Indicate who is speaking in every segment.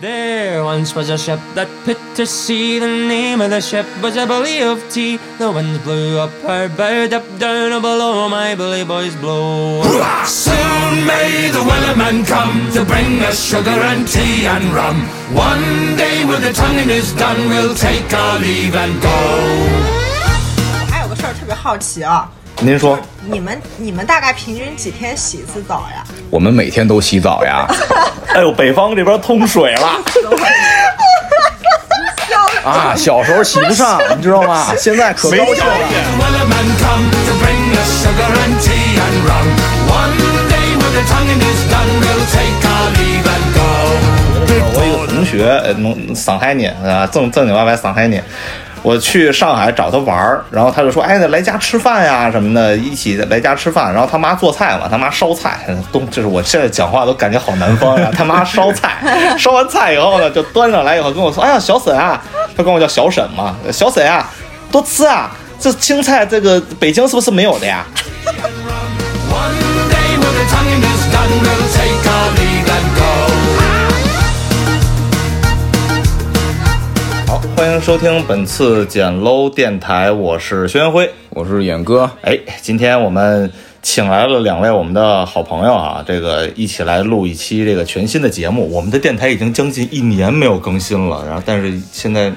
Speaker 1: There once was a ship that put to sea. The name of the ship was a bully of tea. The winds blew up her bow, up down or below. My bully boys blow.
Speaker 2: Soon may the wellerman come to bring us sugar and tea and rum. One day when the tonguing is done, we'll take our leave and go.
Speaker 3: 还有个事儿特别好奇啊，
Speaker 4: 您说，
Speaker 3: 你们你们大概平均几天洗一次澡呀？
Speaker 5: 我们每天都洗澡呀，
Speaker 4: 哎呦，北方这边通水了
Speaker 5: 啊，小时候洗不上，你知道吗？现在可高兴了。
Speaker 2: The wellerman come to bring us sugar and tea and rum. One day when the tonguing is done, we'll take our leave and go.
Speaker 4: 我一个同学，呃农上海人啊，正正经八百上海人。我去上海找他玩儿，然后他就说：“哎，那来家吃饭呀什么的，一起来家吃饭。”然后他妈做菜嘛，他妈烧菜， 东就是我现在讲话都感觉好南方呀。他妈烧菜，烧完菜以后呢，就端上来以后跟我说：“哎呀，小沈啊，他管我叫小沈嘛，小沈啊，多吃啊，这青菜这个北京是不是没有的呀？”
Speaker 2: One day when the tonguing is done, we'll take our leave and go.
Speaker 4: 好，欢迎收听本次简陋电台，我是薛元辉。
Speaker 5: 我是演哥，
Speaker 4: 哎，今天我们请来了两位我们的好朋友啊，这个一起来录一期这个全新的节目。我们的电台已经将近一年没有更新了，然后但是现在。嘖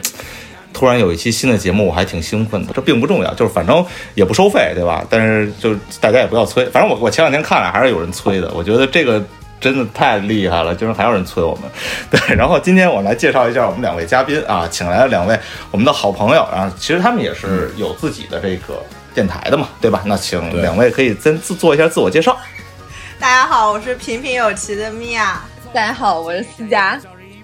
Speaker 4: 突然有一期新的节目，我还挺兴奋的。这并不重要，就是反正也不收费，对吧？但是就大家也不要催。反正我我前两天看了，还是有人催的。我觉得这个真的太厉害了，就是还有人催我们。 对，然后今天我来介绍一下我们两位嘉宾啊，请来了两位我们的好朋友啊，其实他们也是有自己的这个电台的嘛，对吧？那请
Speaker 5: 对
Speaker 4: 两位可以先自做一下自我介绍。
Speaker 3: 大家好，我是平平有奇的米娅。
Speaker 6: 大家好，我是思佳。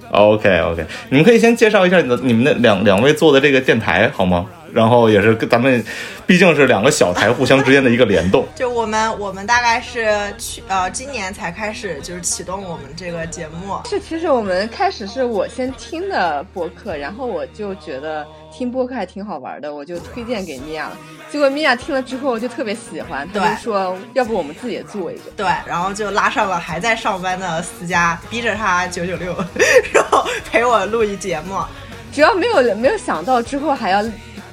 Speaker 4: OK OK，你们可以先介绍一下你的你们的两两位做的这个电台好吗？然后也是跟咱们毕竟是两个小台互相之间的一个联动。
Speaker 3: 就我们我们大概是去呃今年才开始就是启动我们这个节目，
Speaker 6: 是，其实我们开始是我先听的播客，然后我就觉得听播客还挺好玩的，我就推荐给米娅了。结果米娅听了之后就特别喜欢，她
Speaker 3: 对
Speaker 6: 就说要不我们自己也做一个。
Speaker 3: 对，然后就拉上了还在上班的思佳，逼着他九九六，然后陪我录一节目。
Speaker 6: 只要没有没有想到之后还要，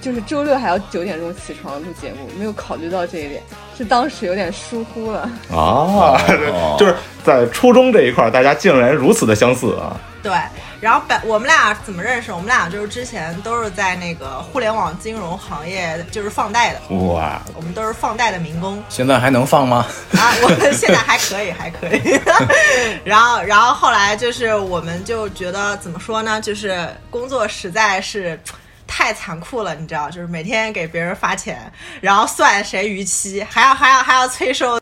Speaker 6: 就是周六还要九点钟起床录节目，没有考虑到这一点，是当时有点疏忽了。
Speaker 4: 啊， 就是在初中这一块儿，大家竟然如此的相似啊！
Speaker 3: 对，然后本我们俩怎么认识？我们俩就是之前都是在那个互联网金融行业，就是放贷的，
Speaker 4: 哇，
Speaker 3: 我们都是放贷的民工
Speaker 5: 现在还能放吗？
Speaker 3: 啊。我们现在还可以，还可以。 然后，然后后来就是我们就觉得怎么说呢？就是工作实在是。太残酷了，你知道，就是每天给别人发钱，然后算谁逾期，还要还要还要催收，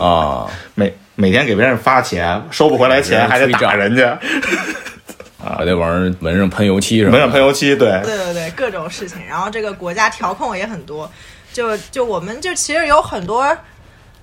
Speaker 5: 啊，
Speaker 4: 每每天给别人发钱，收不回来钱还
Speaker 5: 给
Speaker 4: 得
Speaker 5: 人催
Speaker 4: 打
Speaker 5: 账
Speaker 4: 人家，
Speaker 5: 还得往人门上喷油漆是吧？
Speaker 4: 门上喷油漆，对，
Speaker 3: 对对对，各种事情。然后这个国家调控也很多，就就我们就其实有很多。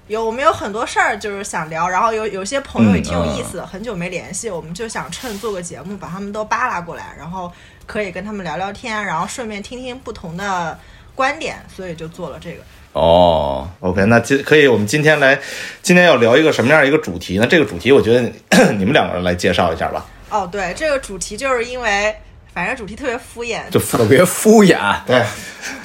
Speaker 3: 有我们有很多事儿就是想聊，然后有有些朋友也挺有意思的，很久没联系，我们就想趁做个节目把他们都扒拉过来，然后可以跟他们聊聊天，然后顺便听听不同的观点，所以就做了这个。
Speaker 5: 哦，
Speaker 4: OK，那今可以，我们今天来，今天要聊一个什么样一个主题呢？这个主题我觉得你 你们两个人来介绍一下吧。
Speaker 3: 哦，对，这个主题就是因为反正主题特别敷衍，
Speaker 4: 就
Speaker 5: 特别敷衍。
Speaker 4: 对，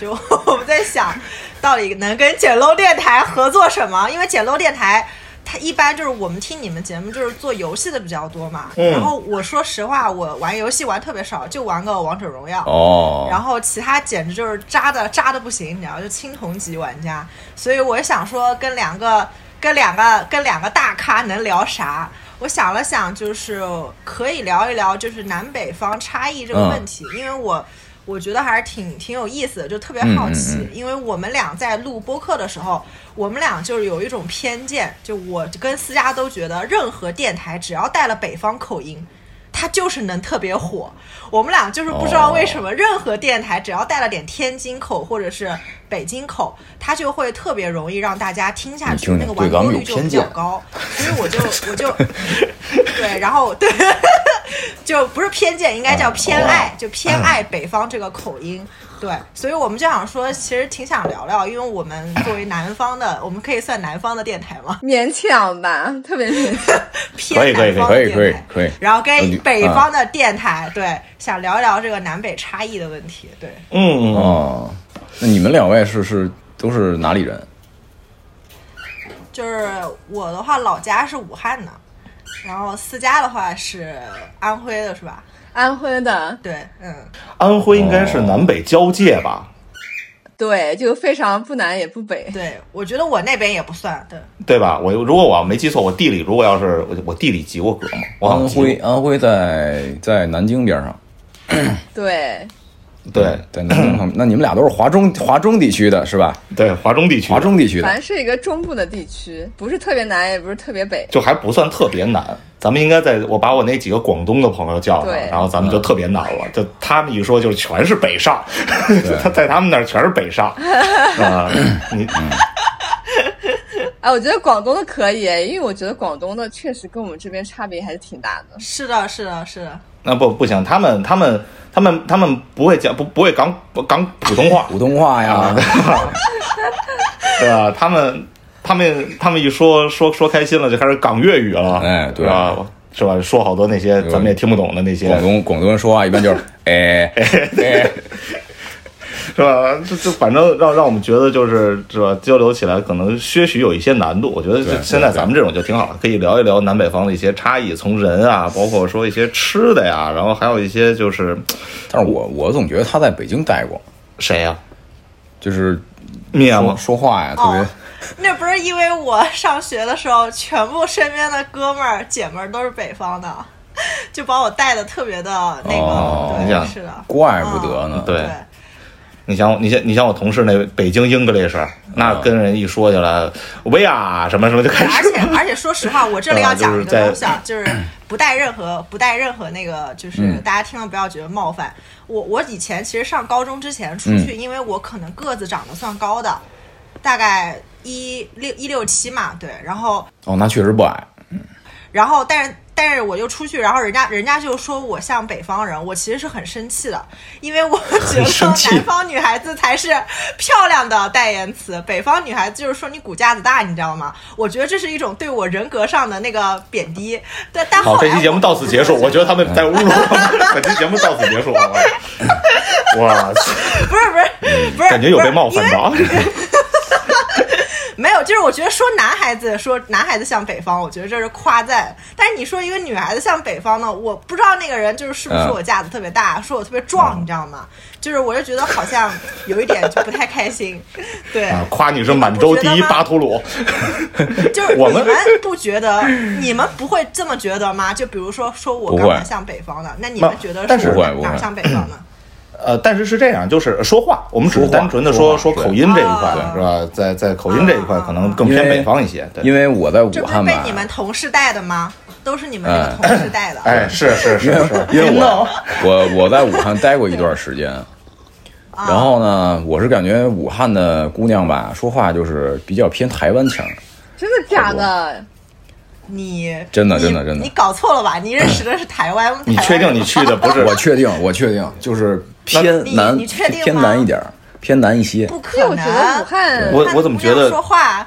Speaker 3: 就 我们在想，到底能跟简陋电台合作什么？因为简陋电台，它一般就是我们听你们节目就是做游戏的比较多嘛。
Speaker 4: 嗯
Speaker 3: 然后我说实话，我玩游戏玩特别少，就玩个王者荣耀。
Speaker 5: 哦，
Speaker 3: 然后其他简直就是渣的渣的不行，你知道，就青铜级玩家。所以我想说，跟两个跟两个跟两个大咖能聊啥？我想了想，就是可以聊一聊，就是南北方差异这个问题，
Speaker 5: 嗯
Speaker 3: 因为我我觉得还是挺挺有意思的，就特别好奇，
Speaker 5: 嗯嗯
Speaker 3: 因为我们俩在录播客的时候，我们俩就是有一种偏见，就我跟思佳都觉得，任何电台只要带了北方口音。它就是能特别火，我们俩就是不知道为什
Speaker 5: 哦
Speaker 3: 么，任何电台只要带了点天津口或者是北京口，它就会特别容易让大家听下
Speaker 5: 你
Speaker 3: 去，
Speaker 5: 听
Speaker 3: 那个
Speaker 5: 听
Speaker 3: 完
Speaker 5: 对咱
Speaker 3: 播
Speaker 5: 们
Speaker 3: 率
Speaker 5: 有
Speaker 3: 就
Speaker 5: 偏
Speaker 3: 比较
Speaker 5: 见
Speaker 3: 高。所以我就 我就对，然后对，
Speaker 5: 哦
Speaker 3: 就不是偏见，应该叫偏爱，就偏爱北方这个口音。对，所以我们就想说，其实挺想聊聊，因为我们作为南方的，我们可以算南方的电台嘛，
Speaker 6: 勉强吧，特别勉强。
Speaker 4: 可以
Speaker 3: 偏
Speaker 4: 可以
Speaker 3: 南方
Speaker 5: 可
Speaker 3: 的
Speaker 5: 以
Speaker 3: 电
Speaker 5: 可以
Speaker 3: 台。
Speaker 5: 可以，
Speaker 3: 然后
Speaker 4: 呃
Speaker 3: 跟
Speaker 5: 嗯
Speaker 3: 北方
Speaker 4: 啊
Speaker 3: 的电台，对，想聊一聊这个南北差异的问题。对，
Speaker 4: 嗯，嗯
Speaker 5: 哦，那你们两位是是都是哪里人？
Speaker 3: 就是我的话，老家是武汉的，然后思佳的话是安徽的，是吧？
Speaker 6: 安徽的，
Speaker 3: 对，嗯，
Speaker 4: 安徽应该是南北交界吧？
Speaker 6: 对，就非常不南也不北。
Speaker 3: 对，我觉得我那边也不算，对，
Speaker 4: 对吧？我如果我要没记错，我地理如果要是我我地理及过格嘛，我好像
Speaker 5: 安
Speaker 4: 及过
Speaker 5: 徽，安徽在在南京边上，嗯
Speaker 6: 对，
Speaker 4: 对
Speaker 5: 在南京旁边。 那你们俩都是华中华中地区的是吧？
Speaker 4: 对，华中地区
Speaker 5: 华中地区
Speaker 3: 哎
Speaker 5: 的
Speaker 6: 凡是一个中部的地区，不是特别南，也不是特别北。
Speaker 4: 就还不算特别难。咱们应该在我把我那几个广东的朋友叫上，
Speaker 6: 对
Speaker 4: 然后咱们就特别难
Speaker 5: 嗯
Speaker 4: 了。就他们一说就全是北上，他 在他们那儿全是北上啊、你
Speaker 6: 哎，我觉得广东的可以，哎因为我觉得广东的确实跟我们这边差别还是挺大的。
Speaker 3: 是的，是的，是的，
Speaker 4: 那不不行，他们他们他们他们不会讲不不会港港普通话，
Speaker 5: 普通话呀，
Speaker 4: 对吧？他们他们他们一说说说开心了，就开始港粤语了，
Speaker 5: 哎对
Speaker 4: 是吧？是吧？说好多那些咱们也听不懂的那 些，
Speaker 5: 广东广东人说话一般 就是哎哎，
Speaker 4: 是吧？这这反正让让我们觉得就是是吧，交流起来可能些许有一些难度。我觉得
Speaker 5: 对
Speaker 4: 这
Speaker 5: 对
Speaker 4: 现在咱们这种就挺好，可以聊一聊南北方的一些差异，从人啊，包括说一些吃的呀，然后还有一些就是
Speaker 5: 但是我我总觉得他在北京待过，
Speaker 4: 谁呀、
Speaker 5: 就是
Speaker 4: 面
Speaker 5: 说
Speaker 4: 吗？
Speaker 5: 说话呀特
Speaker 3: 哦
Speaker 5: 别。
Speaker 3: 那不是因为我 上学的时候，全部身边的哥们儿姐们儿都是北方的，就把我带的特别的那个，
Speaker 5: 哦
Speaker 4: 你
Speaker 3: 对，
Speaker 4: 想
Speaker 3: 是的，
Speaker 5: 怪不得呢，
Speaker 4: 对，你像我，你像你像我同事那北京 English，那
Speaker 5: 啊
Speaker 4: 跟人一说起来，喂啊什么什么就开
Speaker 3: 而
Speaker 4: 始。
Speaker 3: 且而且说实话，我这里要讲一
Speaker 4: 对
Speaker 3: 个
Speaker 4: 吧
Speaker 3: 东西啊，就是不带任何不带任何那个，
Speaker 4: 嗯
Speaker 3: 就是大家听了不要觉得冒犯。我我以前其实上高中之前出
Speaker 4: 嗯
Speaker 3: 去，因为我可能个子长得算高的，大概一六一六七嘛，对，然后
Speaker 5: 哦，那确实不矮，
Speaker 3: 然后但是。但是我就出去，然后人家人家就说我像北方人，我其实是很生气的，因为我 觉得
Speaker 4: 生气
Speaker 3: 南方女孩子才是漂亮的代言词，北方女孩子就是说你骨架子大，你知道吗？我觉得这是一种对我人格上的那个贬低。但但后
Speaker 4: 好，
Speaker 3: 来
Speaker 4: 这期节目
Speaker 3: 我
Speaker 4: 到此结 束。我觉得他们在侮辱 我们。本期节目到此结束。好吧 哇，
Speaker 3: 不是不是不是，
Speaker 4: 嗯感觉有
Speaker 3: 不
Speaker 4: 被
Speaker 3: 是
Speaker 4: 冒犯到。啊
Speaker 3: 没有，就是我觉得说男孩子说男孩子像北方，我觉得这是夸赞。但是你说一个女孩子像北方呢，我不知道那个人就是是不是
Speaker 5: 嗯
Speaker 3: 我架子特别大，说我特别壮，你知道吗？就是我就觉得好像有一点就不太开心。对，
Speaker 4: 啊夸你是满洲第一巴图鲁。
Speaker 3: 就是
Speaker 4: 我
Speaker 3: 你
Speaker 4: 们
Speaker 3: 们不觉得，你们不会这么觉得吗？就比如说说我
Speaker 5: 不
Speaker 3: 干
Speaker 5: 会
Speaker 3: 嘛像北方的，那你们
Speaker 4: 不
Speaker 3: 觉得
Speaker 4: 但是
Speaker 3: 我
Speaker 5: 不会不
Speaker 3: 哪儿
Speaker 5: 会
Speaker 3: 像北方呢？
Speaker 4: 呃，但是是这样，就是说话，我们只是
Speaker 5: 说话
Speaker 4: 单纯的说
Speaker 5: 说
Speaker 4: 说
Speaker 5: 话
Speaker 4: 啊口音这一块
Speaker 3: 对，
Speaker 4: 是吧？在在口音这一块，可能更
Speaker 5: 因
Speaker 4: 偏
Speaker 5: 为
Speaker 4: 北方一些。对，
Speaker 5: 啊因为我在武
Speaker 3: 这不是
Speaker 5: 汉
Speaker 3: 被
Speaker 5: 吧，
Speaker 3: 你们同事带的吗？都是你们那个同事带的。
Speaker 4: 哎，是是是
Speaker 5: 因为
Speaker 4: 是，
Speaker 5: 因为我我我在武汉待过一段时间，
Speaker 3: 啊
Speaker 5: 然后呢，我是感觉武汉的姑娘吧，说话就是比较偏台湾腔儿，
Speaker 6: 真的假的？
Speaker 3: 你
Speaker 5: 真的
Speaker 3: 你
Speaker 5: 真的真的
Speaker 3: 你搞错了吧？你认识的是台湾？
Speaker 4: 你
Speaker 3: 台湾
Speaker 4: 确定你去的不 是
Speaker 5: 我确定，我确定，就是偏
Speaker 3: 你
Speaker 5: 南
Speaker 3: 你确定吗
Speaker 5: 偏南一点儿，偏南一些。
Speaker 3: 不可
Speaker 6: 因为
Speaker 3: 能！
Speaker 6: 我觉得武汉
Speaker 4: 我
Speaker 3: 武汉的
Speaker 4: 我怎么觉得
Speaker 3: 姑娘说话？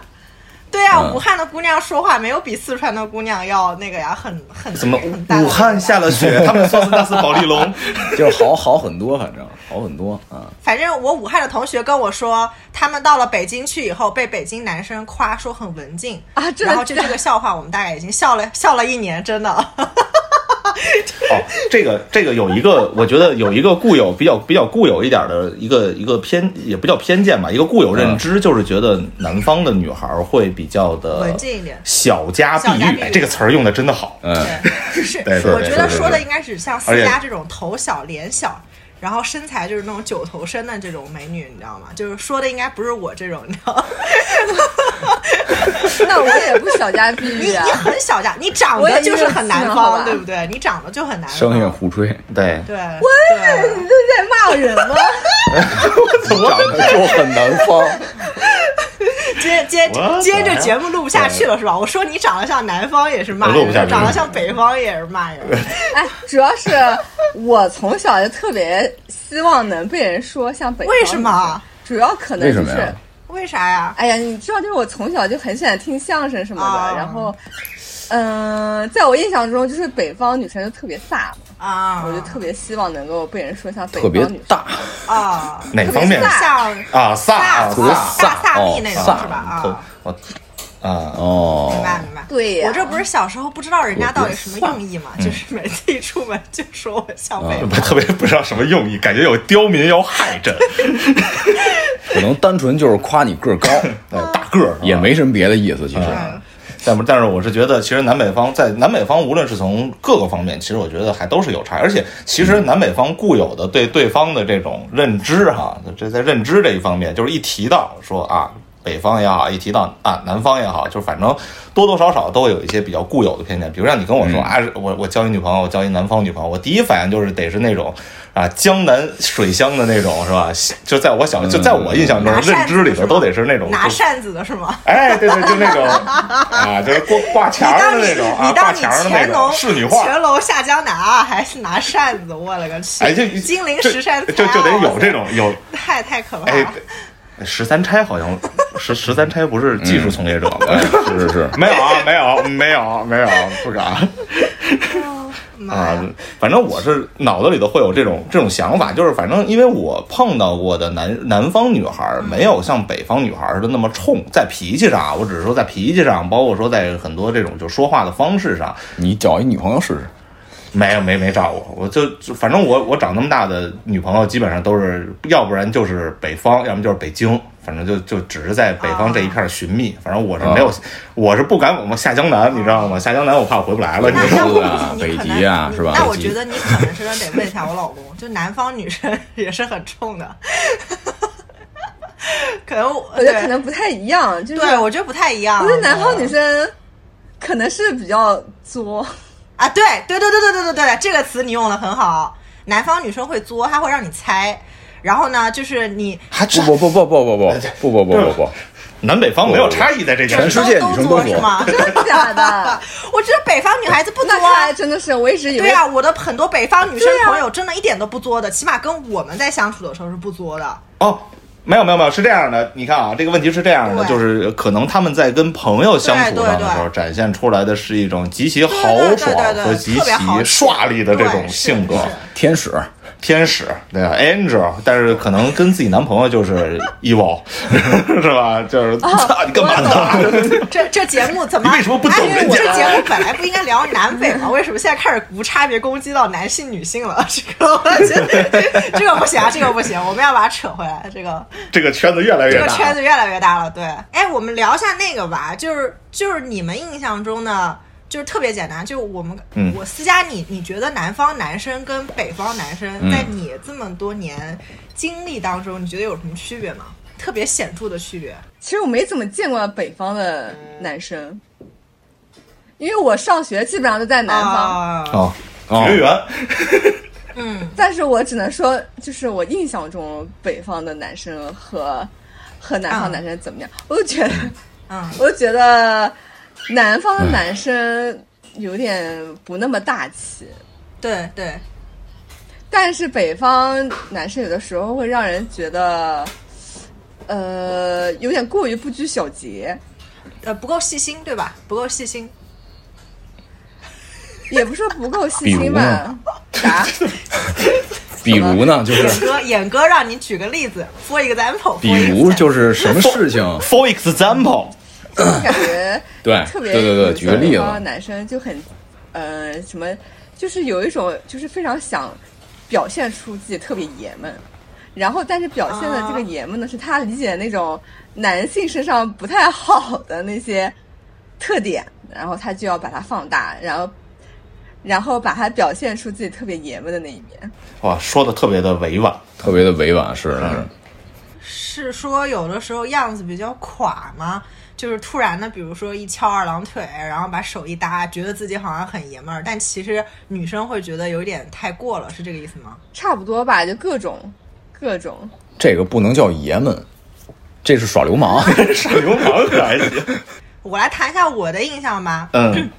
Speaker 3: 对啊，
Speaker 5: 嗯
Speaker 3: 武汉的姑娘说话没有比四川的姑娘要那个呀，很很
Speaker 4: 怎么
Speaker 3: 很大的
Speaker 4: 武汉下了雪，他们说是那是保利龙。
Speaker 5: 就是好好很多，反正好很多啊。
Speaker 3: 反正我武汉的同学跟我说，他们到了北京去以后，被北京男生夸说很文静
Speaker 6: 啊真的
Speaker 3: 然后就这个笑话，我们大概已经笑了笑了一年，真 的。
Speaker 4: 哦，这个这个有一个，我觉得有一个固有比较比较固有一点的一个一个偏，也不叫偏见吧，一个固有认知，就是觉得南方的女孩会比较的
Speaker 3: 文静一点
Speaker 4: 小家碧
Speaker 3: 小家碧
Speaker 4: 玉。
Speaker 3: 玉
Speaker 4: 哎，这个词儿用的真的好。
Speaker 5: 嗯，
Speaker 3: 对，是
Speaker 4: 对，对
Speaker 3: 我觉得
Speaker 5: 是是
Speaker 3: 说的
Speaker 5: 是
Speaker 3: 应该是像
Speaker 4: 而
Speaker 3: 思
Speaker 4: 且
Speaker 3: 佳这种头小脸小，然后身材就是那种九头身的这种美女，你知道吗？就是说的应该不是我这种，你知道吗？
Speaker 6: 那我也不小 家碧
Speaker 3: 你
Speaker 6: 玉啊
Speaker 3: 你。很小家，你长
Speaker 6: 我也
Speaker 3: 得就是很南
Speaker 6: 164
Speaker 3: 方，
Speaker 6: 吧
Speaker 3: 对不对？你长得就很南
Speaker 5: 商业
Speaker 3: 方，
Speaker 5: 互吹，
Speaker 4: 对，
Speaker 3: 对，对，
Speaker 6: 你这是在骂人吗？
Speaker 5: 长得 就很南方，
Speaker 3: 接接
Speaker 4: What
Speaker 3: 接着
Speaker 4: the hell？
Speaker 3: 节目录不下去了是吧？我说你长得像南方也是骂
Speaker 4: 录不下
Speaker 3: 人，
Speaker 4: 去
Speaker 3: 长得像北方也是骂人，
Speaker 6: 哎，主要是我从小就特别希望能被人说像北方
Speaker 3: 为什么？
Speaker 6: 主要可能
Speaker 5: 为
Speaker 6: 就
Speaker 5: 什么
Speaker 6: 是
Speaker 5: 呀，？
Speaker 3: 为啥呀？
Speaker 6: 哎呀，你知道，就是我从小就很喜欢听相声什么的，
Speaker 3: 啊
Speaker 6: 然后，嗯、在我印象中，就是北方女生就特别飒嘛，
Speaker 3: 啊，
Speaker 6: 我就特别希望能够被人说像
Speaker 5: 特
Speaker 6: 北方
Speaker 5: 别
Speaker 6: 女生。
Speaker 5: 大，
Speaker 3: 啊，
Speaker 4: 哪
Speaker 6: 特别
Speaker 4: 方面
Speaker 6: 飒
Speaker 3: 像
Speaker 4: 啊？飒
Speaker 3: 大
Speaker 4: 啊，
Speaker 5: 特别
Speaker 4: 飒
Speaker 5: 飒
Speaker 3: 大萨
Speaker 5: 哦
Speaker 3: 蜜那种
Speaker 5: 飒
Speaker 3: 是吧？
Speaker 4: 特
Speaker 3: 啊，
Speaker 4: 我啊，
Speaker 5: 哦，
Speaker 3: 明白明白。
Speaker 6: 对呀、
Speaker 3: 我这不是小时候不知道人家到底什么
Speaker 5: 我觉得
Speaker 3: 用意嘛，就是每次一出门就说我像北
Speaker 4: 我特别不知道什么用意，感觉有刁民要害朕，
Speaker 5: 可能单纯就是夸你个儿 高，
Speaker 4: 哎大个儿
Speaker 5: 也没什么别的意思，其实。
Speaker 3: 嗯
Speaker 4: 但不，但是我是觉得，其实南北方在南北方，无论是从各个方面，其实我觉得还都是有差。而且，其实南北方固有的对对方的这种认知，哈，这在认知这一方面，就是一提到说啊，北方也好，一提到啊南方也好，就是反正多多少少都会有一些比较固有的偏见。比如让你跟我说、啊，我我交一女朋友，我交一南方女朋友，我第一反应就是得是那种啊江南水乡的那种，是吧？就在我小，就在我印象中
Speaker 3: 拿扇
Speaker 4: 认
Speaker 3: 子
Speaker 4: 知里
Speaker 3: 是
Speaker 4: 头
Speaker 3: 吗
Speaker 4: 都得是那种
Speaker 3: 嗯拿
Speaker 4: 就是
Speaker 3: 扇子的是吗？
Speaker 4: 哎，对对，就那 种啊，就是挂挂墙
Speaker 3: 你
Speaker 4: 上
Speaker 3: 当
Speaker 4: 的
Speaker 3: 你
Speaker 4: 那种啊，
Speaker 3: 你
Speaker 4: 挂
Speaker 3: 当你
Speaker 4: 墙上的那
Speaker 3: 乾
Speaker 4: 种
Speaker 3: 隆
Speaker 4: 仕女画。
Speaker 3: 乾隆下江南啊，还是拿扇子？我勒个去！
Speaker 4: 哎，就
Speaker 3: 金陵
Speaker 4: 就
Speaker 3: 十啊扇
Speaker 4: 就
Speaker 3: 财，
Speaker 4: 就就得有这种有
Speaker 3: 太太可怕
Speaker 4: 哎
Speaker 3: 了。，
Speaker 4: 十三钗好像十十三钗不是技术从业者吗？
Speaker 5: 哎 是是是，
Speaker 4: 没有啊，没有，没有，没有，不敢。
Speaker 3: 哎妈
Speaker 4: 啊
Speaker 3: 呀！，
Speaker 4: 反正我是脑子里头会有这种这种想法，就是反正因为我碰到过的南南方女孩儿没
Speaker 3: 嗯
Speaker 4: 有像北方女孩儿似的那么冲，在脾气上啊，我只是说在脾气上，包括说在很多这种就说话的方式上，
Speaker 5: 你找一女朋友试试，
Speaker 4: 没有，没没找过，我就就反正我我长那么大的女朋友，基本上都是，要不然就是北方，要么就是北京，反正就就只是在北方这一片寻觅。
Speaker 3: 啊
Speaker 4: 反正我是没有，我是不敢往下江南，你知道吗？下江南我怕我回不来了，你
Speaker 3: 那
Speaker 4: 知道
Speaker 3: 要不
Speaker 4: 吗？
Speaker 5: 是啊
Speaker 3: 你
Speaker 5: 北
Speaker 3: 可
Speaker 5: 极
Speaker 3: 能
Speaker 5: 啊
Speaker 3: 你
Speaker 5: 是吧
Speaker 3: 那我
Speaker 5: 北极
Speaker 3: 觉得你可能真的得问一下我老公，就南方女生 也是很冲的，可能我
Speaker 6: 我觉得可
Speaker 3: 对
Speaker 6: 能不太一样，就是
Speaker 3: 对，我觉得不太一样。
Speaker 6: 我觉得南方女生可能是比较作，
Speaker 3: 啊，对对对对对对对对，这个词你用的很好。南方女生会作，她会让你猜，然后呢，就是你
Speaker 5: 不不不不不不不不不不不不，
Speaker 4: 南北方没有差异在这件事
Speaker 5: 全
Speaker 4: 上
Speaker 5: 世。界
Speaker 3: 都
Speaker 5: 女生
Speaker 3: 作
Speaker 5: 都
Speaker 3: 是
Speaker 5: 说
Speaker 3: 吗？
Speaker 6: 真的假的？
Speaker 3: 我觉得北方女孩子不作
Speaker 6: 那看
Speaker 3: 啊
Speaker 6: 来。真的是，我一直以为
Speaker 3: 对啊，我的很多北方女生
Speaker 6: 对啊
Speaker 3: 朋友真的一点都不作的，起码跟我们在相处的时候是不作的。
Speaker 4: 哦，没有没有没有，是这样的，你看啊，这个问题是这样的，
Speaker 3: 对
Speaker 4: 就是可能他们在跟朋友相处上的时候，
Speaker 3: 对对对
Speaker 4: 展现出来的是一种极其豪
Speaker 3: 对
Speaker 4: 爽
Speaker 3: 对对
Speaker 4: 和
Speaker 3: 对
Speaker 4: 极
Speaker 3: 特
Speaker 4: 其
Speaker 3: 别豪爽
Speaker 4: 帅力的这种
Speaker 3: 对是
Speaker 4: 性格。
Speaker 3: 是
Speaker 5: 天使，
Speaker 4: 天使，对吧？Angel，但是可能跟自己男朋友就是 evil，是 吧？就是操你干嘛呢？
Speaker 3: 这这节目怎么？
Speaker 4: 你为什么不懂
Speaker 3: 哎
Speaker 4: 人
Speaker 3: 我
Speaker 4: 家
Speaker 3: 这节目本来不应该聊南北吗？为什么现在开始无差别攻击到男性女性了？ 这个我觉得这个不行啊，这个不行，我们要把它扯回来。这个
Speaker 4: 这个圈子越来越
Speaker 3: 这个
Speaker 4: 大。
Speaker 3: 圈子越来越大了。对，哎，我们聊一下那个吧，就是就是你们印象中的，就是特别简单，就我们、
Speaker 4: 嗯
Speaker 3: 我私加你，你觉得南方男生跟北方男
Speaker 4: 嗯
Speaker 3: 生，在你这么多年经历当中，你觉得有什么区别吗？特别显著的区别
Speaker 6: 其实我没怎么见过北方的男生，因为我上学基本上都在南方，
Speaker 3: 啊，
Speaker 4: 哦，绝缘，
Speaker 6: 但是我只能说，就是我印象中北方的男生和和南方男生怎么样，我就觉得，
Speaker 3: 嗯，
Speaker 6: 我就觉得南方的男生有点不那么大气，
Speaker 3: 对对，
Speaker 6: 但是北方男生有的时候会让人觉得，呃，有点过于不拘小节。
Speaker 3: 呃，不够细心，对吧？不够细心，
Speaker 6: 也不是说不够细
Speaker 5: 比如
Speaker 6: 心吧
Speaker 5: 呢？
Speaker 6: 啥？
Speaker 5: 比如呢，就是
Speaker 3: 眼哥，眼哥，让你举个例子，for example，
Speaker 5: 比如就是什么事 情，
Speaker 4: For example，
Speaker 6: 就是感觉
Speaker 5: 对
Speaker 6: 特别
Speaker 5: 哎对对对，举个例子，
Speaker 6: 男生就很，呃，什么，就是有一种就是非常想表现出自己特别爷们，然后但是表现的这个爷们呢，是他理解那种男性身上不太好的那些特点，然后他就要把它放大，然后。然后把它表现出自己特别爷们的那一面，
Speaker 4: 哇，说的特别的委婉。
Speaker 5: 特别的委婉，是是是。
Speaker 3: 是说有的时候样子比较垮吗？就是突然的，比如说一翘二郎腿，然后把手一搭，觉得自己好像很爷们儿，但其实女生会觉得有点太过了，是这个意思吗？
Speaker 6: 差不多吧，就各种各种，
Speaker 5: 这个不能叫爷们，这是耍流 氓。
Speaker 4: 耍流氓还行，
Speaker 3: 我来谈一下我的印象吧，
Speaker 4: 嗯，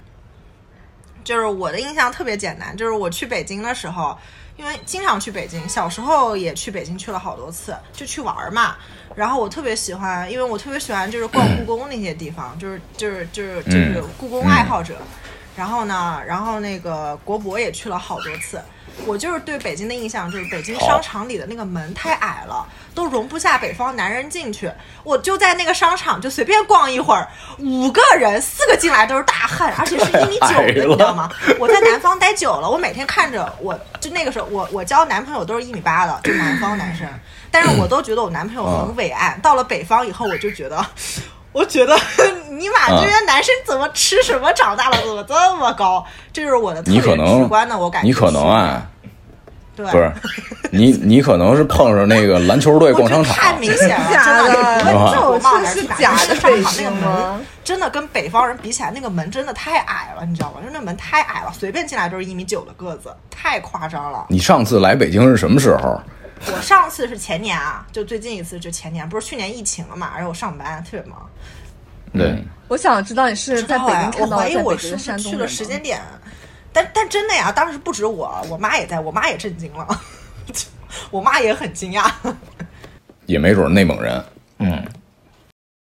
Speaker 3: 就是我的印象特别简单，就是我去北京的时候，因为经常去北京，小时候也去北京去了好多次，就去玩儿嘛。然后我特别喜欢，因为我特别喜欢就是逛故宫那些地方，就是就是就是就是故宫爱好者。然后呢，然后那个国博也去了好多次。我就是对北京的印象就是北京商场里的那个门太矮了，都容不下北方男人进去。我就在那个商场就随便逛一会儿，五个人四个进来都是大汉，而且是一米九
Speaker 4: 矮
Speaker 3: 的，
Speaker 4: 了
Speaker 3: 你知道吗？我在南方待久了，我每天看着我就那个时候我我交男朋友都是一米八的，就南方男生，但是我都觉得我男朋友
Speaker 4: 啊
Speaker 3: 很伟岸。到了北方以后，我就觉得。我觉得 尼玛，这些男生怎么吃什么长大了，怎么这么高？这是我的特
Speaker 5: 你
Speaker 3: 别
Speaker 5: 可
Speaker 3: 直
Speaker 5: 能
Speaker 3: 观的，我感觉
Speaker 5: 你可能啊，
Speaker 3: 对，
Speaker 5: 不是，你你可能是碰上那个篮球队逛商
Speaker 3: 太
Speaker 5: 场，啊
Speaker 3: 明显 了，真
Speaker 6: 假
Speaker 3: 的，
Speaker 6: 的
Speaker 3: 你问
Speaker 6: 这
Speaker 3: 我
Speaker 6: 我
Speaker 3: 冒
Speaker 6: 这
Speaker 3: 哪儿
Speaker 6: 是
Speaker 3: 去打
Speaker 6: 假的
Speaker 3: 商场那
Speaker 6: 北
Speaker 3: 个
Speaker 6: 京吗
Speaker 3: 门？真的跟北方人比起来，那个门真的太矮了，你知道吗？就那门太矮了，随便进来都是一米九的个子，太夸张了。
Speaker 5: 你上次来北京是什么时候？
Speaker 3: 我上次是前年啊，就最近一次就前年，不是去年疫情了嘛，而且我上班特别忙。
Speaker 4: 对，
Speaker 6: 我想知道你是在北京
Speaker 3: 哎我
Speaker 6: 看到
Speaker 3: 怀
Speaker 6: 了
Speaker 3: 疑
Speaker 6: 在
Speaker 3: 我
Speaker 6: 北
Speaker 3: 是不
Speaker 6: 京的
Speaker 3: 是
Speaker 6: 山东
Speaker 3: 去
Speaker 6: 人
Speaker 3: 了
Speaker 6: 吗
Speaker 3: 时间点，但但真的呀，当时不止我，我妈也在，我妈也震惊了， 我妈也很惊讶。
Speaker 5: 也没准儿内蒙人。
Speaker 4: 嗯。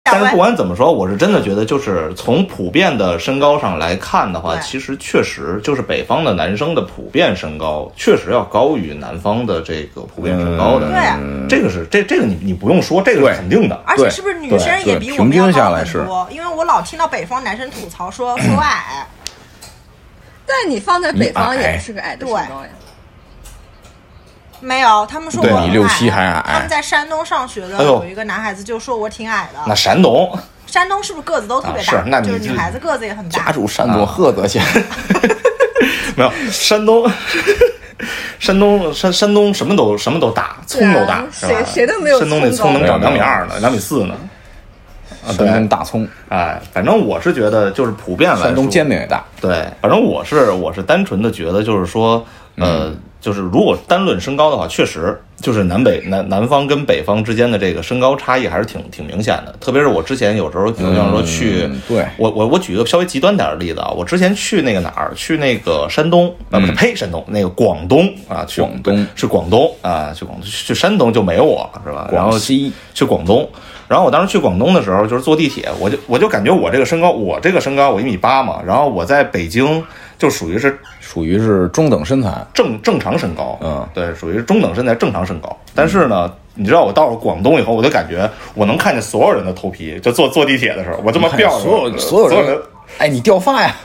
Speaker 4: 但是不管怎么说，我是真的觉得，就是从普遍的身高上来看的话，
Speaker 3: 对
Speaker 4: 其实确实就是北方的男生的普遍身高确实要高于南方的这个普遍身高的。
Speaker 6: 嗯
Speaker 3: 对啊
Speaker 4: 这个是这这个你你不用说，这个
Speaker 5: 对
Speaker 4: 是肯定的。
Speaker 3: 而且
Speaker 5: 对
Speaker 3: 是不是女生也
Speaker 5: 对
Speaker 3: 比我
Speaker 5: 平
Speaker 3: 们要
Speaker 5: 均下
Speaker 3: 高
Speaker 5: 来
Speaker 3: 很
Speaker 5: 是
Speaker 3: 多？因为我老听到北方男生吐槽说说哎我矮，
Speaker 6: 但你放在北方
Speaker 5: 你
Speaker 6: 也
Speaker 5: 矮
Speaker 6: 是个矮的身
Speaker 3: 对
Speaker 6: 高呀。
Speaker 3: 没有，他们说我
Speaker 5: 对
Speaker 3: 很矮
Speaker 5: 你67还矮
Speaker 3: 他们在山东上学的
Speaker 4: 哎呦
Speaker 3: 有一个男孩子就说我挺矮
Speaker 4: 那
Speaker 3: 的。
Speaker 4: 山东
Speaker 3: 山东是不是个子都特别大？
Speaker 4: 啊是那你
Speaker 3: 就是
Speaker 4: 这
Speaker 3: 女孩子个子也很
Speaker 5: 家
Speaker 3: 大。
Speaker 5: 住山东菏泽县，
Speaker 4: 没有，山东山东山山东什么都什么都大，葱都大，是吧
Speaker 6: 谁啊谁都没有
Speaker 4: 山东那葱
Speaker 6: 葱高
Speaker 5: 没
Speaker 4: 能长
Speaker 5: 有
Speaker 4: 两
Speaker 5: 没
Speaker 4: 米
Speaker 5: 有
Speaker 4: 二呢，两米四呢。啊，
Speaker 5: 山东
Speaker 4: 对，
Speaker 5: 大葱，
Speaker 4: 哎，反正我是觉得，就是普遍来说，
Speaker 5: 山东煎饼也大。
Speaker 4: 对，反正我是我是单纯的觉得，就是说，呃，
Speaker 5: 嗯
Speaker 4: 就是如果单论身高的话，确实就是南北南南方跟北方之间的这个身高差异还是挺挺明显的。特别是我之前有时候，比如像说去，
Speaker 5: 嗯对
Speaker 4: 我我我举一个稍微极端点的例子啊，我之前去那个哪儿，去那个山东，啊不是呸，山东那个广东啊，去
Speaker 5: 嗯广东
Speaker 4: 去广东啊，去广东去山东就没我了，是吧？然后
Speaker 5: 广西
Speaker 4: 去广东。然后我当时去广东的时候，就是坐地铁，我就我就感觉我这个身高，我这个身高我一米八嘛，然后我在北京就属于是
Speaker 5: 属于是中等身材，
Speaker 4: 正正常身高，
Speaker 5: 嗯
Speaker 4: 对，属于是中等身材正常身高。但是呢，你知道我到了广东以后，我就感觉我能看见所有人的头皮，就坐坐地铁的时候，我这么
Speaker 5: 看
Speaker 4: 吊着，
Speaker 5: 所有
Speaker 4: 所
Speaker 5: 所有人，哎，你掉发呀？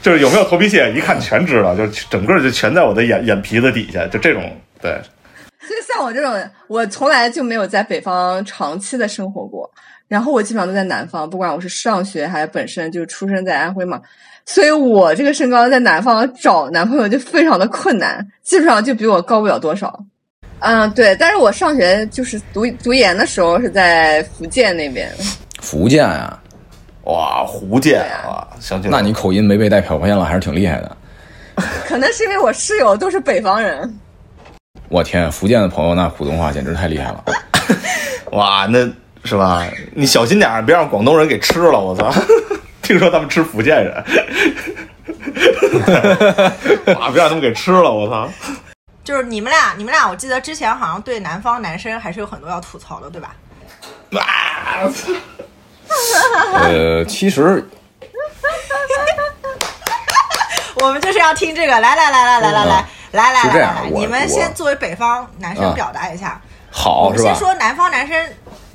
Speaker 4: 就是有没有头皮屑，一看全知道，就是整个就全在我的眼眼皮子底下，就这种对。
Speaker 6: 所以像我这种，我从来就没有在北方长期的生活过，然后我基本上都在南方，不管我是上学还是本身就出生在安徽嘛，所以我这个身高在南方找男朋友就非常的困难，基本上就比我高不了多少。嗯，对，但是我上学就是读读研的时候是在福建那边，
Speaker 5: 福建啊呀，
Speaker 4: 哇，福建
Speaker 6: 对啊
Speaker 4: 啊，想起来
Speaker 5: 那你口音没被带跑偏了，还是挺厉害的。
Speaker 6: 可能是因为我室友都是北方人，
Speaker 5: 我天，福建的朋友那普通话简直太厉害了。
Speaker 4: 哇，那是吧？你小心点儿，别让广东人给吃了。我操， 听说他们吃福建人， 哇，别让他们给吃了。我操，
Speaker 3: 就是你们俩，你们俩，我记得之前好像对南方男生还是有很多要吐槽的，对吧？
Speaker 4: 啊，
Speaker 5: 呃，其实
Speaker 3: 我们就是要听这个，来来来来来来来
Speaker 5: 嗯
Speaker 3: 来来
Speaker 5: 是这
Speaker 3: 来
Speaker 5: 样
Speaker 3: 来，
Speaker 5: 我
Speaker 3: 你们
Speaker 5: 我
Speaker 3: 先作为北方男生
Speaker 5: 啊
Speaker 3: 表达一下。我
Speaker 5: 好
Speaker 3: 们
Speaker 5: 是
Speaker 3: 先
Speaker 5: 吧？
Speaker 3: 说南方男生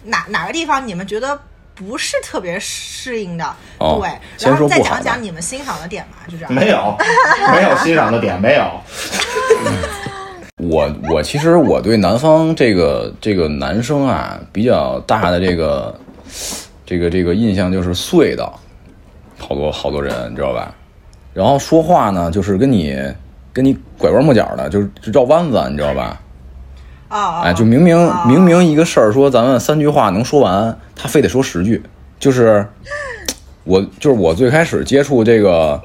Speaker 3: 哪哪个地方你们觉得不是特别适应的？
Speaker 5: 哦
Speaker 3: 对，
Speaker 5: 先
Speaker 3: 然后
Speaker 5: 说
Speaker 3: 再
Speaker 5: 不好
Speaker 3: 讲
Speaker 5: 的
Speaker 3: 讲你们欣赏的点嘛，就这样。
Speaker 4: 没有，没有欣赏的点，没有。
Speaker 5: 我我其实我对南方这个这个男生啊比较大的这个这个这个印象就是隧道，好多好多人你知道吧？然后说话呢就是跟你跟你拐弯抹角的，就是就绕弯子，你知道吧？
Speaker 3: 啊啊！
Speaker 5: 哎，就明明
Speaker 3: 啊
Speaker 5: 明明一个事儿，说咱们三句话能说完，他非得说十句。就是我，就是我最开始接触这个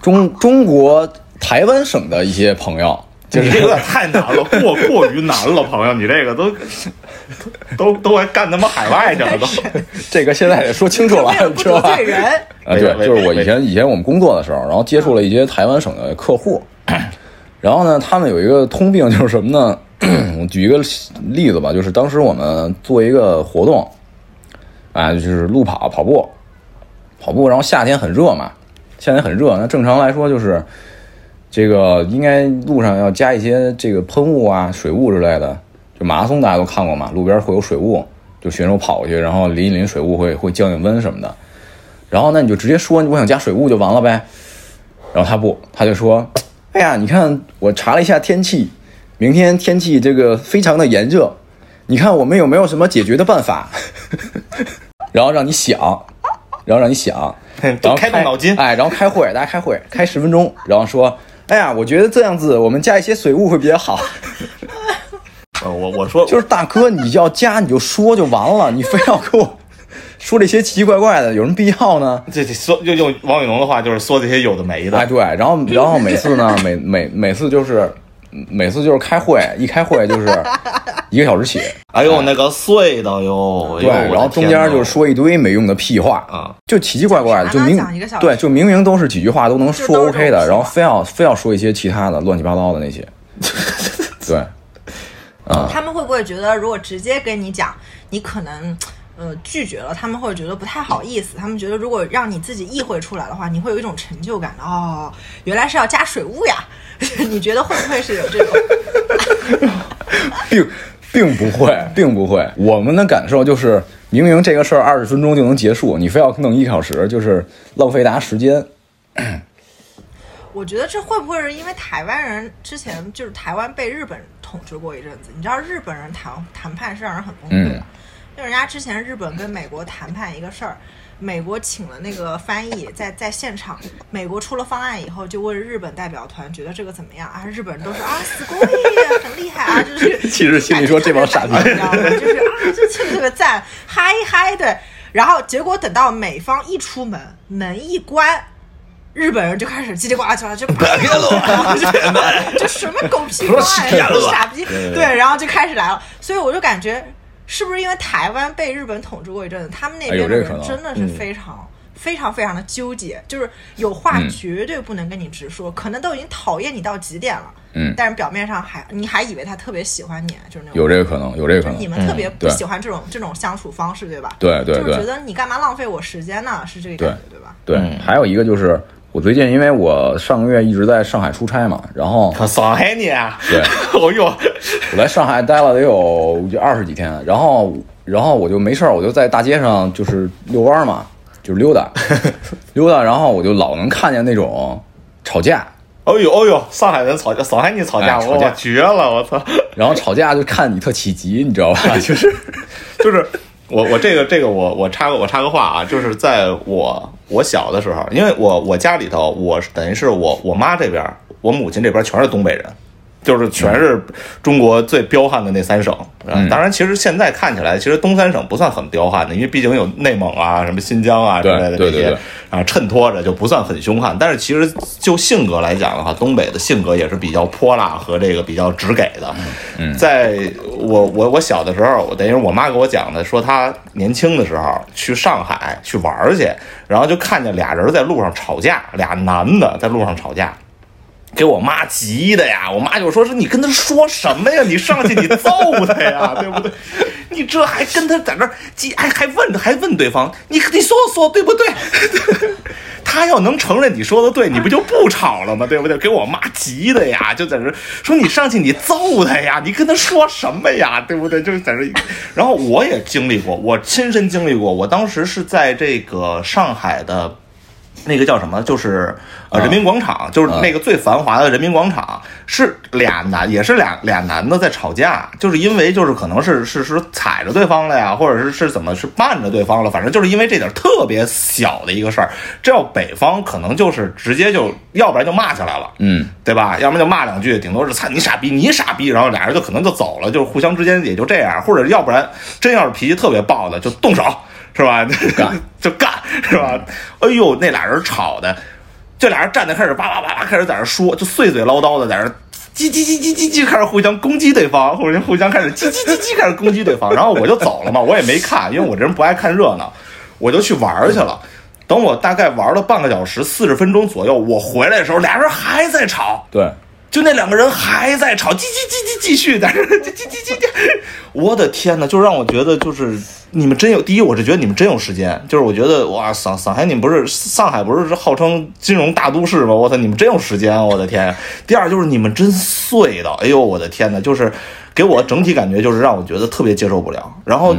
Speaker 5: 中中国台湾省的一些朋友，就是
Speaker 4: 你这有点太难了， 过过于难了，朋友，你这个都都都还干他妈海外去了都。
Speaker 5: 这个现在得说清楚
Speaker 3: 就
Speaker 5: 了
Speaker 3: 为了，
Speaker 5: 你
Speaker 3: 不
Speaker 5: 知道
Speaker 3: 得
Speaker 5: 吧
Speaker 3: 罪？人，
Speaker 5: 啊，
Speaker 4: 没
Speaker 5: 对
Speaker 4: 有，没有
Speaker 5: 就是我以前以前我们工作的时候，然后接触了一些台湾省的客户， 然后呢，他们有一个通病就是什么呢？我举一个例子吧，就是当时我们做一个活动，啊，就是路跑跑步，跑步，然后夏天很热嘛，夏天很热，那正常来说就是这个应该路上要加一些这个喷雾啊、水雾之类的。就马拉松大家都看过嘛，路边会有水雾，就选手跑过去，然后淋一淋水雾会会降降温什么的。然后那你就直接说我想加水雾就完了呗。然后他不，他就说：“哎呀，你看我查了一下天气，明天天气这个非常的炎热，你看我们有没有什么解决的办法？” 然后让你想，然后让你想，然后
Speaker 4: 都开动脑筋
Speaker 5: 哎，然后开会，大家开会，开十分钟，然后说：“哎呀，我觉得这样子我们加一些水雾会比较好。”
Speaker 4: 呃我我说
Speaker 5: 就是大哥，你要加你就说就完了，你非要跟我说这些奇奇怪怪的，有什么必要呢？
Speaker 4: 这这说用用王伟农的话就是说这些有的没的
Speaker 5: 哎，，对，然 后然后每次呢，每每每次就是每次就是开会，一开会就是一个小时起，
Speaker 4: 哎呦那个碎哎的哟，
Speaker 5: 对，然后中间就是
Speaker 4: 是
Speaker 5: 说一堆没用的屁话，
Speaker 4: 啊，
Speaker 5: 就奇奇怪怪的，
Speaker 3: 啥
Speaker 5: 就
Speaker 3: 呢
Speaker 5: 明
Speaker 3: 讲一个小时
Speaker 5: 对，就明明都是几句话都能
Speaker 3: 就都
Speaker 5: 说
Speaker 3: 是
Speaker 5: OK
Speaker 3: 这种
Speaker 5: 的，然后
Speaker 3: 屁话
Speaker 5: 非要非要说一些其他的乱七八糟的那 些，对，
Speaker 3: 他们会不会觉得如果直接跟你讲，你可能呃拒绝了，他们会觉得不太好意思，他们觉得如果让你自己意会出来的话，你会有一种成就感的哦，原来是要加水雾呀， 你觉得会不会是有这种？
Speaker 5: 并并不会，并不会。我们的感受就是，明明这个事儿二十分钟就能结束，你非要弄一小时，就是浪费大家时间。
Speaker 3: 我觉得这会不会是因为台湾人之前就是台湾被日本统治过一阵子？你知道日本人谈谈判是让人很崩溃的，
Speaker 5: 嗯
Speaker 3: 就人家之前日本跟美国谈判一个事儿，美国请了那个翻译在在现场，美国出了方案以后就问日本代表团觉得这个怎么样啊？日本人都说啊，死过耶，很厉害啊，就是
Speaker 5: 其实心里说这帮傻逼
Speaker 3: 感觉特别满意你知道吗？就是啊，这这特别赞，嗨嗨的。然后结果等到美方一出门，门一关，日本人就开始叽里呱啦叽 啦，就啪呀了， 就什么狗屁方案，什么傻逼，对，然后就开始来了。所以我就感觉，是不是因为台湾被日本统治过一阵子，他们那
Speaker 5: 哎有
Speaker 3: 边的
Speaker 5: 这个可能嗯
Speaker 3: 人真的是非常。非常非常的纠结，就是有话绝对不能跟你直说，可能都已经讨厌你到极点了，
Speaker 5: 嗯
Speaker 3: 但是表面上还你还以为他特别喜欢你，就是那种
Speaker 5: 有这个可能，有这个可能。
Speaker 3: 你们特别
Speaker 5: 嗯
Speaker 3: 不
Speaker 5: 对
Speaker 3: 喜欢这种、这种相处方式，对吧？
Speaker 5: 对对
Speaker 3: 就是觉
Speaker 5: 对
Speaker 3: 得你干嘛浪费我时间呢？是这个感觉，对吧？
Speaker 5: 对，
Speaker 4: 嗯
Speaker 5: 还有一个就是，我最近因为我上个月一直在上海出差嘛，然后
Speaker 4: 可爽嘿你，啊
Speaker 5: 对
Speaker 4: 我哟，
Speaker 5: 我来上海待了得有二十几天，然后然后我就没事儿，我就在大街上就是遛弯儿嘛，就是溜 达溜达，然后我就老能看见那种吵架，
Speaker 4: 哦呦哦呦，上海人吵架，爽嘿你吵架，
Speaker 5: 哎
Speaker 4: 我
Speaker 5: 吵架
Speaker 4: 我绝了，我操！
Speaker 5: 然后吵架就看你特起急，你知道吧？ 就是
Speaker 4: 就是我我这个这个我我插个我插个话啊，就是在我我小的时候，因为我我家里头我是等于是我我妈这边，我母亲这边全是东北人。就是全是中国最彪悍的那三省，啊
Speaker 5: 嗯
Speaker 4: 当然，其实现在看起来，其实东三省不算很彪悍的，因为毕竟有内蒙啊、什么新疆啊之
Speaker 5: 对
Speaker 4: 类的
Speaker 5: 对
Speaker 4: 这
Speaker 5: 对
Speaker 4: 些
Speaker 5: 对
Speaker 4: 啊衬托着，就不算很凶悍。但是其实就性格来讲的话，东北的性格也是比较泼辣和这个比较直给的。
Speaker 5: 嗯
Speaker 4: 在我我我小的时候，我等于是我妈给我讲的，说她年轻的时候去上海去玩儿去，然后就看见俩人在路上吵架，俩男的在路上吵架。给我妈急的呀！我妈就说：“是你跟他说什么呀？你上去你揍他呀，对不对？你这还跟他在那儿急，还还问还问对方，你你说说对不对？ 他要能承认你说的对，你不就不吵了吗？对不对？给我妈急的呀，就在这儿说你上去你揍他呀，你跟他说什么呀？对不对？就是在这儿。然后我也经历过，我亲身经历过，我当时是在这个上海的。”那个叫什么？就是呃，人民广场，就是那个最繁华的人民广场，是俩男，也是俩俩男的在吵架，就是因为就是可能是是是踩着对方了呀，或者是是怎么是绊着对方了，反正就是因为这点特别小的一个事儿，这要北方可能就是直接就，要不然就骂起来了，
Speaker 5: 嗯，
Speaker 4: 对吧？要不然就骂两句，顶多是“操你傻逼，你傻逼”，然后俩人就可能就走了，就是互相之间也就这样，或者要不然真要是脾气特别暴的，就动手，是吧？干 就干，是吧？哎呦，那俩人吵的，这俩人站着开始叭叭叭叭开始在那说，就碎嘴唠叨的在那叽叽叽叽叽叽开始互相攻击对方，或者互相开始叽叽叽叽开始攻击对方，然后我就走了嘛，我也没看，因为我这人不爱看热闹，我就去玩儿去了。等我大概玩了半个小时，四十分钟左右，我回来的时候，俩人还在吵，
Speaker 5: 对，
Speaker 4: 就那两个人还在吵，叽叽叽叽继续在这儿叽叽叽叽叽，我的天呐，就让我觉得就是你们真有，第一我是觉得你们真有时间，就是我觉得哇，上上海你们不是上海不是号称金融大都市吗？我操，你们真有时间，我的天。第二就是你们真碎的，哎呦我的天呐，就是给我整体感觉就是让我觉得特别接受不了。然后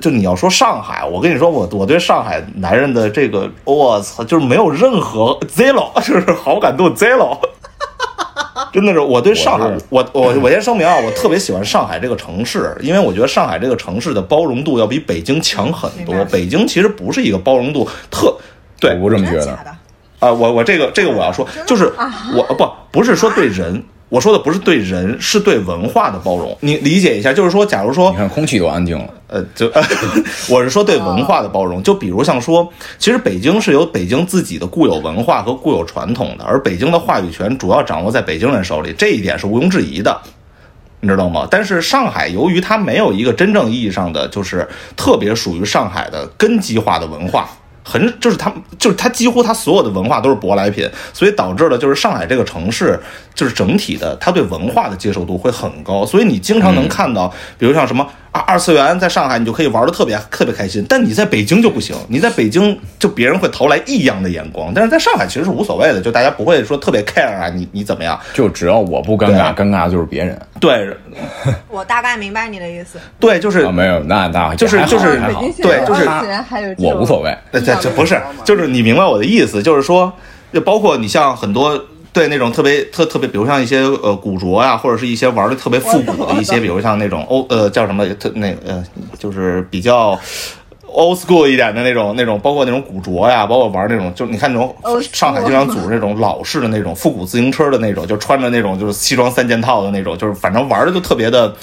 Speaker 4: 就你要说上海，我跟你说我我对上海男人的这个我操，就是没有任何 zero，就是好感度 zero。真的是我对上海
Speaker 5: 我是，
Speaker 4: 我我我先声明啊，我特别喜欢上海这个城市，因为我觉得上海这个城市的包容度要比北京强很
Speaker 3: 明白
Speaker 4: 多。北京其实不是一个包容度特对
Speaker 5: 我不这么
Speaker 3: 真
Speaker 5: 觉
Speaker 3: 的
Speaker 5: 得
Speaker 3: 假。的？
Speaker 4: 啊、我我这个这个我要说，就是我哦不不是说对人，我说的不是对人，是对文化的包容。你理解一下，就是说，假如说
Speaker 5: 你看空气多安静了，
Speaker 4: 呃，就 我是说对文化的包容，就比如像说，其实北京是有北京自己的固有文化和固有传统的，而北京的话语权主要掌握在北京人手里，这一点是毋庸置疑的。你知道吗？但是上海由于它没有一个真正意义上的，就是特别属于上海的根基化的文化，很就是它就是它几乎它所有的文化都是舶来品，所以导致了就是上海这个城市就是整体的它对文化的接受度会很高，所以你经常能看到，比如像什么二二次元在上海你就可以玩的特别特别开心，但你在北京就不行，你在北京就别人会投来异样的眼光，但是在上海其实是无所谓的，就大家不会说特别 care 啊，你你怎么样？
Speaker 5: 就只要我不尴
Speaker 4: 啊
Speaker 5: 尬，尴尬的就是别人
Speaker 4: 对
Speaker 3: 我大概明白你的意思。
Speaker 4: 对，就是
Speaker 5: 啊。没有，那那
Speaker 4: 就是
Speaker 5: 也还好
Speaker 4: 就是
Speaker 5: 也还好
Speaker 6: 哦北京现
Speaker 4: 对
Speaker 6: 在
Speaker 4: 就是
Speaker 6: 二次元还有这
Speaker 5: 我
Speaker 6: 种
Speaker 5: 无所谓。
Speaker 4: 呃，
Speaker 6: 异
Speaker 4: 这
Speaker 6: 样的
Speaker 4: 这不
Speaker 6: 眼
Speaker 4: 是
Speaker 6: 光吗，
Speaker 4: 就是你明白我的意思，就是说，就包括你像很多对那种特别特特别，比如像一些呃古着啊，或者是一些玩的特别复古的一些，比如像那种欧呃叫什么特那呃就是比较。old school 一点的那种那种，包括那种古着呀，包括玩那种，就是你看那种
Speaker 6: Old school
Speaker 4: 上海经常组织那种老式的那种复古自行车的那种，就穿着那种就是西装三件套的那种，就是反正玩的就特别的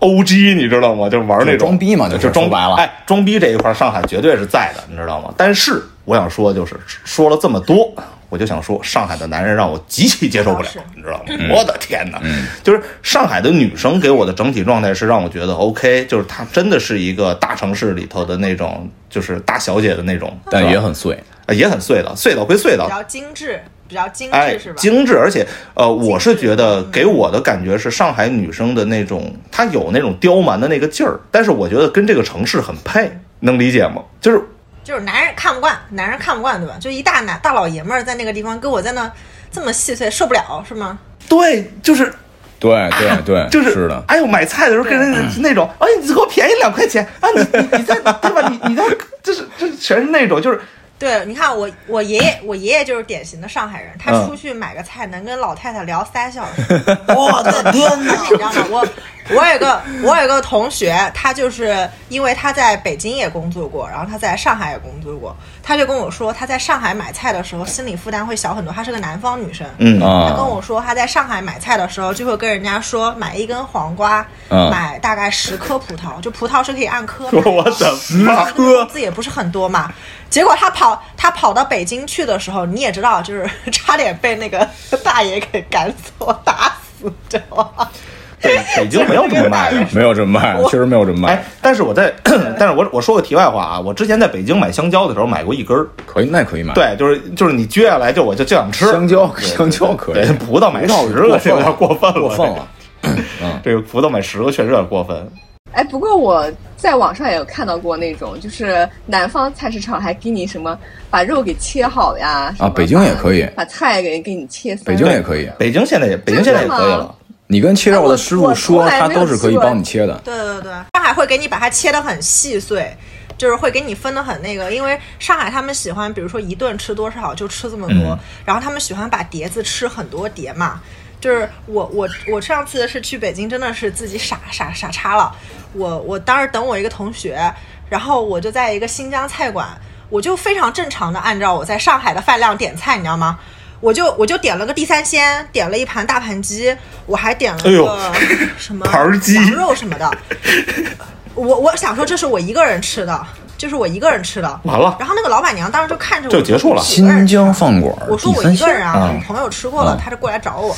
Speaker 4: O G，你知道吗？就玩那
Speaker 5: 就
Speaker 4: 种
Speaker 5: 装逼嘛
Speaker 4: 就
Speaker 5: 就是是
Speaker 4: 装
Speaker 5: 说白了
Speaker 4: 哎，装逼这一块，上海绝对是在的，你知道吗？但是我想说，就是说了这么多，我就想说，上海的男人让我极其接受不了嗯
Speaker 3: 是，
Speaker 4: 你知道吗？我的天哪！就是上海的女生给我的整体状态是让我觉得 OK，就是她真的是一个大城市里头的那种，就是大小姐的那种，
Speaker 5: 但
Speaker 4: 是吧
Speaker 5: 也很碎，
Speaker 4: 呃也很碎的，碎的归碎的
Speaker 3: 比，较精致，比较精
Speaker 4: 哎
Speaker 3: 致是，吧？嗯
Speaker 4: 精致，而且呃，我是觉得给我的感觉是上海女生的那种，她有那种刁蛮的那个劲儿，但是我觉得跟这个城市很配，能理解吗？就是
Speaker 3: 就是男人看不惯，男人看不惯，对吧？就一大男大老爷们儿在那个地方跟我在那这么细碎，受不了是吗？
Speaker 4: 对，就是
Speaker 5: 对对对，
Speaker 4: 就是，
Speaker 5: 的，
Speaker 4: 哎呦，买菜的时候跟人 家那种，哎，你给我便宜两块钱啊，你你你在对吧？你你在，就是这全是那种，就是
Speaker 3: 对，你看我我爷爷，我爷爷就是典型的上海人，他
Speaker 4: 嗯
Speaker 3: 出去买个菜能跟老太太聊三小时， 我的天哪！你知道吗？我我有个我有个同学，他就是因为他在北京也工作过，然后他在上海也工作过，他就跟我说他在上海买菜的时候心理负担会小很多，她是个南方女生，
Speaker 4: 嗯
Speaker 5: 啊
Speaker 3: 他跟我说，他在上海买菜的时候，就会跟人家说买一根黄瓜，
Speaker 5: 嗯
Speaker 3: 买大概十颗葡萄，就葡萄是可以按颗买的。
Speaker 4: 我的妈，
Speaker 3: 工资也不是很多嘛，结果他跑他跑到北京去的时候，你也知道，就是 差点被那个大爷给赶走打死，知道吗？
Speaker 4: 北北京没有这么卖的。
Speaker 5: 没有这么卖，确实没有这么
Speaker 4: 哎
Speaker 5: 卖。，
Speaker 4: 但是我 在，但是我我说个题外话啊，我之前在北京买香蕉的时候买过一根儿，
Speaker 5: 可以，那可以买。，
Speaker 4: 对，就是就是你撅下来就我就就想吃
Speaker 5: 香蕉
Speaker 4: 对
Speaker 5: 香蕉可以
Speaker 4: 对，葡萄买十个这有点过分了，
Speaker 5: 过分了。
Speaker 4: 这个葡萄买十个确实有点过分。
Speaker 6: 哎，不过我在网上也有看到过那种，就是南方菜市场还给你什么把肉给切好呀，什么
Speaker 5: 啊北京也可以
Speaker 6: 把菜给给你切丝儿。
Speaker 5: 北京也可以，啊
Speaker 4: 北京现在也北京现在也可以了，
Speaker 5: 你跟切肉的师傅说，
Speaker 6: 哎我我从来
Speaker 5: 他
Speaker 6: 没有
Speaker 5: 都是可以
Speaker 6: 吃过
Speaker 5: 帮你切的。
Speaker 3: 对对对，上海会给你把它切得很细碎，就是会给你分得很那个，因为上海他们喜欢，比如说一顿吃多少就吃这么
Speaker 4: 嗯
Speaker 3: 多，然后他们喜欢把碟子吃很多碟嘛。就是我我我上次是去北京，真的是自己傻傻傻叉了。我我当时等我一个同学，然后我就在一个新疆菜馆，我就非常正常的按照我在上海的饭量点菜，你知道吗？我就我就点了个地三鲜，点了一盘大盘鸡，我还点了
Speaker 4: 哎呦
Speaker 3: 个什么
Speaker 4: 盘儿鸡
Speaker 3: 羊肉什么的。我我想说，这是我一个人吃的，这是我一个人吃的。
Speaker 4: 完了
Speaker 3: 然后那个老板娘当时就看着我，
Speaker 4: 就结束了
Speaker 3: 我一个人吃
Speaker 5: 新疆饭馆
Speaker 3: 我说
Speaker 5: 第
Speaker 3: 我
Speaker 5: 三
Speaker 3: 一个
Speaker 5: 鲜
Speaker 3: 人啊，
Speaker 4: 嗯
Speaker 3: 我朋友吃过了，
Speaker 5: 嗯
Speaker 3: 他就过来找我。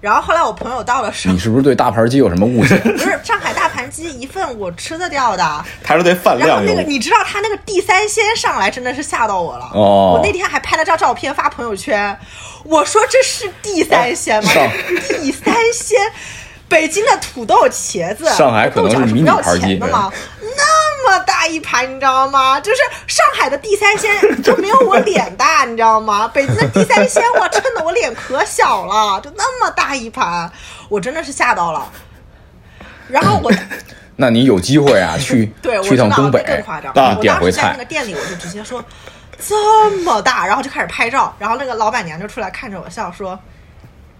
Speaker 3: 然后后来我朋友到了上
Speaker 5: 你是不是对大盘鸡有什么误解？
Speaker 3: 不是上海大盘鸡一份我吃得掉的，
Speaker 4: 他说对饭
Speaker 3: 然后
Speaker 4: 量
Speaker 3: 那个
Speaker 4: 有
Speaker 3: 你知道他那个地三鲜上来真的是吓到我了，
Speaker 5: 哦
Speaker 3: 我那天还拍了张照片发朋友圈，我说这是地三鲜吗？
Speaker 5: 上
Speaker 3: 地三鲜。北京的土豆、茄子、
Speaker 5: 上海可能
Speaker 3: 豆角
Speaker 5: 是
Speaker 3: 是
Speaker 5: 迷
Speaker 3: 不
Speaker 5: 你
Speaker 3: 要
Speaker 5: 盘鸡
Speaker 3: 钱的吗？那么大一盘，你知道吗？就是上海的地 三鲜就没有我脸大，你知道吗？北京的地三鲜，我撑的我脸可小了，就那么大一盘，我真的是吓到了。然后我
Speaker 5: 那你有机会 啊，去
Speaker 3: 对，我
Speaker 5: 去
Speaker 3: 知道
Speaker 5: 趟东北
Speaker 3: 那更夸张。
Speaker 5: 啊，
Speaker 3: 我
Speaker 5: 点
Speaker 3: 当
Speaker 5: 回
Speaker 3: 时在那
Speaker 5: 菜。
Speaker 3: 个店里，我就直接说这么大，然后就开始拍照，然后那个老板娘就出来看着我笑说。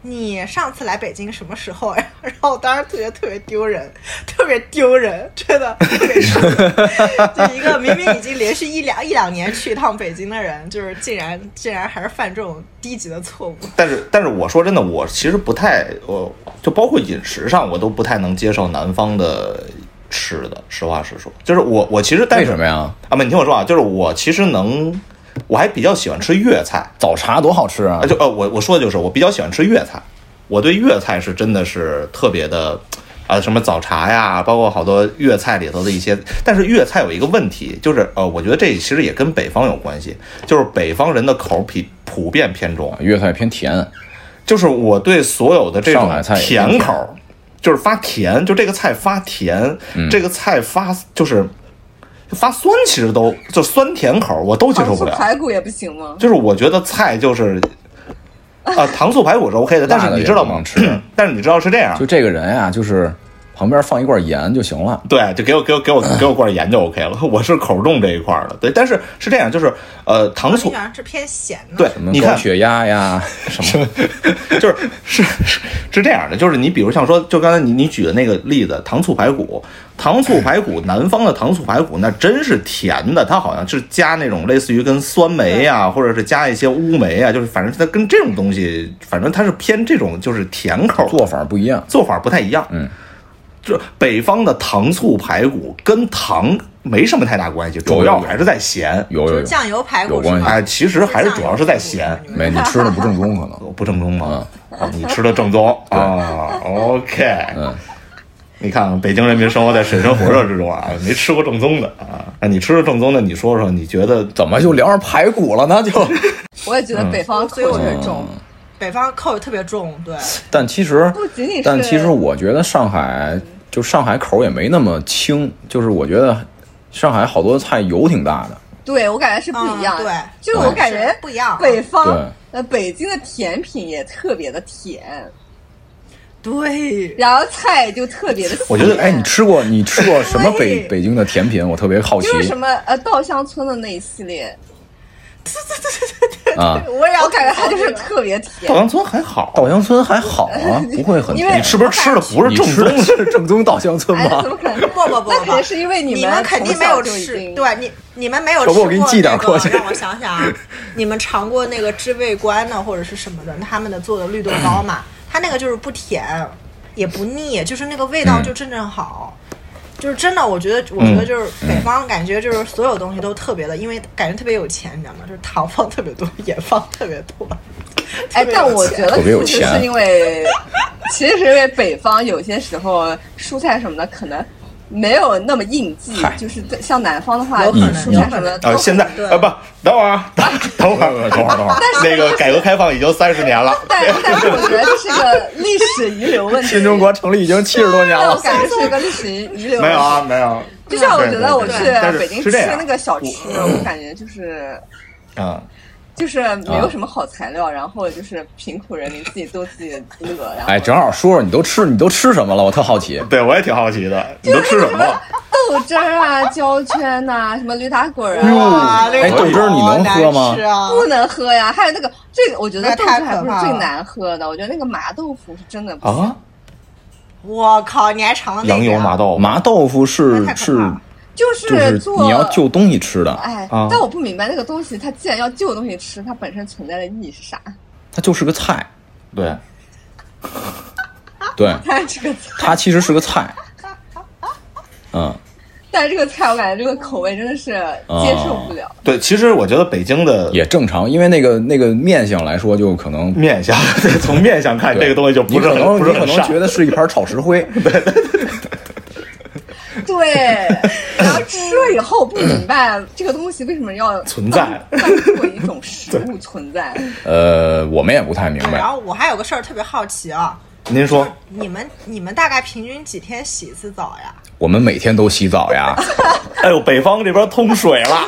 Speaker 3: 你上次来北京什么时候 呀？然后我当时特别特别丢人，特别丢人，真的特别是，就一个明明已经连续一两一两年去一趟北京的人，就是竟然竟然还是犯这种低级的错误。
Speaker 4: 但是但是我说真的，我其实不太，我就包括饮食上，我都不太能接受南方的吃的。实话实说，就是我我其实但
Speaker 5: 为
Speaker 4: 是
Speaker 5: 什么呀？
Speaker 4: 啊，不，你听我说啊，就是我其实能，我还比较喜欢吃粤菜
Speaker 5: 早茶多好吃啊
Speaker 4: 啊，！就呃，我我说的就是我比较喜欢吃粤菜，我对粤菜是真的是特别的。啊，什么早茶呀，包括好多粤菜里头的一些，但是粤菜有一个问题，就是呃，我觉得这其实也跟北方有关系，就是北方人的口比普遍偏重，
Speaker 5: 粤菜偏甜，
Speaker 3: 啊
Speaker 4: 就是我对所有的这
Speaker 5: 上
Speaker 4: 种
Speaker 5: 海菜也
Speaker 4: 甜
Speaker 5: 偏
Speaker 4: 口儿，就是发甜，就这个菜发甜，
Speaker 5: 嗯
Speaker 4: 这个菜发就是发酸，其实都就酸甜口儿我都接受
Speaker 6: 糖
Speaker 4: 不
Speaker 6: 醋
Speaker 4: 了。
Speaker 6: 排骨也不行吗？
Speaker 4: 就是我觉得菜就是啊，糖醋排骨是 OK 的，但
Speaker 5: 辣
Speaker 4: 是
Speaker 5: 的
Speaker 4: 你
Speaker 5: 也
Speaker 4: 知道
Speaker 5: 不
Speaker 4: 吗
Speaker 5: 能？吃
Speaker 4: 但是你知道是这样
Speaker 5: 就，这个人啊，就是旁边放一罐盐就行了。
Speaker 4: 对，就给我给我给
Speaker 5: 啊
Speaker 4: 我给我罐盐就 OK 了。我是口重这一块儿的，对，但是是这样，就是呃，糖
Speaker 3: 我
Speaker 4: 醋
Speaker 3: 喜。欢吃偏咸的，
Speaker 4: 对
Speaker 5: 什么，
Speaker 4: 你
Speaker 5: 高
Speaker 4: 看，
Speaker 5: 血压呀，什么
Speaker 4: 就是 是是是这样的，就是你比如像说，就刚才你你举的那个例子，糖醋排骨，糖醋排骨，南方的糖醋排骨那真是甜的，它好像是加那种类似于跟酸梅呀、或者是加一些乌梅啊，就是反正它跟这种东西，反正它是偏这种就是甜口
Speaker 5: 做法不一样。
Speaker 4: 做法不太一样。嗯，就北方的糖醋排骨跟糖没什么太大关系，主要还是在咸。
Speaker 5: 有
Speaker 3: 就
Speaker 5: 有
Speaker 3: 是
Speaker 5: 有，
Speaker 3: 酱油排骨
Speaker 5: 有关
Speaker 3: 是
Speaker 5: 系
Speaker 3: 吧
Speaker 4: 哎，其实还是主要是在咸。
Speaker 3: 你们
Speaker 5: 没你吃的不正宗可能。
Speaker 4: 不正宗吗？啊，你吃的正宗 啊？OK，
Speaker 5: 嗯
Speaker 4: 你看看北京人民生活在水深火热之中啊，
Speaker 5: 嗯
Speaker 4: 没吃过正宗的啊。那你吃的正宗的，你说说，你觉得
Speaker 5: 怎么就聊上排骨了 呢？就，
Speaker 6: 我也觉
Speaker 5: 嗯
Speaker 6: 得北方
Speaker 3: 哦
Speaker 6: 口
Speaker 3: 所以我觉
Speaker 6: 味
Speaker 3: 得重，北方口味特别重，对。
Speaker 5: 但其实
Speaker 6: 不仅仅是
Speaker 5: 但其实我觉得上海就上海口儿也没那么轻，就是我觉得上海好多菜油挺大的。
Speaker 6: 对我感觉是不一样
Speaker 3: 嗯对
Speaker 6: 的，就是我感觉
Speaker 3: 是不一样啊
Speaker 6: 北方
Speaker 5: 对
Speaker 6: 呃北京的甜品也特别的甜，
Speaker 3: 对，
Speaker 6: 然后菜就特别的咸。
Speaker 5: 我觉得，哎，你吃过你吃过什么北
Speaker 3: 对
Speaker 5: 北京的甜品？我特别好奇
Speaker 6: 就是什么呃稻香村的那一系列，
Speaker 5: 啊。
Speaker 3: 我也要
Speaker 6: 我感觉
Speaker 3: 吐槽
Speaker 6: 它就是
Speaker 3: 这个
Speaker 6: 特别
Speaker 4: 稻
Speaker 6: 甜。
Speaker 4: 香村还好？
Speaker 5: 稻香村还好啊，不会很
Speaker 6: 因
Speaker 5: 甜
Speaker 6: 为。
Speaker 4: 哎你是不是吃的不是
Speaker 5: 你
Speaker 4: 正
Speaker 5: 吃的
Speaker 4: 宗？
Speaker 5: 是正宗稻香村
Speaker 6: 哎，
Speaker 5: 吗
Speaker 6: 怎？么可能？
Speaker 3: 不不不不
Speaker 6: 那肯
Speaker 3: 不
Speaker 6: 定，是因为你
Speaker 3: 你
Speaker 6: 们
Speaker 3: 肯定
Speaker 6: 从
Speaker 3: 没
Speaker 6: 小
Speaker 3: 有
Speaker 6: 就已
Speaker 3: 吃，
Speaker 6: 经
Speaker 3: 对你你们没有
Speaker 5: 小
Speaker 3: 吃
Speaker 5: 波
Speaker 3: 过
Speaker 5: 我给你寄点儿
Speaker 3: 那个
Speaker 5: 过去
Speaker 3: 让我想 想啊，你们尝过那个知味观呢，或者是什么的，他们的做的绿豆糕嘛，它那个就是不甜，也不腻，就是那个味道
Speaker 5: 嗯
Speaker 3: 就正正好。就是真的，我觉得，我觉得就是北方，感觉就是所有东西都特别的，因为感觉特别有钱，你知道吗？就是糖放特别多， 盐放特别多。
Speaker 6: 哎，但我觉得
Speaker 5: 特别有
Speaker 6: 其实
Speaker 5: 钱
Speaker 6: 是因为，其实是因为北方有些时候蔬菜什么的可能没有那么应季，就是在像南方的话，
Speaker 3: 有可能
Speaker 6: 蔬菜什么的
Speaker 4: 啊，
Speaker 6: 都
Speaker 4: 现在
Speaker 3: 对
Speaker 4: 啊不，等会儿 啊，等等会儿，等会儿，等会儿，那个改革开放已经三十年了，
Speaker 6: 但但是我觉得这是个历史遗留问题。
Speaker 5: 新中国成立已经七十多年
Speaker 6: 但我
Speaker 5: 了，
Speaker 6: 感觉是一个历史遗遗留问题。
Speaker 4: 没有啊，没有。
Speaker 6: 就像我觉得我去
Speaker 4: 对对对
Speaker 6: 北京
Speaker 4: 是
Speaker 6: 吃
Speaker 4: 这样
Speaker 6: 那个小吃，我感觉就是
Speaker 4: 嗯，
Speaker 6: 就是没
Speaker 4: 啊
Speaker 6: 有什么好材料，然后就是贫苦人民自己都自己乐，然后
Speaker 5: 哎，正好说说你都吃你都吃什么了？我特好奇。
Speaker 4: 对我也挺好奇的，你都吃什么了？
Speaker 6: 豆汁儿啊、胶圈呐、什么驴打滚儿啊。
Speaker 3: 哇，那个
Speaker 5: 哎豆汁儿你能喝吗
Speaker 3: 嗯好难吃啊
Speaker 6: 不能喝呀，还有那个这个，我觉得
Speaker 3: 那
Speaker 6: 豆
Speaker 3: 太
Speaker 6: 汁还
Speaker 3: 可
Speaker 6: 不是
Speaker 3: 怕
Speaker 6: 最
Speaker 3: 了
Speaker 6: 难喝的，我觉得那个麻豆腐是真的不行。
Speaker 4: 啊，
Speaker 3: 我靠，你还尝了那
Speaker 4: 羊
Speaker 3: 个
Speaker 4: 油
Speaker 3: 呀
Speaker 4: 麻豆腐，
Speaker 5: 麻豆腐是
Speaker 3: 那太可怕
Speaker 5: 是
Speaker 3: 了
Speaker 6: 就是
Speaker 5: 就是
Speaker 6: 做
Speaker 5: 你要救东西吃的，
Speaker 6: 哎，
Speaker 4: 啊
Speaker 6: 但我不明白那个东西，它既然要旧东西吃，它本身存在的意义是啥？
Speaker 5: 它就是个菜，
Speaker 4: 对，
Speaker 5: 对，
Speaker 6: 它这个菜
Speaker 5: 它其实是个菜。嗯，
Speaker 6: 但是这个菜我感觉这个口味真的是接受不了。
Speaker 4: 对，其实我觉得北京的
Speaker 5: 也正常，因为那个那个面相来说，就可能
Speaker 4: 面相， 对从面相看
Speaker 5: 对
Speaker 4: 这个东西就
Speaker 5: 你
Speaker 4: 不是
Speaker 5: 可
Speaker 4: 很
Speaker 5: 能
Speaker 4: 不是
Speaker 5: 你可
Speaker 4: 很
Speaker 5: 能
Speaker 4: 上。
Speaker 5: 觉得是一盘炒石 灰，
Speaker 6: 对，然后吃了以后不明白这个东西为什么要
Speaker 4: 存在
Speaker 6: 当当做一种食物存在。
Speaker 5: 呃，我们也不太明
Speaker 3: 然
Speaker 5: 白。
Speaker 3: 后我还有个事儿特别好奇啊，
Speaker 4: 您说
Speaker 3: 你们你们大概平均几天洗一次澡呀？
Speaker 5: 我们每天都洗澡 呀，
Speaker 4: 哎呦，北方这边通水了，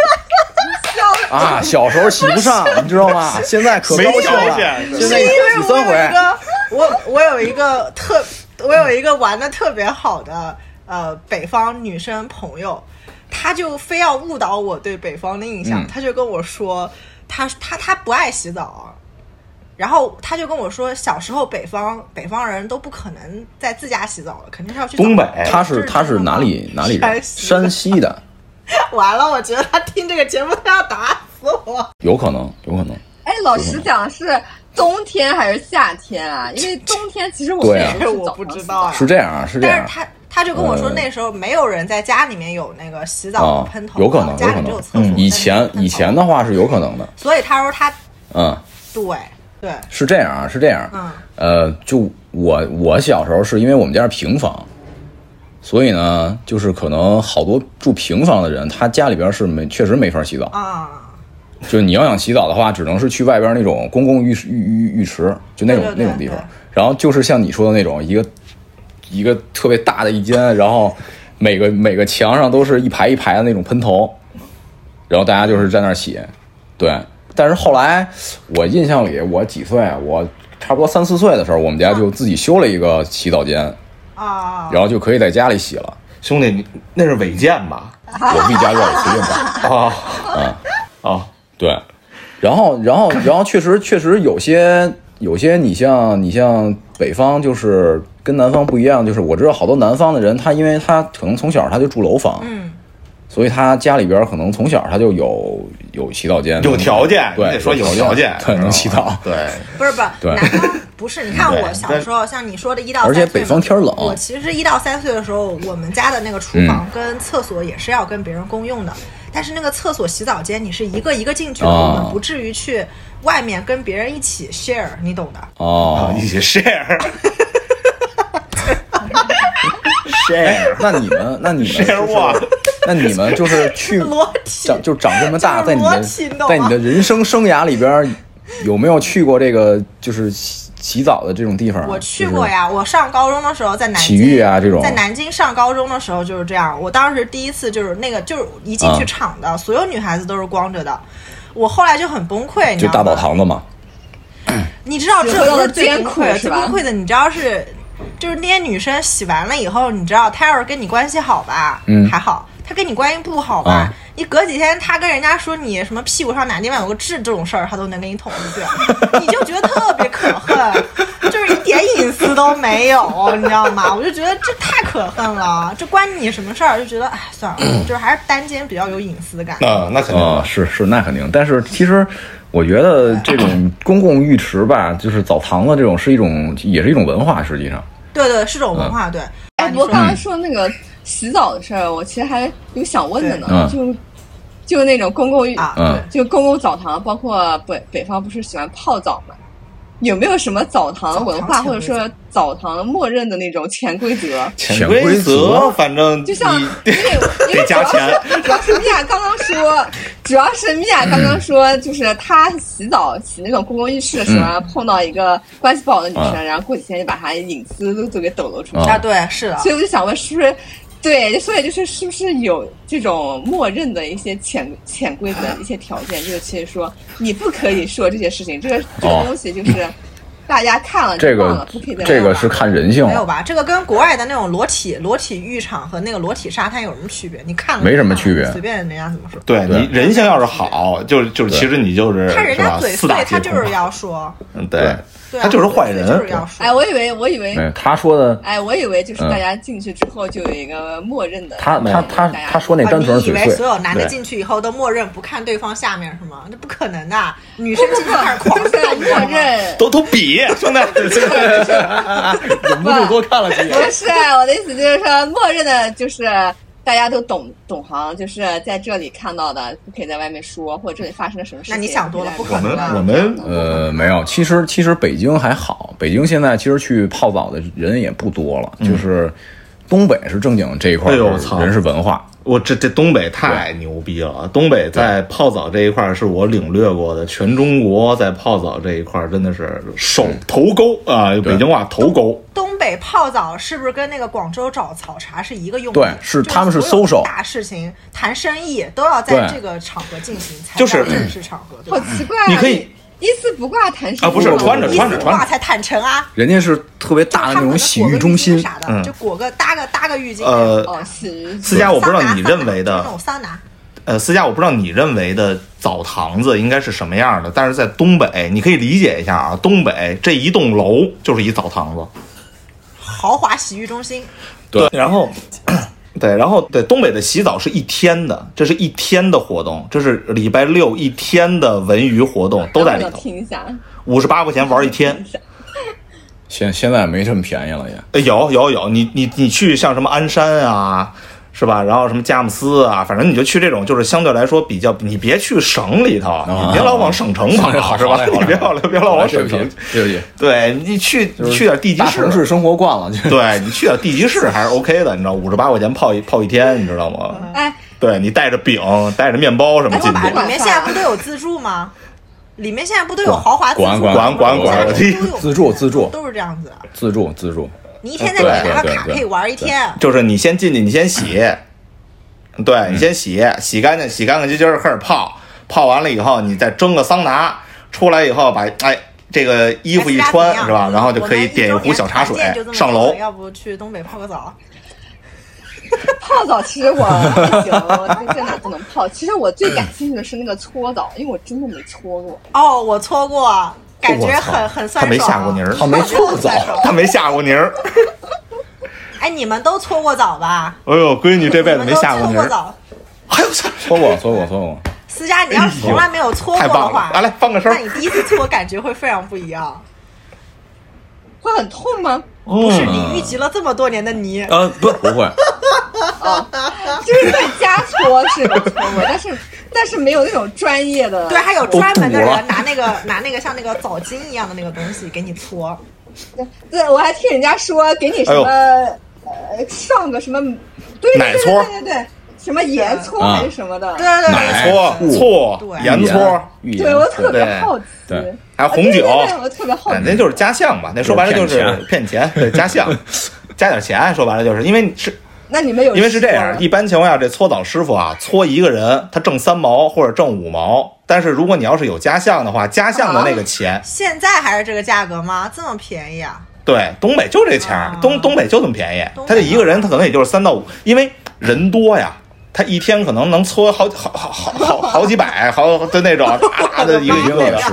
Speaker 5: 啊，小时候洗不上，你知道吗？现在可
Speaker 4: 没
Speaker 5: 高兴
Speaker 4: 条
Speaker 5: 了，
Speaker 4: 件
Speaker 5: 现在一
Speaker 3: 因为
Speaker 5: 天洗
Speaker 3: 我
Speaker 5: 三
Speaker 3: 有一
Speaker 5: 回。
Speaker 3: 个，我我有一个特，我有一个玩的特别好的呃北方女生朋友，她就非要误导我对北方的印
Speaker 5: 嗯
Speaker 3: 象，她就跟我说，她她她不爱洗澡。然后她就跟我说，小时候北方北方人都不可能在自家洗澡了，肯定是要去
Speaker 4: 东北
Speaker 3: 澡堂
Speaker 5: 他是他是哪里哪里人？
Speaker 3: 山西的
Speaker 5: 山西的，
Speaker 3: 完了，我觉得她听这个节目，她要打死我。
Speaker 5: 有可能，有可能。
Speaker 6: 哎，老师讲的是冬天还是夏天啊？因为冬天其实我们
Speaker 5: 对啊
Speaker 6: 也都是
Speaker 3: 我
Speaker 6: 早
Speaker 3: 不
Speaker 6: 上
Speaker 3: 知
Speaker 6: 洗
Speaker 3: 道
Speaker 6: 澡
Speaker 3: 啊，
Speaker 5: 是这样啊，是这
Speaker 3: 但
Speaker 5: 样
Speaker 3: 是。他他就跟我说，
Speaker 5: 呃
Speaker 3: 那时候没有人在家里面有那个洗澡的喷
Speaker 5: 哦啊
Speaker 3: 头，啊
Speaker 5: 有可能，有
Speaker 3: 家
Speaker 5: 可
Speaker 3: 里只
Speaker 5: 能嗯
Speaker 3: 有厕所。但是没有
Speaker 5: 以前
Speaker 3: 喷头
Speaker 5: 以前的，话是有可能的，
Speaker 3: 所以他说他
Speaker 5: 嗯，
Speaker 3: 对对，
Speaker 5: 是这样啊，是这样。
Speaker 3: 嗯
Speaker 5: 呃，就我我小时候是因为我们家是平房，所以呢，就是可能好多住平房的人，他家里边是没确实没法洗澡。
Speaker 3: 啊，
Speaker 5: 就是你要想洗澡的话，只能是去外边那种公共浴室浴浴浴池，就那种
Speaker 3: 对对对
Speaker 5: 那种地方
Speaker 3: 对。
Speaker 5: 然后就是像你说的那种，一个一个特别大的一间，然后每个每个墙上都是一排一排的那种喷头，然后大家就是在那儿洗。对，但是后来我印象里，我几岁啊，我差不多三四岁的时候，我们家就自己修了一个洗澡间，
Speaker 3: 啊，
Speaker 5: 然后就可以在家里洗了。
Speaker 4: 兄弟，你那是违建吧？
Speaker 5: 我自己家院里随便摆。
Speaker 4: 啊啊
Speaker 5: 对，然后，然后，然后确实确实有些有些，你像你像北方，就是跟南方不一样，就是我知道好多南方的人，他因为他可能从小他就住楼房，
Speaker 3: 嗯，
Speaker 5: 所以他家里边可能从小他就有有洗澡间，
Speaker 4: 有条件，
Speaker 5: 对
Speaker 4: 你得说有条件，
Speaker 5: 对能洗澡
Speaker 4: 对，啊
Speaker 3: 不是不是，
Speaker 5: 对
Speaker 3: 南方不是，你看
Speaker 5: 对
Speaker 3: 我小时候，像你说的一到三
Speaker 5: 而
Speaker 3: 岁
Speaker 5: 且
Speaker 3: 嘛，
Speaker 5: 北方天冷嗯
Speaker 3: 我其实一到三岁的时候，我们家的那个厨房跟厕所也是要跟别人公用的，但是那个厕所洗澡间你是一个一个进去的，
Speaker 5: 啊
Speaker 3: 我们不至于去外面跟别人一起 share，你懂的。
Speaker 5: 哦
Speaker 4: 啊，。一起 share。share
Speaker 5: 哎那你们，那你们就
Speaker 4: share
Speaker 5: 是
Speaker 4: what？
Speaker 5: 那你们就是去
Speaker 3: 裸体
Speaker 5: 长就长这么大，
Speaker 3: 就是
Speaker 5: 在你
Speaker 3: 裸
Speaker 5: 的
Speaker 3: 体啊你懂吗
Speaker 5: 在你的人生生涯里边，有没有去过这个就是洗洗澡的这种地方啊？
Speaker 3: 我去过呀，我上高中的时候在南京，
Speaker 5: 体育啊这种
Speaker 3: 在南京上高中的时候就是这样。我当时第一次就是那个，就是一进
Speaker 5: 啊
Speaker 3: 去场的、所有女孩子都是光着的，我后来就很崩溃，
Speaker 5: 就
Speaker 3: 你知
Speaker 5: 是，就大
Speaker 3: 道
Speaker 5: 澡
Speaker 3: 吗？
Speaker 5: 堂子嘛。
Speaker 3: 你知道
Speaker 6: 就回
Speaker 3: 这
Speaker 6: 到
Speaker 3: 不
Speaker 6: 了
Speaker 3: 是最
Speaker 6: 艰
Speaker 3: 崩
Speaker 6: 苦
Speaker 3: 溃的，
Speaker 6: 是
Speaker 3: 最
Speaker 6: 吧
Speaker 3: 崩溃的，你知道是就是那些女生洗完了以后，你知道她要是跟你关系好吧，
Speaker 5: 嗯
Speaker 3: 还好；她跟你关系不好吧，
Speaker 5: 啊
Speaker 3: 你隔几天她跟人家说你什么屁股上哪地方有个痣这种事儿，她都能给你捅出去，你就觉得特别可恨， 就是一点隐私都没有，你知道吗？我就觉得这太可恨了，这关你什么事儿？就觉得哎 算了，就是还是单间比较有隐私感。
Speaker 4: 啊，那肯定
Speaker 5: 啊、
Speaker 4: 的。
Speaker 5: 是是，那肯定。但是其实我觉得这种公共浴池吧，就是澡堂子这种是一种，也是一种文化。实际上，
Speaker 3: 对对，是种文化，对。啊
Speaker 6: 哎，
Speaker 5: 嗯
Speaker 3: 你
Speaker 6: 不过
Speaker 3: 说
Speaker 6: 刚才说那个洗澡的事儿，我其实还有想问的呢，就就那种公共浴
Speaker 3: 啊，
Speaker 5: 嗯
Speaker 3: 对。
Speaker 6: 就公共澡堂，包括北北方不是喜欢泡澡嘛？有没有什么澡堂文
Speaker 3: 澡
Speaker 6: 化，
Speaker 3: 堂潜
Speaker 6: 或者说澡堂默认的那种潜规则？
Speaker 4: 潜
Speaker 5: 规
Speaker 4: 规
Speaker 5: 则
Speaker 4: 则，反正
Speaker 6: 就像
Speaker 4: 你
Speaker 6: 因为因
Speaker 4: 得
Speaker 6: 为主
Speaker 4: 加
Speaker 6: 要
Speaker 4: 钱
Speaker 6: 是主要是米娅刚刚说，主要是米娅刚刚说，就是她洗澡洗那种公共浴室的时候，碰到一个关系不好的女生，然后过几天就把她隐私都都给抖露出去。
Speaker 5: 啊
Speaker 3: 啊，对，是的，
Speaker 6: 所以我就想问，是不是对？所以就是是不是有这种默认的一些潜潜规则、一些条件，就是其实说你不可以说这些事情，这个这个
Speaker 5: 哦
Speaker 6: 东西就是大家看了
Speaker 5: 这
Speaker 6: 就忘了
Speaker 5: 个，
Speaker 6: 不可以再
Speaker 5: 这
Speaker 6: 忘
Speaker 5: 个
Speaker 6: 了
Speaker 5: 是看人性
Speaker 3: 没有
Speaker 5: 了，
Speaker 3: 吧？这个跟国外的那种裸体裸体浴场和那个裸体沙滩有什么区别？你看了
Speaker 5: 没什么
Speaker 3: 就看
Speaker 5: 区
Speaker 3: 了
Speaker 5: 别
Speaker 3: 随便人家怎么说。
Speaker 4: 对
Speaker 5: 对
Speaker 4: 你人性要是好，就是就是，其实你就是
Speaker 3: 看人
Speaker 4: 是
Speaker 3: 家
Speaker 4: 吧？
Speaker 3: 嘴
Speaker 4: 四
Speaker 3: 碎
Speaker 4: 大，
Speaker 3: 他就
Speaker 4: 皆空
Speaker 3: 是要说，
Speaker 4: 嗯
Speaker 5: 对
Speaker 4: 对，
Speaker 3: 对啊
Speaker 4: 他就是坏人
Speaker 3: 就是要说
Speaker 6: 哎，我以为我以为
Speaker 5: 没有他说的，
Speaker 6: 哎，我以为就是大家进去之后就有一个默认的，
Speaker 5: 他他他
Speaker 6: 大家
Speaker 5: 他说那
Speaker 3: 啊
Speaker 5: 单纯
Speaker 3: 你
Speaker 5: 是
Speaker 3: 以为
Speaker 5: 嘴
Speaker 3: 所
Speaker 5: 碎，
Speaker 3: 有男的
Speaker 4: 对
Speaker 3: 进去以后都默认不看对方下面是吗？那不可能的，啊女生进去开始狂
Speaker 6: 对
Speaker 3: 看，你知道
Speaker 6: 默
Speaker 3: 吗
Speaker 6: 认。
Speaker 4: 都都比兄 弟，忍不住多看了几
Speaker 6: 不
Speaker 4: 眼。
Speaker 6: 是我的意思，就是说，默认的就是大家都懂懂行，就是在这里看到的，不可以在外面说，或者这里发生了什么事情。
Speaker 3: 那你想多了
Speaker 6: 不可以
Speaker 3: 不可
Speaker 6: 在
Speaker 3: 能啊
Speaker 6: 外面说
Speaker 4: 我们
Speaker 5: 呃，没有。其实其实北京还好，北京现在其实去泡澡的人也不多了，就是东北是正经这一块儿
Speaker 4: 嗯哎呦我操
Speaker 5: 人是文化，
Speaker 4: 我这这东北太牛逼了！东北在泡澡这一块儿是我领略过的，全中国在泡澡这一块儿真的是手头勾啊、
Speaker 5: 嗯对
Speaker 4: 北京话头勾。
Speaker 3: 东北泡澡是不是跟那个广州找草茶是一个用意？
Speaker 5: 对是
Speaker 3: 就
Speaker 5: 他们是
Speaker 3: 所有
Speaker 5: social
Speaker 3: 大事情谈生意都要在
Speaker 5: 对
Speaker 3: 这个场合进行，才
Speaker 4: 就是
Speaker 3: 叫正式场合。对
Speaker 6: 好
Speaker 3: 吧
Speaker 6: 奇怪、啊，
Speaker 4: 你可以
Speaker 6: 一丝不挂谈哦生
Speaker 4: 啊不是
Speaker 6: 意吗
Speaker 4: 穿着
Speaker 3: 一
Speaker 4: 穿
Speaker 3: 丝
Speaker 4: 着穿
Speaker 3: 不
Speaker 4: 着
Speaker 3: 挂才坦诚啊！
Speaker 5: 人家是特别大的那种洗浴中心嗯
Speaker 3: 就，他们的裹个浴巾啥的，就裹个搭个搭个浴巾。
Speaker 4: 呃，
Speaker 6: 哦，洗浴
Speaker 4: 思佳，我不知道你认为
Speaker 3: 桑拿桑拿就是
Speaker 4: 的
Speaker 3: 那，种桑拿，
Speaker 4: 呃，思佳，我不知道你认为的澡堂子应该是什么样的，但是在东北，你可以理解一下啊，东北这一栋楼就是一澡堂子。
Speaker 3: 豪华洗浴中心，
Speaker 5: 对
Speaker 4: 然后。 对，然后对东北的洗澡是一天的，这是一天的活动，这是礼拜六一天的文娱活动都在里
Speaker 6: 让我
Speaker 4: 头，
Speaker 6: 听一下，
Speaker 4: 五十八块钱玩一天
Speaker 6: 听一。下
Speaker 5: 现现在没这么便宜了也。
Speaker 4: 呃有有有，你你你去像什么鞍山啊，是吧？然后什么佳木斯啊，反正你就去这种就是相对来说比较，你别去省里头，你别老往省城跑，
Speaker 5: 啊好
Speaker 4: 是吧？你别老别老往
Speaker 5: 对不
Speaker 4: 省
Speaker 5: 起
Speaker 4: 城，，
Speaker 5: 对不起，
Speaker 4: 对你去你去点地级
Speaker 5: 大
Speaker 4: 市
Speaker 5: 城，市生活惯了，就
Speaker 4: 对你去点地级市还是 OK 的，你知道，五十八块钱泡一泡一天，你知道吗？
Speaker 6: 哎，
Speaker 4: 对你带着饼，带着面包什么
Speaker 3: 哎，
Speaker 4: 进
Speaker 3: 我把
Speaker 4: 去。
Speaker 3: 里面现在不都有自助吗？里面现在不都有豪华自助
Speaker 5: 管
Speaker 3: 吗？
Speaker 5: 管
Speaker 4: 管管管
Speaker 3: 现在都有
Speaker 5: 自助自助
Speaker 3: 都是这样子的。
Speaker 5: 自助自助，
Speaker 3: 你一
Speaker 4: 嗯
Speaker 3: 天在里
Speaker 5: 对
Speaker 3: 面拿个
Speaker 5: 对
Speaker 3: 卡
Speaker 5: 对
Speaker 3: 可以玩一天，
Speaker 4: 就是你先进去，你先洗，对你先洗，洗干净，洗干净就就是开始泡，泡完了以后，你再蒸个桑拿，出来以后把哎这个衣服一穿是吧，然后就可以点一壶小茶水
Speaker 3: 我们一周年团建就这么
Speaker 4: 上楼
Speaker 3: 多。要不去东北泡个澡？
Speaker 6: 泡澡其实我不行，我在哪都能泡。其实我最感兴趣的是那个搓澡，因为我真的没搓过。
Speaker 3: 哦，我搓过，感觉
Speaker 4: 我操
Speaker 3: 很很酸爽。
Speaker 4: 他哦没下过泥儿，
Speaker 5: 他没搓过澡
Speaker 3: 我觉得很酸爽
Speaker 4: 他没下过泥儿。
Speaker 3: 哎，你们都搓过澡吧？
Speaker 4: 哎呦，闺女这辈子没下
Speaker 3: 你们都
Speaker 4: 泥
Speaker 3: 搓
Speaker 4: 儿
Speaker 3: 过。澡。
Speaker 4: 哎呦我操！
Speaker 5: 搓过搓过搓过，
Speaker 3: 思佳，你要是从来没有搓过的
Speaker 4: 太棒
Speaker 3: 话
Speaker 4: 了，来来放个声
Speaker 3: 那你第一次搓感觉会非常不一样，
Speaker 6: 会很痛吗？
Speaker 3: 不
Speaker 4: 嗯
Speaker 3: 是你淤积了这么多年的泥，
Speaker 5: 呃，不不会，
Speaker 6: 就是在家搓是有搓过，但是但是没有那种专业的。
Speaker 3: 对，还有专门的
Speaker 5: 我堵了
Speaker 3: 人拿那个拿那个像那个澡巾一样的那个东西给你搓，
Speaker 6: 对，我还听人家说给你什么、呃上个什么，对对
Speaker 4: 哎奶
Speaker 6: 对
Speaker 4: 搓
Speaker 6: 对对对，什么盐搓
Speaker 5: 啊
Speaker 6: 还是什么的，
Speaker 3: 对对对，
Speaker 5: 奶
Speaker 4: 搓醋、
Speaker 3: 对
Speaker 4: 盐搓，
Speaker 5: 浴
Speaker 6: 对我特别
Speaker 4: 对
Speaker 6: 好奇。
Speaker 5: 对
Speaker 4: 还有红酒
Speaker 6: 啊对对对我特别好
Speaker 4: 哎
Speaker 6: 奇，
Speaker 4: 那就是加项吧，那说白了就是骗钱，对，加项，加点钱，啊说白了就是因为是
Speaker 6: 那你们
Speaker 3: 呃
Speaker 6: 有
Speaker 4: 因为是这
Speaker 6: 试
Speaker 4: 样，
Speaker 6: 过吗
Speaker 4: 一般情况下，这搓澡师傅啊，搓一个人他挣三毛或者挣五毛，但是如果你要是有加项的话，加项的那个钱，
Speaker 3: 现在还是这个价格吗？这么便宜啊？
Speaker 4: 对，东北就这钱儿，东东北就这么便宜
Speaker 3: 东，北啊
Speaker 4: 他这一个人他可能也就是三到五，因为人多呀。他一天可能能搓好好好好好好几百，好就那种大的 一个一
Speaker 5: 一
Speaker 4: 个
Speaker 5: 个
Speaker 4: 的，
Speaker 5: 是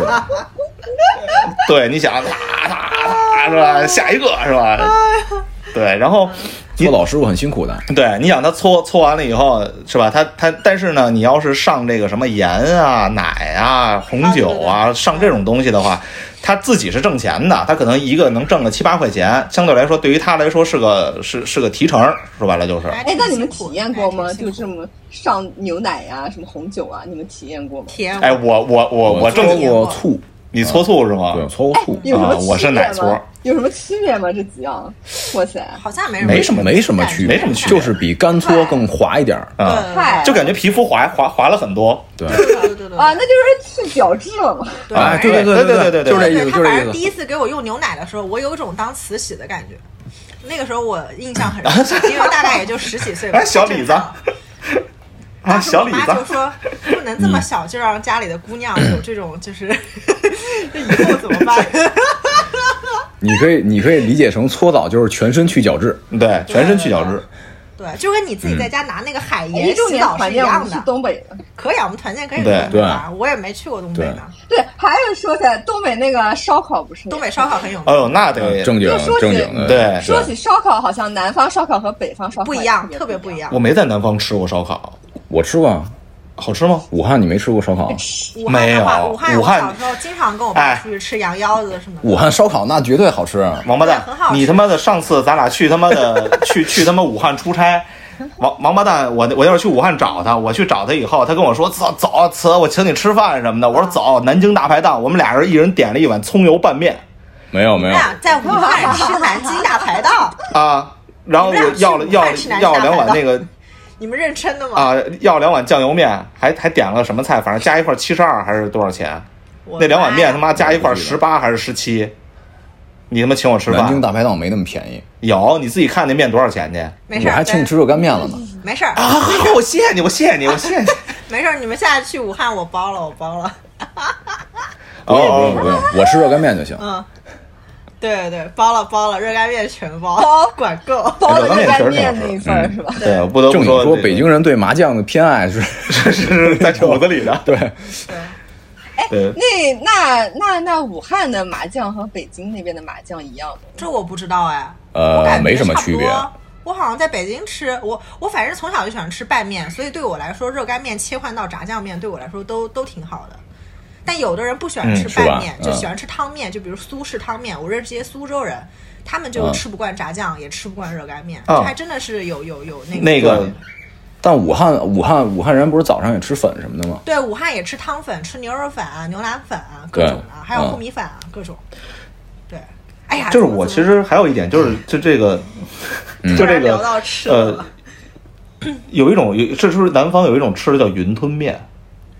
Speaker 4: 对，你想，啪啪啪是吧？下一个是吧？
Speaker 3: 哎
Speaker 4: 对，然后
Speaker 5: 搓澡师傅很辛苦的，
Speaker 4: 对，你想他搓搓完了以后是吧？他他但是呢，你要是上这个什么盐啊、奶啊、红酒啊，上这种东西的话，他自己是挣钱的，他可能一个能挣个七八块钱，相对来说对于他来说是个是是个提成，说白了就是。
Speaker 3: 哎
Speaker 6: 哎，那你们体验过吗？就这么上牛奶呀、什么红酒啊，你们体验过吗？
Speaker 3: 体验
Speaker 4: 哎，我我我我
Speaker 5: 搓
Speaker 4: 挣
Speaker 5: 过醋，
Speaker 4: 你搓醋是吗？
Speaker 5: 对，搓过醋，
Speaker 6: 有什
Speaker 4: 啊
Speaker 6: 么区别吗？
Speaker 4: 我是奶搓
Speaker 6: 有什么区别吗？这几样搓起来，
Speaker 3: 好像没什
Speaker 5: 没什么
Speaker 3: 么
Speaker 5: 没什么区别，
Speaker 4: 没什么区别
Speaker 5: 就是比干搓更滑一点儿，
Speaker 4: 啊、
Speaker 3: 嗯
Speaker 6: 嗨，
Speaker 4: 就感觉皮肤滑滑滑了很多。
Speaker 5: 对，
Speaker 3: 对对对对
Speaker 6: 啊，那就是去角质了嘛。
Speaker 3: 对
Speaker 5: 哎，对
Speaker 4: 对
Speaker 5: 对
Speaker 4: 对对
Speaker 5: 对
Speaker 4: 对
Speaker 5: 就是这意思，
Speaker 3: 对他
Speaker 5: 就是
Speaker 3: 反
Speaker 5: 这
Speaker 3: 正
Speaker 5: 意
Speaker 3: 第
Speaker 5: 思。
Speaker 3: 一次给我用牛奶的时候，我有一种当慈禧的感觉。那个时候我印象很深，因为大概也就十几岁吧。
Speaker 4: 哎小李子啊，
Speaker 3: 当时
Speaker 4: 小
Speaker 3: 我
Speaker 4: 李嗯
Speaker 3: 妈
Speaker 4: 子
Speaker 3: 就，说不能这么小就让家里的姑 娘有这种，就是 这以后怎么 办？
Speaker 5: 你可以你可以理解成搓澡就是全身去角质，
Speaker 4: 对，全身去角质。
Speaker 3: 对，就跟你自己
Speaker 4: 嗯
Speaker 3: 在家拿那个海
Speaker 6: 哎一
Speaker 3: 盐
Speaker 6: 六
Speaker 3: 洗
Speaker 6: 年
Speaker 3: 澡
Speaker 6: 团
Speaker 3: 是一
Speaker 6: 建我
Speaker 3: 样
Speaker 6: 们去
Speaker 3: 的。
Speaker 6: 东北了。
Speaker 3: 可以啊，我们团建可以去
Speaker 4: 对
Speaker 3: 东北玩，我也没去过东北呢。
Speaker 6: 对，还有说起来，东北那个烧烤不是
Speaker 3: 东北烧烤很有名
Speaker 4: 哎，呦，那得
Speaker 5: 正经
Speaker 6: 又说起
Speaker 5: 正经的，
Speaker 4: 对
Speaker 6: 说起烧烤，好像南方烧烤和北方烧烤
Speaker 3: 不一样，
Speaker 6: 特
Speaker 3: 特别不一
Speaker 6: 样。
Speaker 3: 样。
Speaker 4: 我没在南方吃过烧烤，
Speaker 5: 我吃过啊，
Speaker 4: 好吃吗？
Speaker 5: 武汉你没吃过烧烤？
Speaker 3: 武汉的话，
Speaker 4: 没有
Speaker 3: 武汉
Speaker 4: 武
Speaker 3: 我
Speaker 4: 汉哎
Speaker 3: 小时候经常跟我爸出去吃羊腰子什么的。
Speaker 5: 武汉烧烤那绝对好吃，啊
Speaker 4: 王八
Speaker 3: 对
Speaker 4: 蛋
Speaker 3: 很好，吃
Speaker 4: 你他妈的上次咱俩去他妈的 去去他妈武汉出差，王王八蛋，我我要是去武汉找他，我去找他以后，他跟我说走走，辞我请你吃饭什么的，我
Speaker 3: 啊
Speaker 4: 说走，南京大排档，我们俩人一人点了一碗葱油拌面
Speaker 5: 没有没
Speaker 3: 你
Speaker 5: 有
Speaker 3: 们，俩在武汉吃南京大排档，
Speaker 4: 啊，然后
Speaker 3: 你们
Speaker 4: 我
Speaker 3: 俩去
Speaker 4: 要了
Speaker 3: 武汉
Speaker 4: 要了
Speaker 3: 吃南京
Speaker 4: 要
Speaker 3: 大
Speaker 4: 了两碗
Speaker 3: 排档
Speaker 4: 那个
Speaker 3: 你们认真的吗？
Speaker 4: 啊，要两碗酱油面，还还点了什么菜，反正加一块七十二还是多少钱？
Speaker 3: 我
Speaker 4: 那两碗面
Speaker 3: 妈
Speaker 4: 他
Speaker 3: 呀
Speaker 4: 妈加一块
Speaker 5: 我不记
Speaker 4: 十
Speaker 5: 得
Speaker 4: 八还是十七？你他妈请我吃
Speaker 5: 南京
Speaker 4: 饭？
Speaker 5: 大排档没那么便宜，
Speaker 4: 有，你自己看那面多少钱去？
Speaker 3: 没事
Speaker 5: 我
Speaker 3: 儿，
Speaker 5: 还请你吃热干面了呢。
Speaker 3: 咱没事儿，
Speaker 4: 啊，好，我谢谢你，我谢谢你，我谢谢你。
Speaker 3: 没事儿，你们下次去武汉我包了，我包了。
Speaker 5: 不用不用
Speaker 4: 哦
Speaker 5: 不用，我吃热干面就行。
Speaker 3: 对对对，包了包了，热干面全包，
Speaker 6: 包
Speaker 3: 管够。
Speaker 6: 包
Speaker 4: 热
Speaker 6: 了
Speaker 4: 干
Speaker 6: 热
Speaker 4: 面确
Speaker 6: 干
Speaker 4: 实挺好吃
Speaker 6: 面那一份儿是吧？
Speaker 4: 对，我不得
Speaker 5: 正经
Speaker 4: 不
Speaker 5: 说，
Speaker 4: 这个
Speaker 5: 北京人对麻酱的偏爱是， 。
Speaker 4: 是 是在骨子里的
Speaker 5: 对，
Speaker 4: 对，
Speaker 6: 那那那那武汉的麻酱和北京那边的麻酱一样吗？
Speaker 3: 这我不知道哎，
Speaker 5: 呃
Speaker 3: 我感觉
Speaker 5: 没什么
Speaker 3: 差不
Speaker 5: 区别
Speaker 3: 多我好像在北京吃，我我反正从小就喜欢吃拌面，所以对我来说，热干面切换到炸酱面对我来说都都挺好的。但有的人不喜欢吃
Speaker 5: 嗯是吧
Speaker 3: 拌面，就
Speaker 5: 嗯
Speaker 3: 喜欢吃汤面，就比如苏式汤面。我认识一些苏州人，他们就
Speaker 5: 嗯
Speaker 3: 吃不惯炸酱，也吃不惯热干面，
Speaker 4: 哦
Speaker 3: 这还真的是有有有那个
Speaker 4: 那个
Speaker 5: 但武汉武汉武汉人不是早上也吃粉什么的吗？
Speaker 3: 对，武汉也吃汤粉，吃牛肉粉啊、牛腩粉啊，各种的啊，
Speaker 5: 对
Speaker 3: 还有
Speaker 5: 嗯
Speaker 3: 烩米粉啊，各种。对，哎呀，
Speaker 4: 就是
Speaker 3: 怎么
Speaker 4: 我
Speaker 3: 怎
Speaker 4: 其
Speaker 3: 么
Speaker 4: 实还有一点，就是就这个，就
Speaker 5: 嗯
Speaker 3: 突
Speaker 4: 这
Speaker 3: 然聊到
Speaker 4: 个
Speaker 3: 吃的
Speaker 4: 呃
Speaker 3: 了，，
Speaker 4: 有一种有，这是不是南方有一种吃的叫云吞面，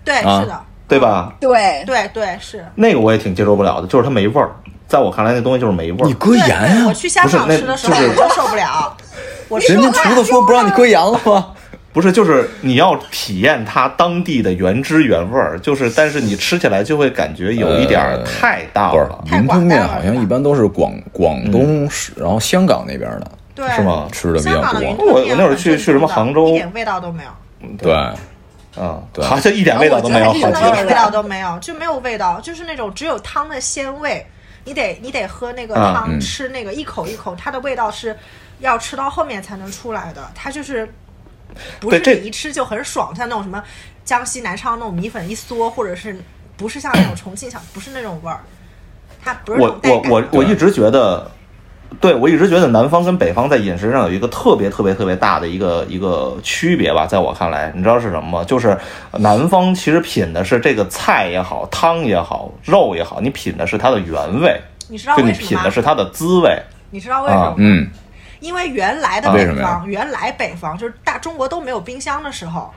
Speaker 3: 对，
Speaker 5: 啊
Speaker 3: 是的，
Speaker 4: 对吧？
Speaker 6: 对，
Speaker 3: 对对是。
Speaker 4: 那个我也挺接受不了的，就是它没味儿，在我看来那东西就是没味儿。
Speaker 5: 搁
Speaker 3: 对对我去香港
Speaker 4: 不是那
Speaker 3: 吃的时候
Speaker 4: 就是
Speaker 3: 我就受 不了，我吃
Speaker 5: 啊人家
Speaker 3: 不
Speaker 5: 厨
Speaker 3: 惯
Speaker 5: 子说不让你搁盐了吗？
Speaker 4: 不是，就是你要体验它当地的原汁原味儿，就是但是你吃起来就会感觉有一点儿
Speaker 5: 呃
Speaker 4: 太大
Speaker 5: 不是
Speaker 4: 了，，
Speaker 5: 云吞面好像一般都是广广东是，然后香港那边的，
Speaker 3: 对
Speaker 4: 是吗
Speaker 5: 吃的比较
Speaker 3: 嗯香港的
Speaker 5: 多
Speaker 3: 云
Speaker 4: 我
Speaker 3: 吞
Speaker 4: 我
Speaker 3: 面
Speaker 4: 那会儿
Speaker 3: 很
Speaker 4: 去
Speaker 3: 正
Speaker 4: 去什么
Speaker 3: 宗的
Speaker 4: 杭州
Speaker 3: 一点味道都没有，
Speaker 5: 对，
Speaker 4: 啊，
Speaker 5: 对
Speaker 4: 好像一点味道都没有，
Speaker 6: 我觉得
Speaker 3: 真
Speaker 4: 好
Speaker 6: 还
Speaker 4: 极
Speaker 3: 的一。
Speaker 4: 了
Speaker 6: 是
Speaker 3: 点
Speaker 6: 对
Speaker 3: 味道都没有，就没有味道，就是那种只有汤的鲜味。你得你得喝那个
Speaker 4: 啊
Speaker 3: 汤，
Speaker 5: 嗯
Speaker 3: 吃那个一口一口，它的味道是要吃到后面才能出来的。它就是不是
Speaker 4: 对这
Speaker 3: 你一吃就很爽，像那种什么江西南昌那种米粉一嗦，或者是不是像那种重庆小，不是那种味儿，它不是那
Speaker 4: 我
Speaker 3: 种带
Speaker 4: 我
Speaker 3: 感
Speaker 4: 我
Speaker 3: 的
Speaker 4: 我一直觉得，对我一直觉得南方跟北方在饮食上有一个特别特别特别大的一个一个区别吧，在我看来，你知道是什么吗？就是南方其实品的是这个菜也好，汤也好，肉也好，你品的是它的原味，
Speaker 3: 你知道
Speaker 4: 就
Speaker 3: 为
Speaker 4: 你
Speaker 3: 什
Speaker 4: 品
Speaker 3: 么
Speaker 4: 的
Speaker 3: 吗？
Speaker 4: 是它的滋味。
Speaker 3: 你知道为什么
Speaker 4: 啊
Speaker 3: 吗？
Speaker 5: 嗯，
Speaker 3: 因为原来的
Speaker 5: 啊为
Speaker 3: 北
Speaker 5: 什么呀
Speaker 3: 方，原来北方就是大中国都没有冰箱的时候，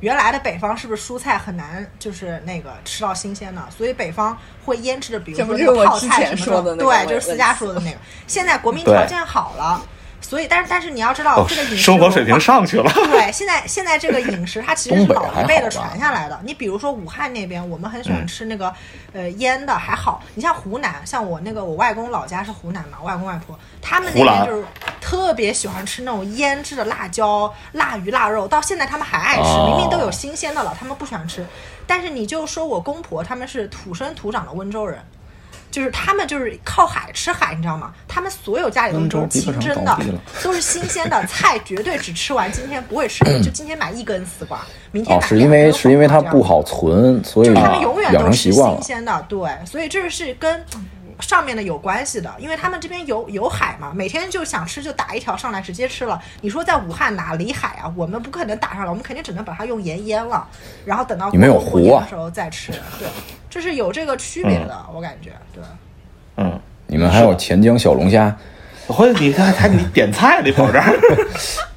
Speaker 3: 原来的北方是不是蔬菜很难就是那个吃到新鲜的？所以北方会腌制的，比如
Speaker 6: 这
Speaker 3: 说那
Speaker 6: 不就是
Speaker 3: 个
Speaker 6: 我
Speaker 3: 泡
Speaker 6: 之
Speaker 3: 菜
Speaker 6: 前
Speaker 3: 什么
Speaker 6: 说
Speaker 3: 的，
Speaker 6: 的那
Speaker 3: 对，
Speaker 6: 个
Speaker 3: 就是私
Speaker 6: 问
Speaker 3: 家
Speaker 6: 题
Speaker 3: 说的那个。现在国民
Speaker 4: 对
Speaker 3: 条件好了，所以但是但是你要知道
Speaker 4: 哦
Speaker 3: 这个饮，食
Speaker 4: 生活水
Speaker 3: 文化
Speaker 4: 平上去 了。
Speaker 3: 对，现在现在这个饮食它其实
Speaker 5: 东
Speaker 3: 是
Speaker 5: 北
Speaker 3: 老
Speaker 5: 还
Speaker 3: 一辈
Speaker 5: 好
Speaker 3: 的
Speaker 5: 吧嗯
Speaker 3: 传下来的。你比如说武汉那边，我们很喜欢吃那个、呃腌的，还好。你像湖南，像我那个我外公老家是湖南嘛，我外公外婆他们那
Speaker 4: 湖南
Speaker 3: 边就是特别喜欢吃那种腌制的辣椒、辣鱼、腊肉，到现在他们还爱吃，
Speaker 5: 哦
Speaker 3: 明明都有新鲜的了，他们不喜欢吃。但是你就说我公婆他们是土生土长的温州人。就是他们就是靠海吃海，你知道吗？他们所有家里东西
Speaker 5: 嗯
Speaker 3: 都是清蒸
Speaker 5: 温州比不
Speaker 3: 的
Speaker 5: 上倒闭了，
Speaker 3: 都是新鲜 的菜，绝对只吃完今天不会吃腻，就今天买一根丝 瓜，明天
Speaker 5: 哦，
Speaker 3: 买
Speaker 5: 是因为
Speaker 3: 两根
Speaker 5: 是因为它
Speaker 3: 黄瓜
Speaker 5: 不，好存，所以
Speaker 3: 这样就是他
Speaker 5: 啊
Speaker 3: 们永远
Speaker 5: 养
Speaker 3: 都
Speaker 5: 成
Speaker 3: 是
Speaker 5: 习惯
Speaker 3: 新
Speaker 5: 了。
Speaker 3: 鲜的，对，所以这是跟。嗯上面的有关系的，因为他们这边有有海嘛，每天就想吃就打一条上来直接吃了。你说在武汉哪里海啊？我们不可能打上来，我们肯定只能把它用盐腌了，然后等到
Speaker 5: 你们有
Speaker 3: 过
Speaker 5: 湖
Speaker 3: 年
Speaker 5: 啊
Speaker 3: 的时候再吃。对，这是有这个区别的，我感觉对。
Speaker 4: 嗯，
Speaker 5: 你们还有钱江小龙虾，
Speaker 4: 或者你还还你点菜，你跑这儿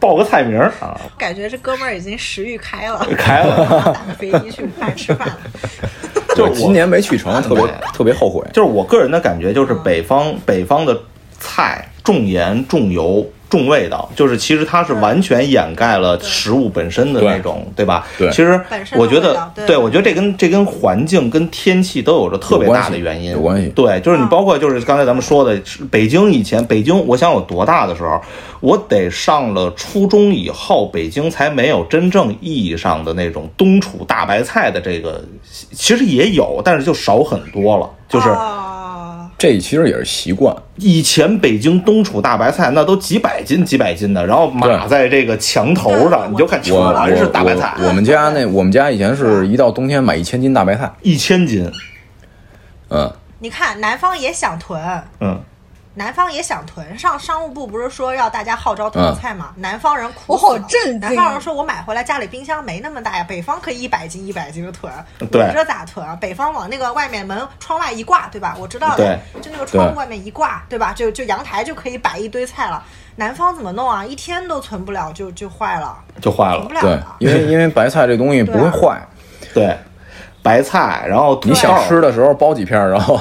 Speaker 4: 报个菜名儿啊，
Speaker 3: 感觉这哥们儿已经食欲开了，
Speaker 4: 开了。
Speaker 3: 打个飞机去武汉吃饭了。
Speaker 4: 就
Speaker 5: 我
Speaker 4: 是我
Speaker 5: 今年没去成，特别特别后悔。
Speaker 3: 嗯
Speaker 4: 就是我个人的感觉，就是北方北方的菜重盐重油重味道，就是其实它是完全掩盖了食物本身的那种，对吧？
Speaker 5: 对
Speaker 4: 其实
Speaker 3: 本身的
Speaker 4: 我觉
Speaker 3: 味
Speaker 4: 得
Speaker 3: 道，对
Speaker 4: 我觉得这跟这跟环境跟天气都有着特别
Speaker 5: 有关
Speaker 4: 大
Speaker 5: 系
Speaker 4: 的原因
Speaker 5: 有关系
Speaker 4: 对，就是你
Speaker 3: 嗯
Speaker 4: 包括就是刚才咱们说的，是北京以前，北京我想有多大的时候，我得上了初中以后，北京才没有真正意义上的那种冬储大白菜的这个，其实也有，但是就少很多了，就是。
Speaker 3: 哦
Speaker 5: 这其实也是习惯，
Speaker 4: 以前北京冬储大白菜那都几百斤、几百斤的，然后码
Speaker 5: 对
Speaker 4: 在这个墙头
Speaker 3: 对
Speaker 4: 上，你就看全
Speaker 5: 我
Speaker 4: 然是大白菜
Speaker 5: 我，我我们家那我们家以前是一到冬天买一千斤大白菜，
Speaker 4: 一千斤，
Speaker 5: 嗯，
Speaker 3: 你看南方也想囤，
Speaker 4: 嗯，
Speaker 3: 南方也想囤。上商务部不是说要大家号召囤
Speaker 5: 嗯
Speaker 3: 菜吗？南方人苦
Speaker 6: 我
Speaker 3: 死了，
Speaker 6: 好震
Speaker 3: 南
Speaker 6: 惊
Speaker 3: 方人说我买回来家里冰箱没那么大呀，北方可以一百斤一百斤的囤，
Speaker 4: 对
Speaker 3: 我这咋囤啊？北方往那个外面门窗外一挂，对吧？我知道的，就那个窗户外面一挂，对吧？就就阳台就可以摆一堆菜了。南方怎么弄啊？一天都存不了，就就坏了，
Speaker 4: 就坏
Speaker 3: 存
Speaker 4: 了
Speaker 3: 不。了
Speaker 5: 对
Speaker 3: 的，。
Speaker 5: 因为因为白菜这东西不会坏，
Speaker 4: 对，白菜，然后土
Speaker 5: 你想
Speaker 4: 豆
Speaker 5: 吃的时候包几片儿，然后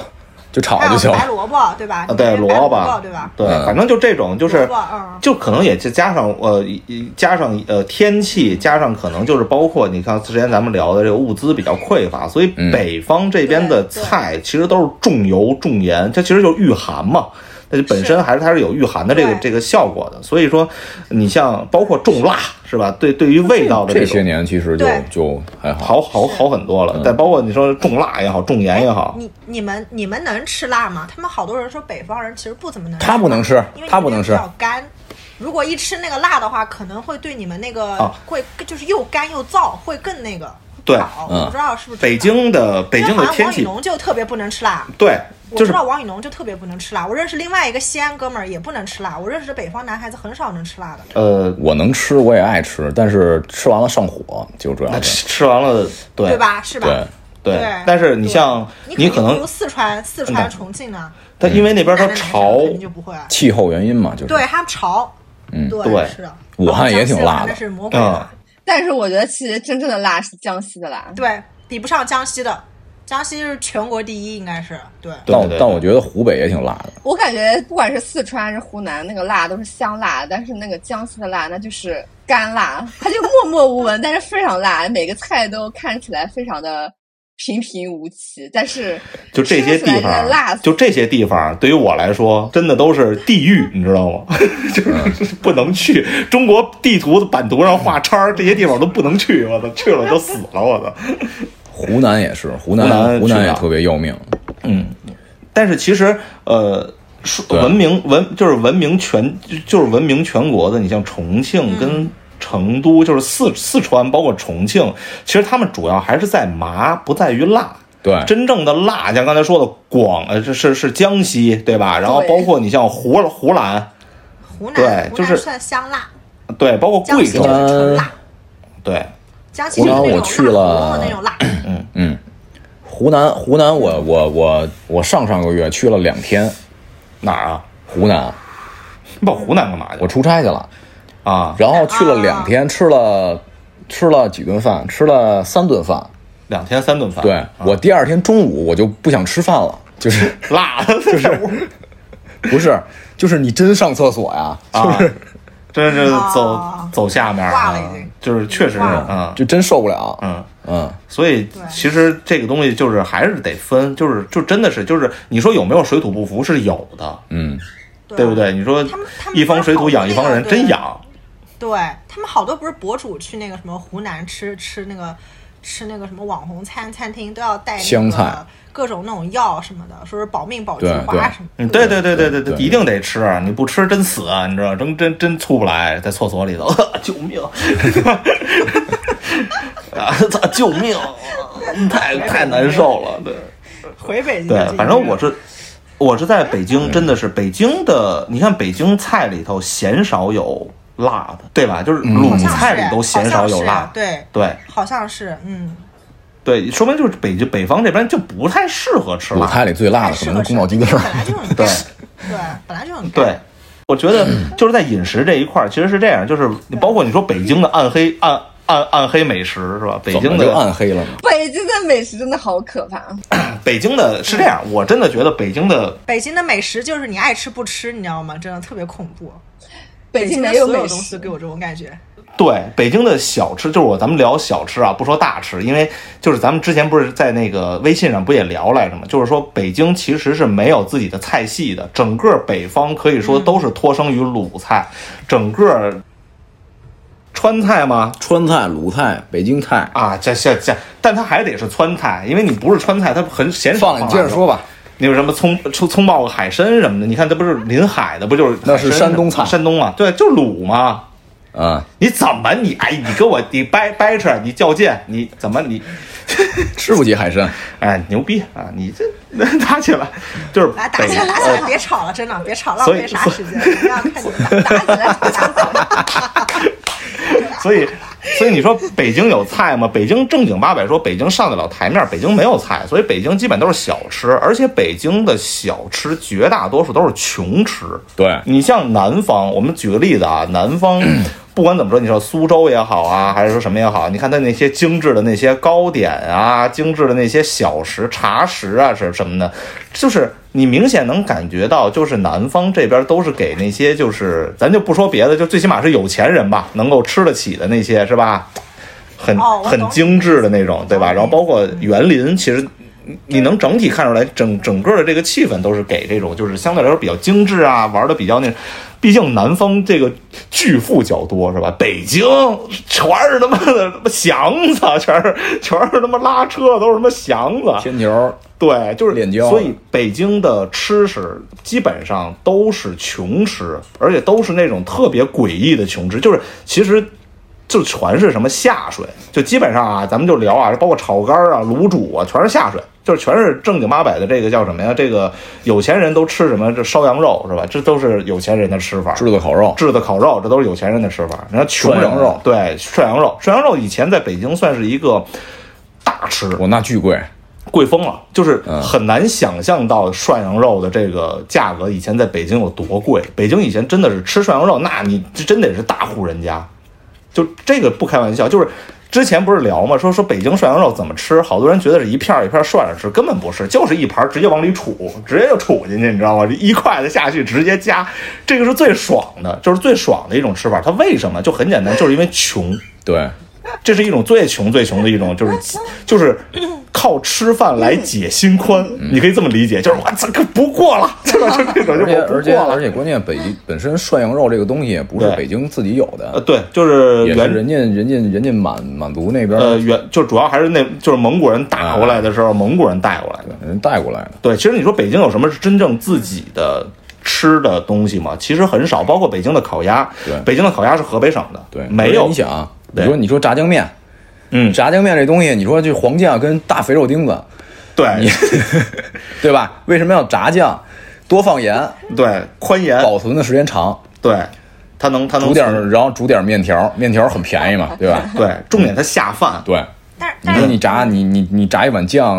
Speaker 5: 就炒
Speaker 3: 还
Speaker 5: 就行
Speaker 3: 有
Speaker 5: 了
Speaker 3: 白。萝卜，对吧？
Speaker 4: 啊，对
Speaker 3: 你白
Speaker 4: 萝
Speaker 3: 萝
Speaker 4: 卜，
Speaker 3: 对吧？
Speaker 4: 对，
Speaker 5: 嗯
Speaker 4: 反正就这种，就是
Speaker 3: 萝卜嗯
Speaker 4: 就可能也就加上呃，一一加上呃天气，加上可能就是包括你看之前咱们聊的这个物资比较匮乏，所以北方这边的
Speaker 3: 对对
Speaker 4: 菜其实都是重油重盐，它其实就是御寒嘛。它就本身
Speaker 3: 是
Speaker 4: 还是它是有御寒的这个
Speaker 3: 对
Speaker 4: 这个效果的，所以说你像包括重辣是吧？对，对于味道的
Speaker 5: 这些
Speaker 4: 种
Speaker 5: 年嗯其实就
Speaker 3: 对
Speaker 5: 就还好，
Speaker 4: 好好好很多了。再包括你说重辣也好，重盐也好，
Speaker 3: 你你们你们能吃辣吗？他们好多人说北方人其实不怎么能吃辣，
Speaker 5: 他不能吃
Speaker 3: 因为，
Speaker 5: 他不能
Speaker 3: 你
Speaker 5: 吃
Speaker 3: 们比，较干。如果一吃那个辣的话，可能会对你们那个
Speaker 4: 啊
Speaker 3: 会、就是又干又燥，会更那个。
Speaker 4: 对
Speaker 3: 好
Speaker 5: 嗯
Speaker 3: 我不知道是不是真的
Speaker 4: 北。京的北京
Speaker 3: 好
Speaker 4: 的
Speaker 3: 像
Speaker 4: 天
Speaker 3: 王以
Speaker 4: 气
Speaker 3: 农就特别不能吃辣，
Speaker 4: 对，
Speaker 3: 我
Speaker 4: 就
Speaker 3: 不
Speaker 4: 是
Speaker 3: 知道王以农就特别不能吃辣。我认识另外一个西安哥们儿也不能吃辣，我认识的北方男孩子很少能吃辣的。
Speaker 4: 呃，
Speaker 5: 我能吃，我也爱吃，但是吃完了上火，就主要
Speaker 4: 那
Speaker 5: 是
Speaker 4: 吃吃完了，对
Speaker 3: 对？吧？是吧？
Speaker 5: 对
Speaker 4: 对
Speaker 3: 对
Speaker 4: 但是你像
Speaker 3: 你
Speaker 4: 你
Speaker 3: 定
Speaker 4: 可
Speaker 3: 不
Speaker 4: 能嗯
Speaker 3: 如，四川、四川、重庆啊呢，
Speaker 4: 它因为那边
Speaker 3: 那
Speaker 4: 它
Speaker 3: 南方
Speaker 4: 潮，
Speaker 3: 肯定就不会。
Speaker 5: 气候原因嘛，就是
Speaker 3: 对，他们潮，嗯，对，
Speaker 4: 对
Speaker 3: 是的。
Speaker 5: 武汉也挺辣的
Speaker 3: 那是魔鬼
Speaker 4: 嗯
Speaker 3: 辣，，
Speaker 6: 但是我觉得其实真正的辣是江西的辣，
Speaker 3: 对比不上江西的，江西是全国第一，应该是对。
Speaker 4: 对
Speaker 5: 但
Speaker 4: 对
Speaker 5: 但我觉得湖北也挺辣的，
Speaker 6: 我感觉不管是四川还是湖南，那个辣都是香辣，但是那个江西的辣那就是干辣，它就默默无闻，但是非常辣，每个菜都看起来非常的平平无奇，但是
Speaker 4: 就这些地
Speaker 6: 吃起来真的辣
Speaker 4: 方，
Speaker 6: 死
Speaker 4: 就这些地方，对于我来说，真的都是地狱，你知道吗？ 就是
Speaker 5: 嗯
Speaker 4: 不能去中国地图的版图上画叉儿，这些地方都不能去，我操，去了都死了，我操。
Speaker 5: 湖南也是，湖
Speaker 4: 湖南
Speaker 5: 南湖南
Speaker 4: 是
Speaker 5: 也
Speaker 4: 吧
Speaker 5: 特别要命，
Speaker 4: 但是其实呃，说
Speaker 5: 对
Speaker 4: 文明文就是文明全就是文明全国的，你像重庆
Speaker 3: 嗯
Speaker 4: 跟成都，就是四四川包括重庆，其实他们主要还是在麻，不在于辣。
Speaker 5: 对
Speaker 4: 真正的辣，像刚才说的广，呃，这是是江西对吧？然后
Speaker 6: 对
Speaker 4: 包括你像湖湖南，
Speaker 3: 湖南，
Speaker 4: 对
Speaker 3: 湖
Speaker 4: 就
Speaker 3: 南
Speaker 4: 是
Speaker 3: 算香辣，
Speaker 4: 对，包括
Speaker 3: 江
Speaker 4: 贵
Speaker 3: 西
Speaker 4: 州嗯
Speaker 3: 就是，纯辣，
Speaker 4: 对，
Speaker 3: 江西就是
Speaker 5: 湖
Speaker 3: 那
Speaker 5: 南
Speaker 3: 种
Speaker 5: 我
Speaker 3: 辣
Speaker 5: 去了湖
Speaker 3: 胡萝卜那种辣，
Speaker 5: 南湖南我我我我上上个月去了两天
Speaker 4: 哪儿啊？
Speaker 5: 湖南，
Speaker 4: 你跑湖南干嘛去
Speaker 5: 我出差去了，
Speaker 4: 啊？
Speaker 5: 然后去了两天，吃了吃了几顿饭，吃了三顿饭，
Speaker 4: 两天三顿饭，
Speaker 5: 对我第二天中午我就不想吃饭了，就是。
Speaker 4: 辣 就是
Speaker 5: 不是，就是你真上厕所呀，
Speaker 4: 啊，真是走
Speaker 3: 啊
Speaker 4: 走下面儿
Speaker 3: 挂了
Speaker 4: 啊
Speaker 3: 已经
Speaker 4: 就是确实是
Speaker 3: 挂了
Speaker 4: 啊，
Speaker 5: 就真受不了。
Speaker 4: 嗯
Speaker 5: 嗯，
Speaker 4: 所以其实这个东西就是还是得分，就是就真的是就是你说有没有水土不服是有的，对不？对？你说
Speaker 3: 啊他们他们
Speaker 4: 一方水土养一方人，
Speaker 3: 那个对
Speaker 4: 真养。
Speaker 3: 对他们好多不是博主去那个什么湖南吃吃那个吃那个什么网红餐餐厅都要带那个
Speaker 5: 香菜
Speaker 3: 各种那种药什么的，说是保命保菊
Speaker 5: 对对
Speaker 3: 花什么的。
Speaker 4: 嗯，对对对对对对，
Speaker 5: 对
Speaker 4: 一定得吃，啊你不吃真死，啊你知道，真真真出不来，在厕所里头， 救命！啊，操，救命！太 太难受了，对。
Speaker 3: 回北京就
Speaker 4: 哎对嗯
Speaker 3: 这样，，
Speaker 4: 反正我是我是在北京，真的是北京的，你看北京菜里头鲜少有辣的，对吧？就是鲁
Speaker 3: 好像是
Speaker 4: 菜里都鲜少有
Speaker 3: 好像
Speaker 4: 辣
Speaker 3: 是，啊对，
Speaker 4: 对
Speaker 3: 好像是嗯。
Speaker 4: 对，说明就是北京北方这边就不太适合吃
Speaker 5: 鲁
Speaker 4: 辣。
Speaker 5: 菜里最啊辣的可能是宫保鸡丁儿，
Speaker 3: 本来就很干，对，本来就很干。
Speaker 4: 对，我觉得就是在饮食这一块儿，其实是这样，就是你包括你说北京的暗黑暗暗暗黑美食是吧？北
Speaker 5: 怎
Speaker 4: 京
Speaker 5: 么就
Speaker 4: 的
Speaker 5: 暗黑了呢？
Speaker 6: 北京的美食真的好可怕。
Speaker 4: 北京的是这样，
Speaker 5: 嗯
Speaker 4: 我真的觉得北京的
Speaker 3: 北京的美食就是你爱吃不吃，你知道吗？真的特别恐怖。
Speaker 6: 北
Speaker 3: 京
Speaker 6: 京
Speaker 3: 的
Speaker 6: 没有
Speaker 3: 所
Speaker 6: 美
Speaker 3: 有东西
Speaker 6: 食
Speaker 3: 都，给我这种感觉。
Speaker 4: 对，北京的小吃，就是我咱们聊小吃啊，不说大吃，因为就是咱们之前不是在那个微信上不也聊来着吗？就是说北京其实是没有自己的菜系的，整个北方可以说都是脱生于鲁菜，整个川菜吗？
Speaker 5: 川菜、鲁菜、北京菜，
Speaker 4: 啊，这这这，但它还得是川菜，因为你不是川菜，它很鲜少
Speaker 5: 放
Speaker 4: 放
Speaker 5: 你接着说
Speaker 4: 吧。
Speaker 5: 吧。
Speaker 4: 那个什么葱葱葱爆海参什么的，你看这不是临海的，不就是
Speaker 5: 那是
Speaker 4: 海参
Speaker 5: 山东菜
Speaker 4: 山东嘛，对，就是鲁嘛。
Speaker 5: 啊，
Speaker 4: 你怎么你哎，你跟我你掰掰扯，你较劲，你怎么你
Speaker 5: 吃不起海参，
Speaker 4: 哎牛逼啊！你这打起来就是
Speaker 3: 来打
Speaker 4: 北呃
Speaker 3: 起来，打起来，别吵了，真的，别吵，浪
Speaker 4: 所以
Speaker 3: 费啥
Speaker 4: 所以
Speaker 3: 时间？不要看你们打起来，打起来。
Speaker 4: 所以所以你说北京有菜吗？北京正经八百说北京上得了台面，北京没有菜，所以北京基本都是小吃，而且北京的小吃绝大多数都是穷吃。
Speaker 5: 对
Speaker 4: 你像南方，我们举个例子啊，南方不管怎么说，你说苏州也好啊，还是说什么也好，你看它那些精致的那些糕点啊，精致的那些小食、茶食啊，是什么的，就是你明显能感觉到，就是南方这边都是给那些就是咱就不说别的，就最起码是有钱人吧，能够吃得起的那些是吧？很
Speaker 3: 哦我懂
Speaker 4: 很精致的那种，对吧？然后包括
Speaker 3: 嗯
Speaker 4: 园林，其实你你能整体看出来，整整个的这个气氛都是给这种就是相对来说比较精致啊，玩的比较那，毕竟南方这个巨富较多是吧？北京全是他妈的他妈祥子，全是全是他妈拉车都是他妈祥子，
Speaker 5: 天桥
Speaker 4: 对，就是
Speaker 5: 链胶
Speaker 4: 所以北京的吃食基本上都是穷吃，而且都是那种特别诡异的穷吃，就是其实。就全是什么下水，就基本上啊，咱们就聊啊，包括炒肝啊、卤煮啊，全是下水，就是全是正经八百的这个叫什么呀？这个有钱人都吃什么？这烧羊肉是吧？这都是有钱人的吃法。
Speaker 5: 制作烤肉，
Speaker 4: 炙的烤肉，这都是有钱人的吃法。然后穷人啊
Speaker 5: 涮羊肉
Speaker 4: 对涮羊肉，涮羊肉以前在北京算是一个大吃，
Speaker 5: 我那巨贵，
Speaker 4: 贵疯了，就是很难想象到涮羊肉的这个价格以前在北京有多贵。北京以前真的是吃涮羊肉，那你这真得是大户人家，就这个不开玩笑，就是。之前不是聊嘛，说说北京涮羊肉怎么吃，好多人觉得是一片儿一片儿涮着吃，根本不是，就是一盘儿直接往里杵，直接就杵进去，你知道吗？一筷子下去直接夹，这个是最爽的，就是最爽的一种吃法。它为什么？就很简单，就是因为穷。
Speaker 5: 对，
Speaker 4: 这是一种最穷最穷的一种，就是就是靠吃饭来解心宽，你可以这么理解，就是我这个不过了，对吧？就这种
Speaker 5: 而
Speaker 4: 就
Speaker 5: 且
Speaker 4: 我不
Speaker 5: 而且
Speaker 4: 过
Speaker 5: 而
Speaker 4: 了。
Speaker 5: 且关键北京本身涮羊肉这个东西也不是
Speaker 4: 对
Speaker 5: 北京自己有
Speaker 4: 呃，
Speaker 5: 的，
Speaker 4: 对，就是
Speaker 5: 也是
Speaker 4: 原
Speaker 5: 人家人家人家满满族那边
Speaker 4: 呃原就主要还是那就是蒙古人打过来的时候，蒙古人带过来的。
Speaker 5: 人带过来的，
Speaker 4: 对，其实你说北京有什么是真正自己的吃的东西吗？其实很少，包括北京的烤鸭
Speaker 5: 对，
Speaker 4: 北京的烤鸭是河北省的，
Speaker 5: 对，
Speaker 4: 没
Speaker 5: 而且
Speaker 4: 有
Speaker 5: 你，想，啊
Speaker 4: 对
Speaker 5: 你说你说炸酱面，
Speaker 4: 嗯，
Speaker 5: 炸酱面这东西，你说这黄酱跟大肥肉丁子，
Speaker 4: 对
Speaker 5: 对吧？为什么要炸酱？多放盐，
Speaker 4: 对，宽盐，
Speaker 5: 保存的时间长，
Speaker 4: 对，它能它能
Speaker 5: 煮点儿，
Speaker 4: 存
Speaker 5: 然后煮点儿面条，面条很便宜嘛，对吧？
Speaker 4: 对，重点它下饭，
Speaker 5: 对，
Speaker 3: 但是
Speaker 5: 你
Speaker 3: 但
Speaker 5: 说
Speaker 3: 是
Speaker 5: 你炸你你你炸一碗酱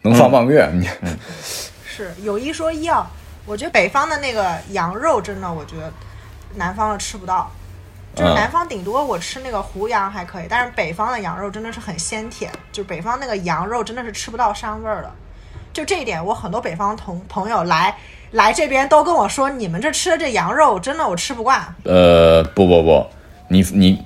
Speaker 5: 能
Speaker 4: 嗯
Speaker 5: 放半个月，你
Speaker 3: 是有一说一啊，我觉得北方的那个羊肉真的，我觉得南方的吃不到。就是
Speaker 5: 嗯
Speaker 3: 南方顶多我吃那个胡羊还可以，但是北方的羊肉真的是很鲜甜，就北方那个羊肉真的是吃不到膻味儿的。就这一点，我很多北方同朋友来来这边都跟我说，你们这吃的这羊肉真的我吃不惯。
Speaker 5: 呃，不不不，你你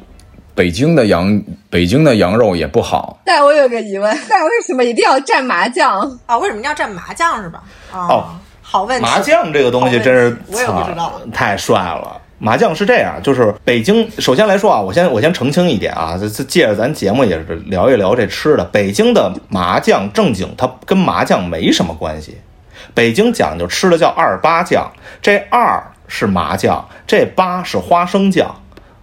Speaker 5: 北京的羊北京的羊肉也不好，
Speaker 6: 但我有个疑问，但为什么一定要蘸麻酱？
Speaker 3: 啊，为什么一定要蘸麻酱是吧？啊、
Speaker 4: 哦
Speaker 3: 好问题。哦
Speaker 4: 麻酱这个东西真是，
Speaker 3: 我也不知道
Speaker 4: 操太帅了。麻酱是这样，就是北京。首先来说啊，我先我先澄清一点啊，这这借着咱节目也是聊一聊这吃的。北京的麻酱正经，它跟麻酱没什么关系。北京讲究吃的叫二八酱，这二是麻酱，这八是花生酱。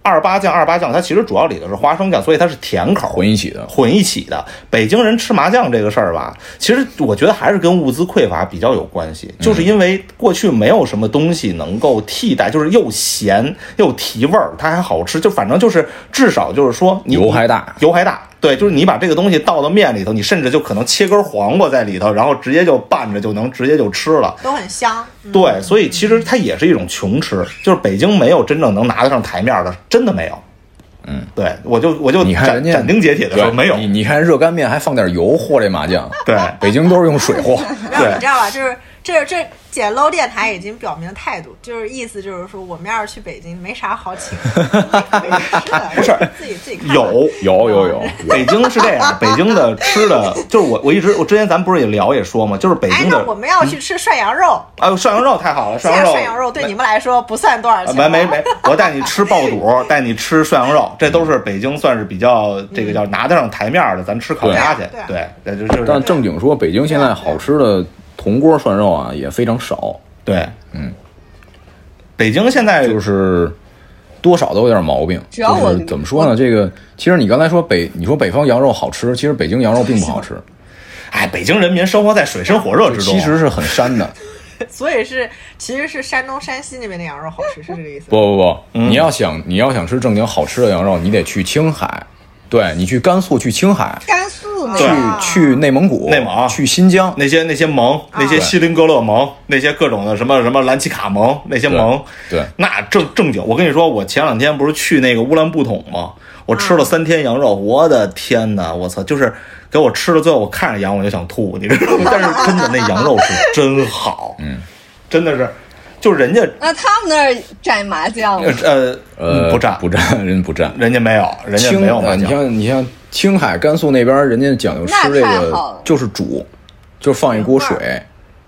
Speaker 4: 二八酱，二八酱，它其实主要里头是花生酱，所以它是甜口。
Speaker 5: 混一起的。
Speaker 4: 混一起的。北京人吃麻酱这个事儿吧，其实我觉得还是跟物资匮乏比较有关系，
Speaker 5: 嗯
Speaker 4: 就是因为过去没有什么东西能够替代，就是又咸又提味儿，它还好吃，就反正就是至少就是说你
Speaker 5: 油还大
Speaker 4: 油还大。对，就是你把这个东西倒到面里头，你甚至就可能切根黄瓜在里头，然后直接就拌着就能直接就吃了。
Speaker 3: 都很香。嗯
Speaker 4: 对，所以其实它也是一种穷吃，就是北京没有真正能拿得上台面的，真的没有。嗯，对，我就我就
Speaker 5: 你看
Speaker 4: 斩
Speaker 5: 人家
Speaker 4: 斩钉截铁的说
Speaker 5: 对
Speaker 4: 没有，
Speaker 5: 你你看热干面还放点油和这麻酱，
Speaker 4: 对
Speaker 5: 北京都是用水和。
Speaker 3: 没有，
Speaker 4: 对
Speaker 3: 你知道吧？就是这这简陋电台已经表明态度，就是意思就是说，我们要是去北京没啥好请， 没事，自己自己看吧哎
Speaker 4: 有
Speaker 5: 有有 有，
Speaker 4: 北京是这 样，北京的吃的，就是我我一直我之前咱们不是也聊也说嘛，就是北
Speaker 3: 哎，
Speaker 4: 京的
Speaker 3: 那我们要去吃涮羊肉，
Speaker 4: 哎呦涮羊肉太好了，
Speaker 3: 这
Speaker 4: 涮
Speaker 3: 样
Speaker 4: 羊肉
Speaker 3: 涮羊肉对你们来说不算多少
Speaker 4: 啊
Speaker 3: 钱，
Speaker 4: 没没没，我带你吃爆 肚，带你吃涮羊肉，这都是北京算是比较这个叫拿得上台面儿的，咱吃烤鸭去
Speaker 3: 嗯对啊，
Speaker 4: 对，那就就是
Speaker 5: 但正经说，北京现在好吃的铜锅涮肉啊也非常少，
Speaker 4: 对，嗯，北京现在
Speaker 5: 就是多少都有点毛病。
Speaker 6: 只要我
Speaker 5: 就是怎么说呢？这个其实你刚才说北，你说北方羊肉好吃，其实北京羊肉并不好吃，
Speaker 4: 哎，北京人民生活在水深火热之中，
Speaker 5: 其实是很膻的。
Speaker 3: 所以是其实是山东山西那边的羊肉好吃，是这个意思吗。
Speaker 5: 不不不，
Speaker 4: 嗯
Speaker 5: 你要想你要想吃正经好吃的羊肉，你得去青海，对你去甘肃、去青海、
Speaker 6: 甘肃那
Speaker 4: 对
Speaker 6: 个
Speaker 5: 去内蒙古、
Speaker 4: 内蒙啊
Speaker 5: 去新疆，
Speaker 4: 那些那些盟，那
Speaker 3: 啊
Speaker 4: 些锡林格勒盟，那些各种的什么什么兰奇卡盟，那些盟，
Speaker 5: 对对
Speaker 4: 那正正经，我跟你说，我前两天不是去那个乌兰布统吗？我吃
Speaker 3: 嗯
Speaker 4: 了三天羊肉，我的天呐，我操，就是给我吃了，最后我看着羊我就想吐，你知道吗？但 是真的那羊肉是真好，嗯， 真的是，就是人家
Speaker 6: 那他们那儿蘸麻酱吗？
Speaker 4: 呃
Speaker 5: 呃，
Speaker 4: 不占
Speaker 5: 不占，人不 占。
Speaker 4: 人家没有，人家
Speaker 5: 青
Speaker 4: 没有麻
Speaker 5: 啊，你
Speaker 4: 酱，
Speaker 5: 像你像青海、甘肃那边，人家讲究吃这
Speaker 6: 那太好
Speaker 5: 个
Speaker 6: 了
Speaker 5: 就是煮，就放一锅水，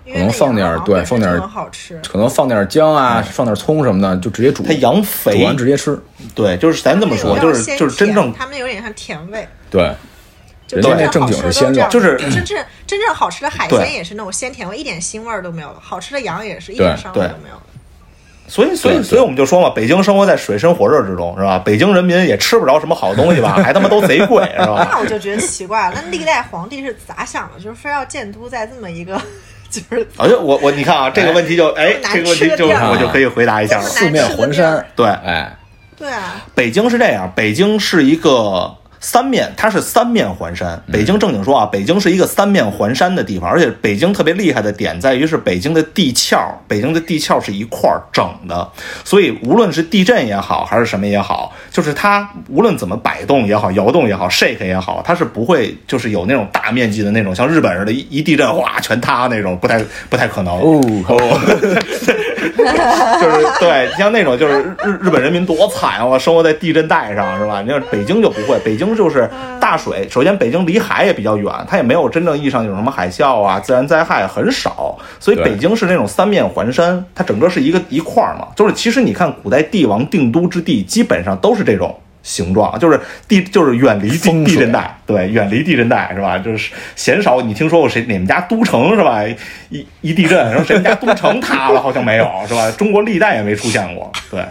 Speaker 3: 因
Speaker 5: 可
Speaker 3: 为那
Speaker 5: 能放点
Speaker 3: 羊
Speaker 5: 儿
Speaker 3: 肉
Speaker 5: 对，
Speaker 3: 本身
Speaker 5: 放点
Speaker 3: 就
Speaker 5: 儿
Speaker 3: 很好吃，
Speaker 5: 可能放点儿姜啊，放点儿葱什么的，就直接煮。
Speaker 4: 嗯它羊
Speaker 5: 煮
Speaker 4: 肥
Speaker 5: 完，直接吃，
Speaker 4: 对，就是咱这么说，
Speaker 3: 他
Speaker 4: 就
Speaker 3: 们有点
Speaker 4: 是
Speaker 3: 鲜
Speaker 4: 就是真
Speaker 3: 甜
Speaker 4: 正
Speaker 3: 他们有点像甜味。
Speaker 5: 对，
Speaker 3: 就
Speaker 5: 人家
Speaker 4: 那
Speaker 3: 正
Speaker 5: 正经
Speaker 3: 好
Speaker 5: 是
Speaker 3: 吃
Speaker 5: 鲜
Speaker 3: 都这样
Speaker 5: 肉
Speaker 4: 就是
Speaker 3: 真正真正好吃的海
Speaker 4: 对
Speaker 3: 鲜也是那种鲜甜味，一点腥味儿都没有了。好吃的羊也是一点
Speaker 5: 对
Speaker 3: 伤味
Speaker 4: 对
Speaker 3: 都没有了。
Speaker 4: 所以，所以，
Speaker 5: 对
Speaker 4: 所以我们就说嘛，北京生活在水深火热之中，是吧？北京人民也吃不着什么好东西吧，还他妈都贼贵，是
Speaker 3: 那
Speaker 4: 吧？
Speaker 3: 我就觉得奇怪了，那历代皇帝是咋想的？就是非要建都在这么一个，就是
Speaker 4: 而且我我你看啊，这个问题就哎，
Speaker 3: 难
Speaker 4: 这个问题
Speaker 3: 吃
Speaker 4: 就
Speaker 3: 的地儿
Speaker 4: 我就可以回答一下了。
Speaker 3: 难
Speaker 5: 四面
Speaker 3: 吃的
Speaker 5: 环
Speaker 3: 地儿
Speaker 5: 山，
Speaker 4: 对，
Speaker 5: 哎，
Speaker 3: 对啊，
Speaker 4: 北京是这样，北京是一个三面，它是三面环山。北京正经说啊，北京是一个三面环山的地方，而且北京特别厉害的点在于是北京的地壳，北京的地壳是一块儿整的，所以无论是地震也好，还是什么也好，就是它无论怎么摆动也好，摇动也好，shake 也好，它是不会就是有那种大面积的那种像日本似的，一一地震哗全塌那种，不太不太可能。
Speaker 5: 哦
Speaker 4: 就是对，像那种就是日日日本人民多惨啊，生活在地震带上是吧？你看北京就不会，北京就是大水。首先，北京离海也比较远，它也没有真正意义上有什么海啸啊、自然灾害很少，所以
Speaker 5: 对
Speaker 4: 北京是那种三面环山，它整个是一个一块儿嘛。就是其实你看古代帝王定都之地，基本上都是这种。形状啊就是地，就是远离地
Speaker 5: 风水
Speaker 4: 地震带，对，远离地震带是吧？就是鲜少你听说过谁你们家都城是吧？一一地震，然后谁们家都城塌了，好像没有是 吧？中国历代也没出现过，对，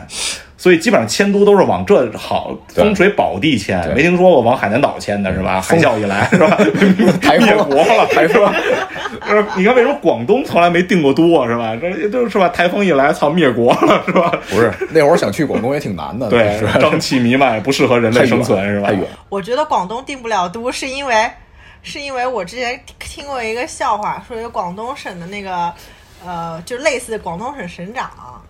Speaker 4: 所以基本上迁都都是往这好
Speaker 5: 对
Speaker 4: 风水宝地迁，
Speaker 5: 对嗯
Speaker 4: 没听说过往海南岛迁的是吧？海啸一 来是吧？
Speaker 5: 台
Speaker 4: 灭
Speaker 5: 风
Speaker 4: 国了，
Speaker 5: 台风，
Speaker 4: 呃你看为什么广东从来没定过都啊是吧？这都是吧？台风一来，操，灭国了是吧？
Speaker 5: 不是那会儿想去广东也挺难的，
Speaker 4: 对
Speaker 5: 是，吧
Speaker 4: 瘴气弥漫，不适合人
Speaker 5: 太
Speaker 4: 类
Speaker 5: 远
Speaker 4: 生存是吧？
Speaker 5: 太远，
Speaker 3: 我觉得广东定不了都，是因为是因为我之前听过一个笑话，说有广东省的那个呃，就类似广东省省长啊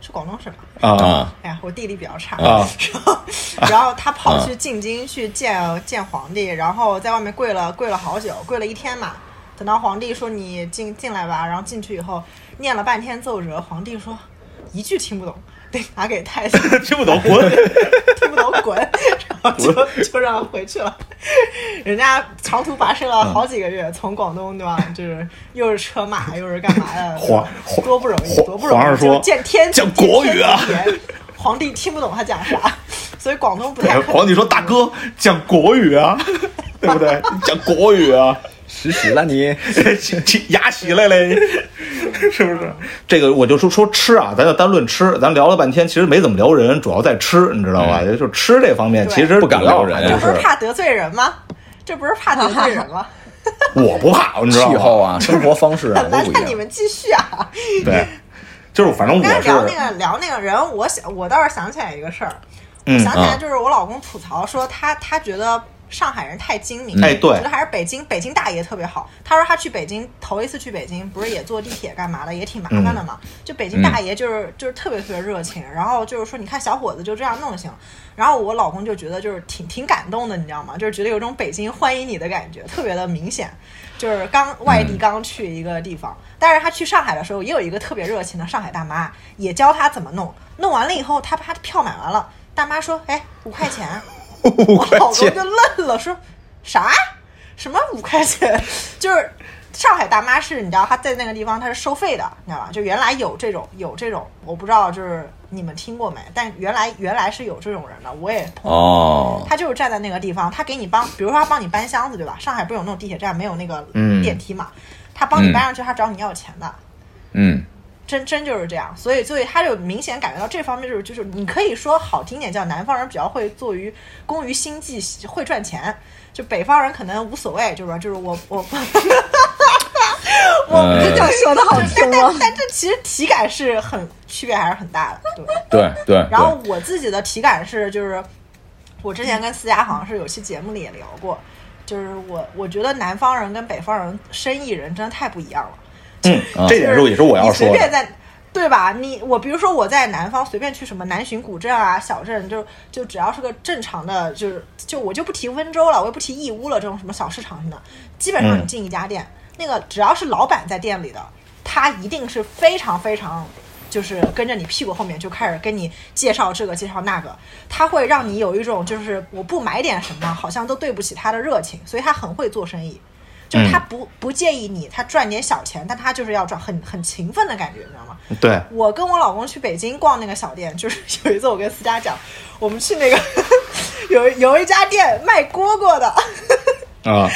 Speaker 3: 是广东省吧？
Speaker 4: 啊
Speaker 5: 啊，
Speaker 3: 哎呀，我地理比较差。
Speaker 4: 啊
Speaker 3: 然后， 然后他跑去进京去见、见皇帝，然后在外面跪了跪了好久，跪了一天嘛。等到皇帝说你进进来吧，然后进去以后念了半天奏折，皇帝说一句听不懂，得拿给太子，
Speaker 4: 听不懂滚。
Speaker 3: 听不懂滚， 然后就就让他回去了。人家长途跋涉了好几个月，从广东对吧？就是又是车马又是干嘛 的，
Speaker 4: 皇皇
Speaker 3: 多不容易，
Speaker 4: 皇
Speaker 3: 多不容易。
Speaker 4: 皇上说
Speaker 3: 就见天子
Speaker 4: 讲国语啊，
Speaker 3: 见天子言皇帝听不懂他讲啥， 所以广东不太可能
Speaker 4: 皇帝说：“大哥，讲国 语啊，对不对？讲国语啊，
Speaker 5: 实习了你，
Speaker 4: 起起牙洗来嘞， 是不是？”这个我就说说吃啊，咱就单论吃，咱聊了半天，其实没怎么聊人，主要在吃，你知道吧？就吃这方面，
Speaker 3: 对
Speaker 4: 其实
Speaker 5: 嗯不敢
Speaker 4: 主
Speaker 5: 聊
Speaker 4: 要
Speaker 5: 人
Speaker 4: 就
Speaker 3: 这不
Speaker 4: 是
Speaker 3: 是怕得罪人吗？这不是怕得罪人 吗？
Speaker 4: 我不怕，你知
Speaker 5: 气
Speaker 4: 道
Speaker 5: 候
Speaker 4: 吗？
Speaker 5: 啊，生活方式啊都
Speaker 3: 来
Speaker 5: 不一
Speaker 3: 看你
Speaker 5: 样。
Speaker 3: 们继续啊！
Speaker 4: 对，就是反正
Speaker 3: 刚才聊
Speaker 4: 我是
Speaker 3: 那个聊那个人，我想我倒是想起来一个事儿，
Speaker 4: 嗯
Speaker 3: 我想起来
Speaker 5: 啊
Speaker 3: 就是我老公吐槽说他他觉得上海人太精明，
Speaker 4: 哎对
Speaker 3: 觉得还是北京北京大爷特别好。他说他去北京头一次去北京，不是也坐地铁干嘛的，也挺麻烦的
Speaker 4: 嗯
Speaker 3: 嘛。就北京大爷就是就是特别特别热情，然后就是说你看小伙子就这样弄就行。然后我老公就觉得就是挺挺感动的，你知道吗？就是觉得有种北京欢迎你的感觉，特别的明显。就是刚外
Speaker 5: 嗯
Speaker 3: 地刚去一个地方，但是他去上海的时候也有一个特别热情的上海大妈，也教他怎么弄。弄完了以后，他把他的票买完了，大妈说：“哎，五块钱。”
Speaker 5: 五
Speaker 3: 我
Speaker 5: 块
Speaker 3: 老公
Speaker 5: 钱
Speaker 3: 就愣了，说啥？什么五块钱？ 就是上海大妈是，你知道她在那个地方她是收费的，你知道吧？就原来有这种有这种，我不知道就是你们听过没？但原来原来是有这种人的，我也碰到
Speaker 5: 哦，
Speaker 3: 他就是站在那个地方，他给你帮，比如说他帮你搬箱子，对吧？上海不是有那种地铁站没有那个
Speaker 4: 嗯
Speaker 3: 电梯嘛？他帮你
Speaker 5: 嗯
Speaker 3: 搬上去，他找你要钱的。
Speaker 5: 嗯
Speaker 3: 真真就是这样，所以所以他就明显感觉到这方面就是就是你可以说好听点叫南方人比较会做于工于心计，会赚钱，就北方人可能无所谓，就是吧？就是我我我
Speaker 5: 呃
Speaker 3: 不
Speaker 6: 哦这样说的好听
Speaker 3: 但但
Speaker 6: 吗？
Speaker 3: 但这其实体感是很区别还是很大的，对。
Speaker 5: 对对
Speaker 3: 然后
Speaker 5: 对，
Speaker 3: 我自己的体感是，就是我之前跟思佳好像是有期节目里也聊过，就是我我觉得南方人跟北方人生意人真的太不一样了。
Speaker 4: 嗯
Speaker 5: 啊，
Speaker 4: 这点是也是我要
Speaker 3: 你随
Speaker 4: 说
Speaker 3: 便
Speaker 4: 的。
Speaker 3: 在，对吧？你我比如说我在南方随便去什么南浔古镇啊、小镇，就就只要是个正常的，就是就我就不提温州了，我也不提义乌了，这种什么小市场什么的，基本上
Speaker 4: 嗯
Speaker 3: 你进一家店，那个只要是老板在店里的，他一定是非常非常。就是跟着你屁股后面就开始跟你介绍这个介绍那个，他会让你有一种就是我不买点什么好像都对不起他的热情，所以他很会做生意。就是他不不介意你，他赚点小钱，但他就是要赚，很很勤奋的感觉，你知道吗？
Speaker 4: 对，
Speaker 3: 我跟我老公去北京逛那个小店，就是有一次我跟思佳讲，我们去那个 有有一家店卖蝈蝈的，
Speaker 4: 啊，
Speaker 3: 那个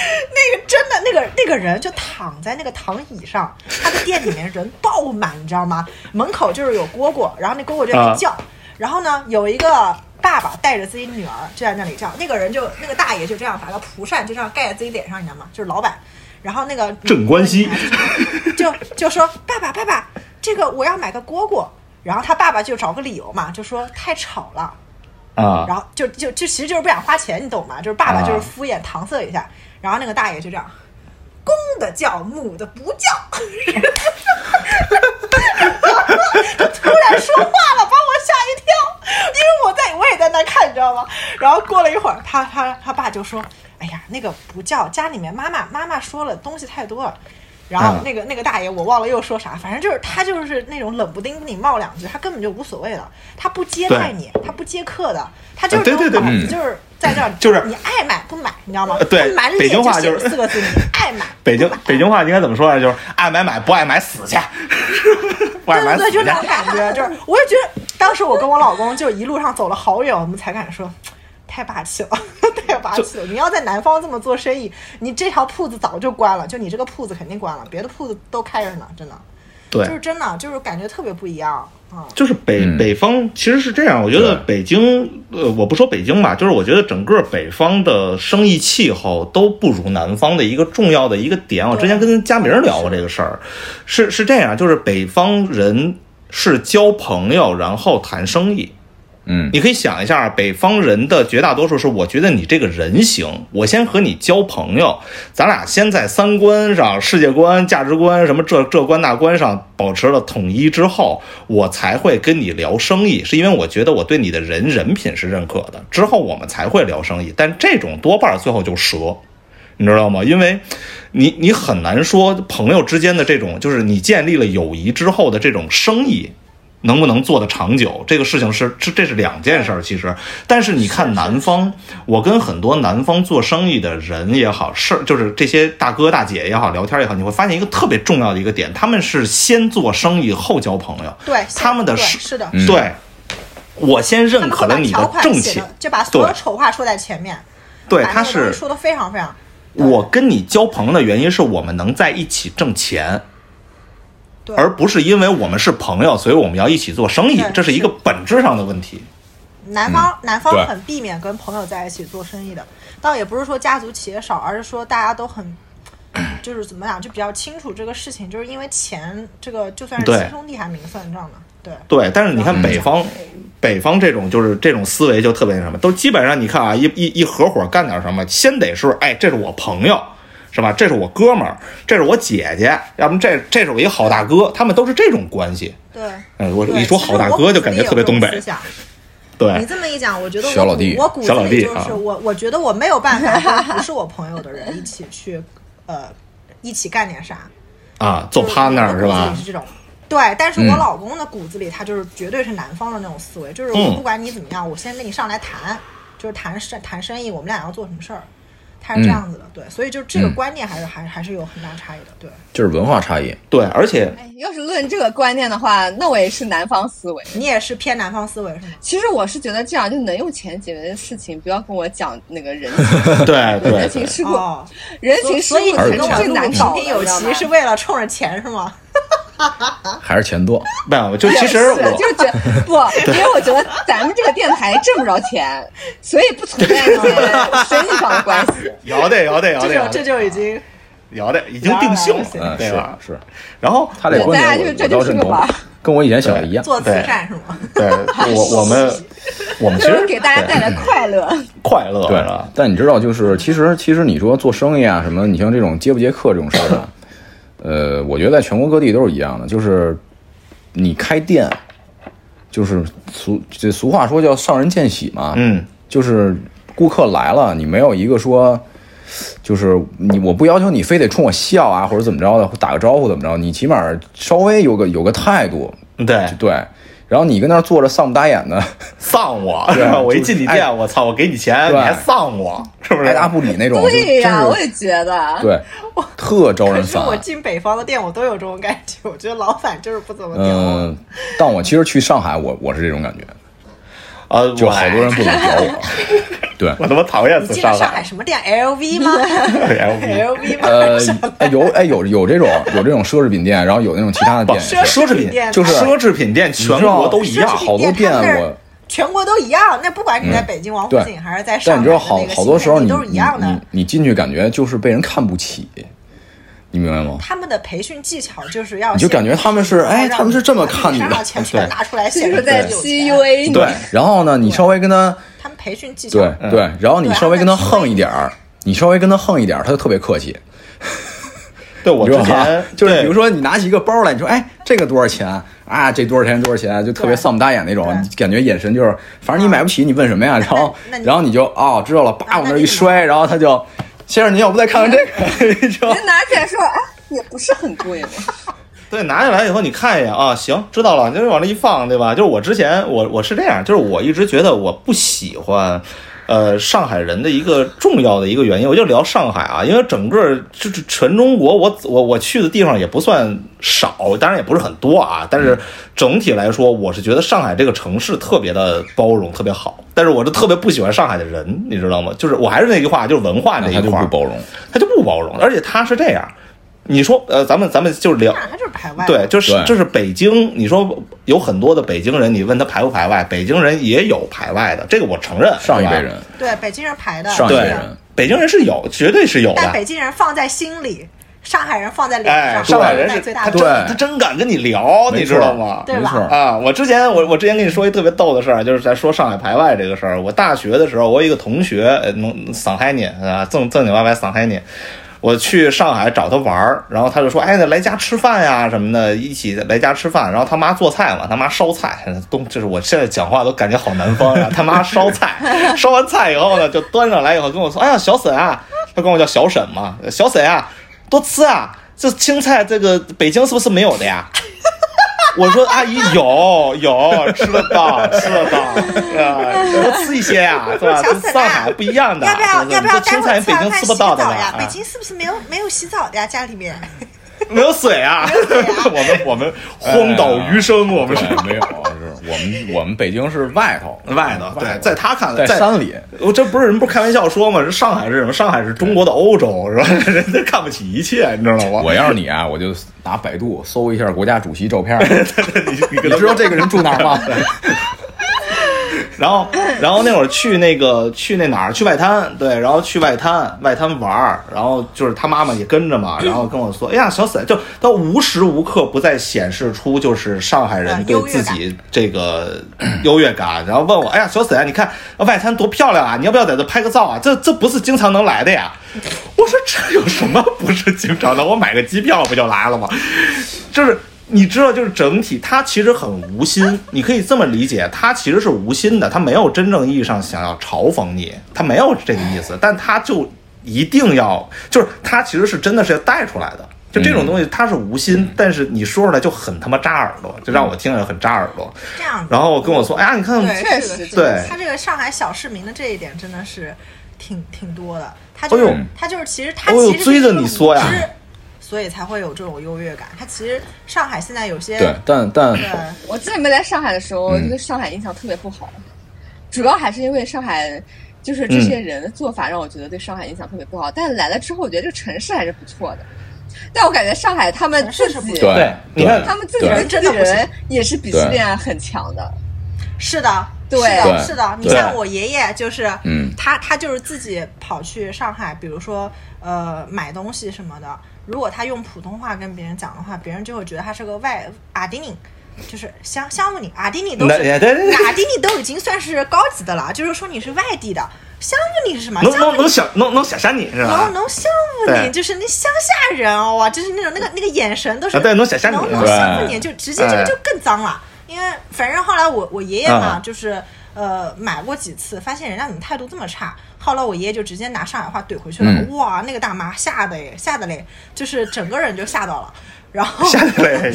Speaker 3: 真的那个那个人就躺在那个躺椅上，他的店里面人爆满，你知道吗？门口就是有蝈蝈，然后那蝈蝈就在那叫，然后呢有一个。爸爸带着自己女儿就在那里叫，那个人就那个大爷就这样把个蒲扇就这样盖在自己脸上，你知道吗？就是老板。然后那个
Speaker 4: 镇关西，
Speaker 3: 就就说爸爸爸爸，这个我要买个蝈蝈。然后他爸爸就找个理由嘛，就说太吵了，
Speaker 4: 啊
Speaker 3: 然后就就就其实就是不想花钱，你懂吗？就是爸爸就是
Speaker 4: 啊
Speaker 3: 敷衍搪塞一下，然后那个大爷就这样，公的叫，母的不叫。 他突然说话了，把我吓一跳，因为我在我也在那看，你知道吗？然后过了一会儿，他他他爸就说：“哎呀，那个不叫，家里面妈妈妈妈说了东西太多了。”然后
Speaker 4: 嗯
Speaker 3: 那个那个大爷我忘了又说啥，反正就是他就是那种冷不丁跟你冒两句，他根本就无所谓的，他不接待
Speaker 4: 对呃
Speaker 3: 你，他不接客的，他就是
Speaker 4: 对对
Speaker 3: 这
Speaker 4: 对
Speaker 3: 种脑子
Speaker 5: 嗯
Speaker 3: 就是在这儿，
Speaker 4: 就是
Speaker 3: 你爱买不买，你知道吗？
Speaker 4: 呃对
Speaker 3: 他满脸
Speaker 4: 北京话
Speaker 3: 写
Speaker 4: 就是
Speaker 3: 四个字，你爱买
Speaker 4: 北京
Speaker 3: 不买
Speaker 4: 北京话应该怎么说啊呢？就是爱买买，不爱买死去， 不爱
Speaker 3: 对
Speaker 4: 买
Speaker 3: 对
Speaker 4: 死
Speaker 3: 对，
Speaker 4: 去
Speaker 3: 就。那种感觉，就是我也觉得，当时我跟我老公就一路上走了好远，我们才敢说。太霸气了， 太霸气了！你要在南方这么做生意，你这条铺子早就关了，就你这个铺子肯定关了，别的铺子都开着呢，真的，就
Speaker 4: 对
Speaker 3: 是，真的，就是感觉特别不一样啊、嗯
Speaker 4: 就是北
Speaker 5: 嗯
Speaker 4: 北方其实是这样，我觉得
Speaker 5: 对
Speaker 4: 北京，呃，我不说北京吧，就是我觉得整个北方的生意气候都不如南方的一个重要的一个点。我之前跟佳明聊过这个事儿，是是这样，就是北方人是交朋友，然后谈生意。
Speaker 5: 嗯
Speaker 4: 你可以想一下，北方人的绝大多数是，我觉得你这个人行，我先和你交朋友，咱俩先在三观上、世界观、价值观什么这这观那观上保持了统一之后，我才会跟你聊生意，是因为我觉得我对你的人人品是认可的，之后我们才会聊生意。但这种多半最后就折。你知道吗？因为你你很难说朋友之间的这种，就是你建立了友谊之后的这种生意。能不能做得长久，这个事情是这这是两件事儿，其实。但是你看南方，我跟很多南方做生意的人也好，是就是这些大哥大姐也好，聊天也好，你会发现一个特别重要的一个点，他们是先做生意后交朋友。
Speaker 3: 对，
Speaker 4: 他们的
Speaker 3: 对
Speaker 4: 是
Speaker 3: 是的，
Speaker 4: 对，我先
Speaker 3: 他
Speaker 4: 认
Speaker 3: 们
Speaker 4: 可
Speaker 3: 会把
Speaker 4: 了你
Speaker 3: 条
Speaker 4: 的
Speaker 3: 款
Speaker 4: 正
Speaker 3: 写
Speaker 4: 气
Speaker 3: 的，，就把所有
Speaker 4: 对
Speaker 3: 丑话说在前面，
Speaker 4: 对，
Speaker 3: 把
Speaker 4: 他
Speaker 3: 那个东
Speaker 4: 是
Speaker 3: 西说的嗯非常非常，
Speaker 4: 我跟你交朋友的原因是我们能在一起挣钱，
Speaker 3: 对
Speaker 4: 而不是因为我们是朋友，所以我们要一起做生意
Speaker 3: 对，
Speaker 4: 这是一个本质上的问题。
Speaker 3: 南方、
Speaker 4: 嗯
Speaker 3: 南方
Speaker 5: 对
Speaker 3: 很避免跟朋友在一起做生意的，倒也不是说家族企业少，而是说大家都 很，就是怎么讲，就比较清楚这个事情，就是因为钱这个就算是
Speaker 4: 对
Speaker 3: 亲兄弟还明算账呢。对，
Speaker 4: 对，但是你看北方，北方这种就是这种思维就特别那什么，都基本上你看啊，一一一合伙干点什么，先得是哎，这是我朋友。是吧？这是我哥们儿，这是我姐姐，要么这这是我一个好大哥，他们都是这种关系。
Speaker 3: 对，
Speaker 4: 哎，我
Speaker 3: 对
Speaker 4: 一说
Speaker 3: 其实
Speaker 4: 好大
Speaker 3: 我
Speaker 4: 哥
Speaker 3: 骨子
Speaker 4: 就感
Speaker 3: 里
Speaker 4: 觉
Speaker 3: 有
Speaker 4: 特别
Speaker 3: 这种
Speaker 4: 东
Speaker 3: 思
Speaker 4: 北，
Speaker 3: 想你
Speaker 4: 对，
Speaker 3: 这么一讲，我觉得
Speaker 5: 小
Speaker 3: 我
Speaker 5: 老
Speaker 3: 骨
Speaker 5: 弟
Speaker 3: 我骨子
Speaker 4: 小老
Speaker 3: 里
Speaker 4: 弟
Speaker 3: 就
Speaker 4: 啊
Speaker 3: 是我，我觉得我没有办法跟不是我朋友的人一起去，呃，一起干点啥，
Speaker 4: 啊，做
Speaker 3: 就是
Speaker 4: partner 是
Speaker 3: 我骨子
Speaker 4: 吧
Speaker 3: 里？是这种。对，但是
Speaker 5: 嗯
Speaker 3: 我老公的骨子里，他就是绝对是南方的那种思维，就是我
Speaker 4: 嗯
Speaker 3: 不管你怎么样，我先跟你上来谈，就是谈生谈生意，我们俩要做什么事儿，他是
Speaker 4: 嗯
Speaker 3: 这样子的，对，所以就这个观念还是还还是有很大差异的，对。
Speaker 5: 就是文化差异。
Speaker 4: 对，而且
Speaker 6: 哎，要是论这个观念的话，那我也是南方思维。
Speaker 3: 你也是偏南方思维是吗？
Speaker 6: 其实我是觉得这样就能用钱解决的事情，不要跟我讲那个人情
Speaker 4: 对
Speaker 6: 人
Speaker 4: 对
Speaker 6: 情
Speaker 4: 对
Speaker 6: 世故，
Speaker 3: 哦，
Speaker 6: 人
Speaker 3: 所以
Speaker 6: 情世
Speaker 3: 所以
Speaker 6: 故
Speaker 3: 你
Speaker 5: 还是
Speaker 3: 跟
Speaker 6: 是
Speaker 3: 我
Speaker 5: 钱
Speaker 6: 最
Speaker 3: 录
Speaker 6: 难
Speaker 3: 平
Speaker 6: 搞的，
Speaker 3: 平有
Speaker 6: 你知道
Speaker 3: 奇
Speaker 6: 吗
Speaker 3: 是为了冲着钱是吗？
Speaker 5: 还是钱多，
Speaker 4: 没有，就其实
Speaker 6: 是，就
Speaker 4: 我
Speaker 6: 是觉得不，因为我觉得咱们这个电台挣不着钱，所以不存在 那些生意上的关系。
Speaker 4: 摇的摇的摇
Speaker 3: 这
Speaker 4: 的
Speaker 3: 就
Speaker 4: 摇
Speaker 3: 这啊
Speaker 4: 的
Speaker 3: 就已经
Speaker 4: 摇的已经定性
Speaker 3: 行
Speaker 4: 了，
Speaker 5: 嗯，
Speaker 4: 对
Speaker 5: 是
Speaker 4: 吧？
Speaker 5: 是，
Speaker 4: 然后
Speaker 5: 他这观
Speaker 6: 咱俩就
Speaker 5: 点
Speaker 6: 这
Speaker 5: 我倒
Speaker 6: 啊就是
Speaker 5: 是
Speaker 6: 个
Speaker 5: 懂
Speaker 6: 玩儿，
Speaker 5: 跟我以前想的一样。
Speaker 3: 做慈
Speaker 4: 对
Speaker 3: 善是 吗？
Speaker 4: 对 我我们我们其
Speaker 6: 就
Speaker 4: 实
Speaker 6: 是给大家
Speaker 4: 对
Speaker 6: 带来快乐。
Speaker 4: 快乐
Speaker 5: 对
Speaker 4: 是吧？
Speaker 5: 但你知道，就是其实其实你说做生意啊什么，你像这种接不接客这种事儿 啊，呃，我觉得在全国各地都是一样的，就是你开店，就是俗这俗话说叫上人见喜嘛，
Speaker 4: 嗯，
Speaker 5: 就是顾客来了，你没有一个说。就是你，我不要求你非得冲我笑啊，或者怎么着的，或打个招呼怎么着，你起码稍微有个有个态度，
Speaker 4: 对，
Speaker 5: 对。然后你跟那儿坐着丧不打眼的，
Speaker 4: 丧我，
Speaker 5: 对
Speaker 4: 是吧
Speaker 5: 就是
Speaker 4: 我一进你
Speaker 5: 哎
Speaker 4: 店，我操，我给你钱，你
Speaker 5: 对哎
Speaker 4: 还丧我，是不是
Speaker 5: 爱？答不理那种，就
Speaker 6: 对呀、
Speaker 5: 真是
Speaker 6: 我也觉得。
Speaker 5: 对，特招人
Speaker 3: 可是
Speaker 4: 啊
Speaker 5: 烦。
Speaker 3: 我进北方的店，我都有这种感觉，我觉得老板就是不怎么屌我。
Speaker 5: 嗯，但我其实去上海，我我是这种感觉，
Speaker 4: 呃，
Speaker 5: 就
Speaker 4: 我
Speaker 5: 好多人不怎么屌 我。对，
Speaker 4: 我他妈讨厌
Speaker 3: 你
Speaker 4: 死
Speaker 3: 进了
Speaker 4: 上
Speaker 3: 上海
Speaker 4: 海
Speaker 3: 什么店？LV 吗
Speaker 4: LV。
Speaker 3: ？LV 吗？
Speaker 5: 呃，哎，有哎有有这种有这种奢侈品店，然后有那种其他的店也是，
Speaker 3: 奢
Speaker 4: 奢侈
Speaker 3: 品店
Speaker 4: 品
Speaker 5: 就是
Speaker 4: 奢侈品店，全国都一
Speaker 3: 奢
Speaker 4: 样
Speaker 3: 侈。
Speaker 5: 好多
Speaker 3: 品店
Speaker 5: 店
Speaker 3: 他们那儿
Speaker 5: 我
Speaker 3: 全国都一样，那不管你在北京王府
Speaker 5: 嗯对
Speaker 3: 井还是在上
Speaker 5: 但
Speaker 3: 海
Speaker 5: 你知
Speaker 3: 的
Speaker 5: 道
Speaker 3: 那个
Speaker 5: 好
Speaker 3: 新
Speaker 5: 好多时候
Speaker 3: 天地
Speaker 5: 你
Speaker 3: 都是一
Speaker 5: 你
Speaker 3: 样
Speaker 5: 你
Speaker 3: 的。
Speaker 5: 你进去感觉就是被人看不起，你明白吗？
Speaker 3: 他们的培训技巧就是要
Speaker 5: 你就感觉他们是哎
Speaker 3: 让
Speaker 5: 他们是这么看你的
Speaker 3: 身上钱全
Speaker 4: 对
Speaker 3: 拿出来
Speaker 6: 就
Speaker 3: 显
Speaker 6: 是
Speaker 3: 示
Speaker 6: 在
Speaker 3: 自己有钱。
Speaker 6: PUA 你，
Speaker 5: 对，然后呢，你稍微跟他
Speaker 3: 他们培训技巧
Speaker 5: 对对，然后你稍微跟他横一点儿，你稍微跟他横一点儿，他就特别客气。
Speaker 4: 对我
Speaker 5: 你
Speaker 4: 之
Speaker 5: 知道吗
Speaker 4: 前？
Speaker 5: 就是
Speaker 4: 对
Speaker 5: 比如说你拿起一个包来，你说哎这个多少钱啊？这多少钱多少钱？就特别丧不打眼那种
Speaker 3: 对，嗯
Speaker 5: 你感觉眼神就是，反正你买不起，你问什么呀？然后
Speaker 3: 那你
Speaker 5: 然后你就哦知道了，
Speaker 3: 那
Speaker 5: 叭往那
Speaker 3: 那
Speaker 5: 儿
Speaker 3: 你
Speaker 5: 一摔，然后他就先生您要不再看看这个， 你知道
Speaker 6: 你就拿起来说啊，也不是很贵嘛。
Speaker 4: 对，拿下来以后你看一眼啊，行，知道了，就是往这一放，对吧？就是我之前我我是这样，就是我一直觉得我不喜欢。呃，上海人的一个重要的一个原因，我就聊上海啊，因为整个这这全中国我，我我去的地方也不算少，当然也不是很多啊，但
Speaker 5: 嗯
Speaker 4: 是整体来说，我是觉得上海这个城市特别的包容，特别好。但是我是特别不喜欢上海的人，你知道吗？就是我还是那句话，就是文化这
Speaker 5: 那
Speaker 4: 一
Speaker 5: 他就不
Speaker 4: 块儿，
Speaker 5: 包容。
Speaker 4: 他就不包容，而且他是这样，你说呃，咱们咱们就聊
Speaker 3: 那他就是排外。
Speaker 4: 对，就是
Speaker 5: 对
Speaker 4: 就是北京，你说有很多的北京人，你问他排不排外，北京人也有排外的，这个我承认。
Speaker 5: 上一
Speaker 4: 是吧
Speaker 5: 辈人，
Speaker 3: 对，北京人排的。
Speaker 5: 上一
Speaker 4: 对
Speaker 5: 辈
Speaker 3: 是的
Speaker 5: 人，
Speaker 4: 北京人是有，绝对是有
Speaker 3: 但
Speaker 4: 的。
Speaker 3: 北京人放在心里，上海人放在脸
Speaker 4: 哎
Speaker 3: 上，，
Speaker 4: 上海人
Speaker 3: 在
Speaker 4: 是
Speaker 3: 最
Speaker 4: 他
Speaker 3: 大的
Speaker 4: 真
Speaker 5: 对
Speaker 4: 他真敢跟你聊，
Speaker 5: 没
Speaker 4: 你
Speaker 5: 错
Speaker 4: 知道吗？
Speaker 3: 对
Speaker 5: 没
Speaker 3: 吧
Speaker 5: 错儿，
Speaker 4: 啊，我之前我我之前跟你说一特别逗的事儿，就是咱说上海排外这个事儿。我大学的时候，我有一个同学，呃，能上海你啊，正正经八百上海你。我去上海找他玩儿，然后他就说：“哎，那来家吃饭呀什么的，一起来家吃饭。”然后他妈做菜嘛，他妈烧菜， 东就是我现在讲话都感觉好南 方呀。他妈烧菜，烧完菜以后呢，就端上来以后跟我说：“哎呀，小沈啊，他管我叫小沈嘛，小沈啊，多吃啊，这青菜这个北京是不是没有的呀？” 我说阿姨有有吃得到吃得到，啊，多吃一些呀、是吧？
Speaker 3: 小
Speaker 4: 跟
Speaker 3: 沈啊
Speaker 4: 上海不一样的，
Speaker 3: 要不要
Speaker 4: 是是
Speaker 3: 要不要
Speaker 4: 这
Speaker 3: 待
Speaker 4: 青
Speaker 3: 会儿
Speaker 4: 菜你北
Speaker 3: 吃完
Speaker 4: 京
Speaker 3: 饭
Speaker 4: 吃
Speaker 3: 洗
Speaker 4: 不
Speaker 3: 澡
Speaker 4: 到的吧？
Speaker 3: 呀？
Speaker 4: 啊
Speaker 5: 哎
Speaker 3: 北京是不是没有没有洗澡的呀？家里面
Speaker 4: 没有水啊！ 我们我们荒岛余生，我们 是
Speaker 5: 哎对没有，啊是我们我们北京是外头
Speaker 4: 外头。对，在他看来，
Speaker 5: 在
Speaker 4: 在
Speaker 5: 山里，
Speaker 4: 我这不是人不是开玩笑说嘛？这上海是什么？上海是中国的欧洲，是吧？ 人家看不起一切，你知道吗？
Speaker 5: 我 要是你啊，我就拿百度搜一下国家主席照片儿，
Speaker 4: 你你
Speaker 5: 你
Speaker 4: 跟 他
Speaker 5: 知道这个人住哪儿吗？
Speaker 4: 然后，然后那会儿去那个去那哪儿去外滩，对，然后去外滩外滩玩儿，然后就是他妈妈也跟着嘛，然后跟我说，哎呀，小沈，就他无时无刻不在显示出就是上海人
Speaker 3: 嗯
Speaker 4: 对
Speaker 3: 优越
Speaker 4: 自己这个 优越感，然后问我，哎呀，小沈，你看外滩多漂亮啊，你要不要在这拍个照啊？这这不是经常能来的呀。我说这有什么不是经常的？我买个机票不就来了吗？就是你知道，就是整体他其实很无心，你可以这么理解，他其实是无心的，他没有真正意义上想要嘲讽你，他没有这个意思，但他就一定要，就是他其实是真的是要带出来的。就这种东西，他是无心，但是你说出来就很他妈扎耳朵，就让我听着很扎耳朵。
Speaker 3: 这样子。
Speaker 4: 然后跟我说：“哎呀，你看，
Speaker 3: 对，是的
Speaker 6: 确实
Speaker 3: 是的
Speaker 4: 对
Speaker 3: 他这个上海小市民的这一点真的是挺挺多的。他就是、
Speaker 4: 哎呦
Speaker 3: 他就是其实他
Speaker 4: 哎呦
Speaker 3: 其实
Speaker 4: 追着
Speaker 3: 是一个
Speaker 4: 你说呀
Speaker 3: 无知，所以才会有这种优越感。他其实上海现在有些呃
Speaker 5: 对，但但
Speaker 3: 对
Speaker 6: 我之前没来上海的时候，
Speaker 5: 嗯
Speaker 6: 对上海印象特别不好，主要还是因为上海就是
Speaker 5: 嗯
Speaker 6: 这些人的做法让我觉得对上海印象特别不好。但来了之后，我觉得这个城市还是不错的。但我感觉上海他们自
Speaker 3: 城市是不
Speaker 6: 己，
Speaker 5: 对
Speaker 4: 对你看
Speaker 6: 他们自己
Speaker 5: 对
Speaker 6: 对
Speaker 3: 真
Speaker 6: 自
Speaker 3: 的
Speaker 6: 己
Speaker 3: 不行
Speaker 6: 人也是鄙视链很强的。
Speaker 3: 是的，
Speaker 6: 对
Speaker 3: 是的，
Speaker 5: 对
Speaker 3: 是的。你
Speaker 5: 对
Speaker 3: 像我爷爷就是，
Speaker 5: 嗯
Speaker 3: 他他就是自己跑去上海，比如说呃买东西什么的，如果他用普通话跟别人讲的话，别人就会觉得他是个外阿迪宁。就是香香木你阿迪尼都是
Speaker 4: 那哎对对对
Speaker 3: 阿迪尼都已经算是高级的了，就是说你是外地的，香木你是什么？
Speaker 4: 能
Speaker 3: 香木
Speaker 4: 能能
Speaker 3: 你
Speaker 4: 想能能想象你是吧
Speaker 3: 能？能香木
Speaker 4: 对
Speaker 3: 你，就是那乡下人哦，哇，就是那种那个那个眼神都是
Speaker 4: 啊对能想象你
Speaker 3: 能
Speaker 4: 对
Speaker 3: 能香木你，就直接这个
Speaker 4: 哎
Speaker 3: 就更脏了，因为反正后来我我爷爷嘛，
Speaker 4: 啊
Speaker 3: 就是呃买过几次，发现人家怎么态度这么差，后来我爷爷就直接拿上海话怼回去了，
Speaker 5: 嗯
Speaker 3: 哇，那个大妈吓得耶，吓得嘞，就是整个人就吓到了，然后
Speaker 4: 吓 得嘞！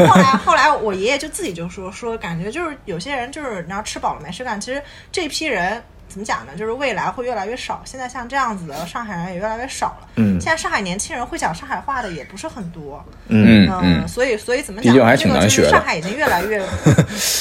Speaker 3: 后来后来我爷爷就自己就说说，感觉就是有些人就是你知道吃饱了没事干，其实这批人。怎么讲呢？就是未来会越来越少。现在像这样子的上海人也越来越少了。
Speaker 4: 嗯
Speaker 3: 现在上海年轻人会讲上海话的也不是很多。
Speaker 5: 嗯
Speaker 3: 嗯，
Speaker 5: 嗯，
Speaker 3: 所以所以怎么讲？
Speaker 5: 毕竟还
Speaker 3: 这个
Speaker 5: 挺难
Speaker 3: 就是
Speaker 5: 学的
Speaker 3: 上海已经越来 越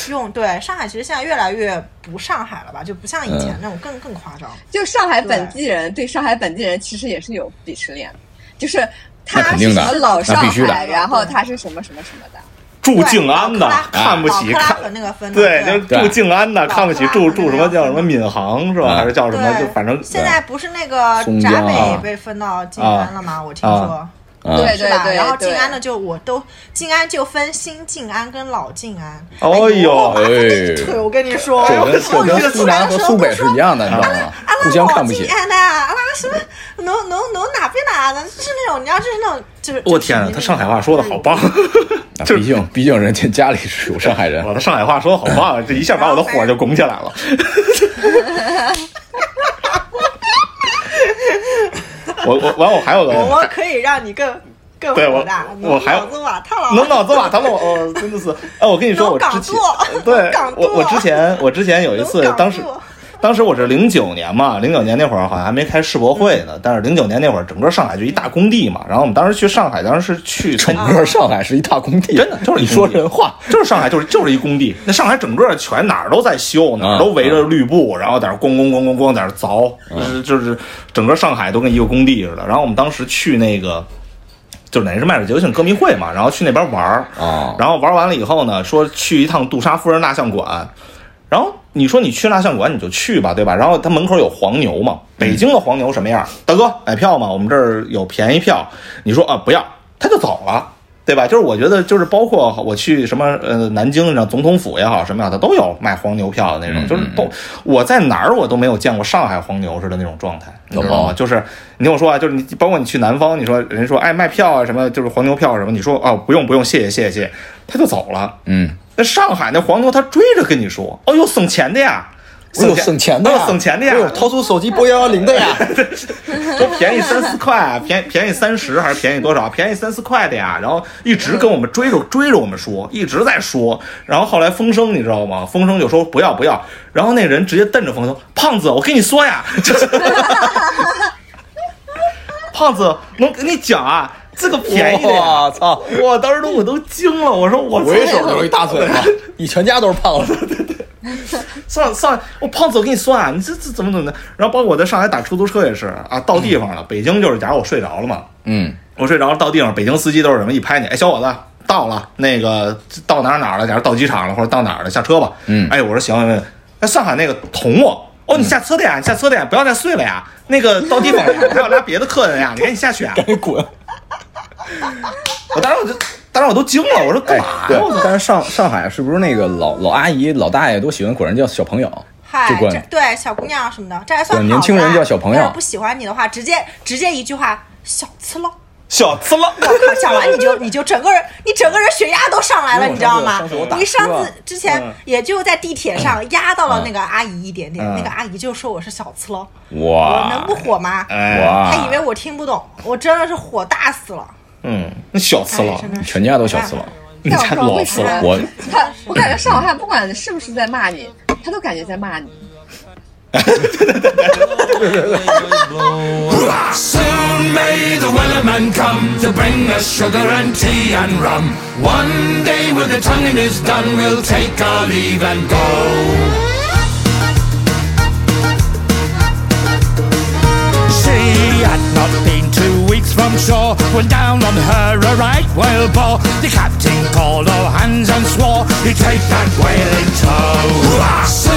Speaker 3: 用对上海，其实现在越来越不上海了吧？就不像以
Speaker 5: 嗯
Speaker 3: 前那种更更夸张。
Speaker 6: 就上海本地人对上海本地人其实也是有鄙视链，就是
Speaker 5: 那
Speaker 6: 他
Speaker 5: 肯
Speaker 6: 是
Speaker 5: 定
Speaker 6: 什
Speaker 5: 的
Speaker 6: 么老上
Speaker 5: 那必须
Speaker 6: 海，
Speaker 5: 的
Speaker 6: 然后他是什么什么什么的。
Speaker 4: 住
Speaker 3: 对
Speaker 4: 静安的
Speaker 3: 老克拉
Speaker 4: 看不起，
Speaker 3: 老克拉
Speaker 4: 看
Speaker 3: 和那个分的
Speaker 4: 对，就是住
Speaker 5: 对
Speaker 4: 静安的，
Speaker 3: 老
Speaker 4: 看不起
Speaker 3: 化
Speaker 4: 住
Speaker 3: 那
Speaker 4: 住
Speaker 3: 个
Speaker 4: 什么叫
Speaker 3: 分
Speaker 4: 什么
Speaker 3: 的
Speaker 4: 闵行是吧？
Speaker 5: 嗯
Speaker 4: 还是叫什么？
Speaker 3: 对
Speaker 4: 就反正
Speaker 3: 现在不是那个
Speaker 5: 松江
Speaker 3: 闸北
Speaker 5: 啊
Speaker 3: 被分到静安了吗？我听说
Speaker 4: 啊，
Speaker 5: 啊
Speaker 6: 对
Speaker 3: 是吧？
Speaker 6: 对
Speaker 3: 然后
Speaker 6: 对
Speaker 3: 静安的就我都静安就分新静安跟老静安。
Speaker 4: 哎
Speaker 3: 哎
Speaker 4: 呦
Speaker 3: 我妈分那
Speaker 5: 哎
Speaker 3: 一腿，我跟你说，
Speaker 5: 这
Speaker 3: 我
Speaker 5: 跟这跟苏南和苏北是一样的，你知道吗？
Speaker 3: 啊
Speaker 5: 互相看不起
Speaker 3: 阿。拉阿拉啊什么能能能哪边哪的，就是那种你要就是那种就是。嗯
Speaker 4: 我天啊
Speaker 3: 哪
Speaker 4: 呐，，他上海话说的好棒！
Speaker 5: 啊
Speaker 4: 就是
Speaker 5: 毕竟毕竟人家家里是有上海人
Speaker 4: 我，的上海话说的好棒，啊这一下把我的火就拱起来了。 我我完我还有个
Speaker 3: 我
Speaker 4: 问
Speaker 3: 我
Speaker 4: 题，
Speaker 3: 可以让你更更
Speaker 4: 啊对
Speaker 3: 火
Speaker 4: 我
Speaker 3: 大，
Speaker 4: 我还有
Speaker 3: 脑子瓦特了，
Speaker 4: 能脑子瓦他们我我真的是，哎，我跟你说，
Speaker 3: 能
Speaker 4: 我
Speaker 3: 港
Speaker 4: 之前
Speaker 3: 舵
Speaker 4: 对
Speaker 3: 能港
Speaker 4: 我
Speaker 3: 舵
Speaker 4: 我之前我之前有一次
Speaker 3: 能，港
Speaker 4: 当时
Speaker 3: 舵
Speaker 4: 当时我是零九年嘛，零九年那会儿好像还没开世博会呢，但是零九年那会儿整个上海就一大工地嘛，然后我们当时去上海，当时是去参
Speaker 5: 整个上海是一大工地，
Speaker 4: 真的就
Speaker 5: 你
Speaker 4: 是一
Speaker 5: 说
Speaker 4: 工地
Speaker 5: 人话，
Speaker 4: 就是上海，就是就是一工地。那上海整个全哪儿都在修，哪儿
Speaker 5: 啊
Speaker 4: 都围着绿布，然后在那儿咣咣咣咣咣在那儿凿，就是就是整个上海都跟一个工地似的。然后我们当时去那个，就是等于是迈尔杰克逊歌迷会嘛，然后去那边玩儿
Speaker 5: 哦
Speaker 4: 然后玩完了以后呢，说去一趟杜莎夫人蜡像馆，然后你说你去蜡像馆你就去吧，对吧？然后它门口有黄牛嘛，北京的黄牛什么样？大哥买票嘛，我们这儿有便宜票。你说啊不要，他就走了。对吧？就是我觉得，就是包括我去什么呃南京上总统府也好，什么呀，它都有卖黄牛票的那种，就是都我在哪儿我都没有见过上海黄牛似的那种状态，你知道吗？
Speaker 5: 哦
Speaker 4: 就是你听我说啊，就是你包括你去南方，你说人家说哎卖票啊什么，就是黄牛票啊什么，你说哦不用不用，谢谢谢谢谢谢，他就走了。
Speaker 5: 嗯，
Speaker 4: 那上海那黄牛他追着跟你说：“哦呦，省钱的呀，
Speaker 5: 我有省钱的
Speaker 4: 哎
Speaker 5: 呀，
Speaker 4: 呦省钱的呀
Speaker 5: 我，有掏出手机拨幺幺零的 呀，
Speaker 4: 都便宜三四块，便便宜三十还是便宜多少？便宜三四块的呀。”然后一直跟我们追着追着我们说，一直在说。然后后来风声你知道吗？风声就说不要不要，然后那人直接瞪着风声：“胖子，我跟你说呀， 就是。”胖子，能跟你讲啊，这个便宜的呀！
Speaker 5: 我操！
Speaker 4: 我当时都我都惊了，我说我操
Speaker 5: 我一手留一大嘴 巴，你全家都是胖子。
Speaker 4: 上上，我胖子，我跟你说啊，你这这怎么怎么的？然后包括我在上海打出租车也是啊，到地方了，北京就是，假如我睡着了嘛，
Speaker 5: 嗯，
Speaker 4: 我睡着了到地方，北京司机都是什么一拍你，哎，小伙子。到了，那个到哪儿哪儿了？假如到机场了，或者到哪儿了，下车吧。
Speaker 5: 嗯
Speaker 4: 哎，我说行，行行那上海那个捅我。哦，你下车的呀，你下车的呀，不要再睡了呀。那个到地方了呀，还有拉别的客人呀，你赶紧下去啊！
Speaker 5: 你滚！
Speaker 4: 我当时我就，当时我都惊了，我说干嘛
Speaker 5: 哎对
Speaker 4: 呀？我操，
Speaker 5: 但是上上海是不是那个老老阿姨、老大爷都喜欢管人叫小朋友？
Speaker 3: 嗨
Speaker 5: 就，管
Speaker 3: 这对小姑娘什么的，这还算好
Speaker 5: 对
Speaker 3: 的。
Speaker 5: 年轻人叫小朋友
Speaker 3: 要是不喜欢你的话，直接直接一句话小刺喽。
Speaker 4: 小次了。
Speaker 3: 我靠，讲完你就你就整个人你整个人血压都上来了，
Speaker 5: 因为我
Speaker 3: 你知道吗
Speaker 5: 上次我上次我打？
Speaker 3: 你上
Speaker 5: 车啊
Speaker 3: 次之前也就在地铁上压到了那个阿姨一点点，
Speaker 5: 嗯
Speaker 3: 那个阿姨就说我是小刺喽，我能
Speaker 5: 哇
Speaker 3: 不火吗？
Speaker 4: 哎，
Speaker 5: 哇！
Speaker 3: 她以为我听不懂，我真的是火大死了，
Speaker 4: 嗯，那小次了
Speaker 3: 哎，真的是
Speaker 5: 全家都小刺了，
Speaker 4: 你太老实了。
Speaker 5: 我
Speaker 6: 他，我感觉上海不管是不是在骂你，他都感觉在骂你。
Speaker 2: Soon may the weller man come to bring us sugar and tea and rum. One day with the tonguing is done, we'll take our leave and go. She had not been two weeks from shore when down on her a right whale bore. The captain called all hands and swore he'd take that whale in tow. Soon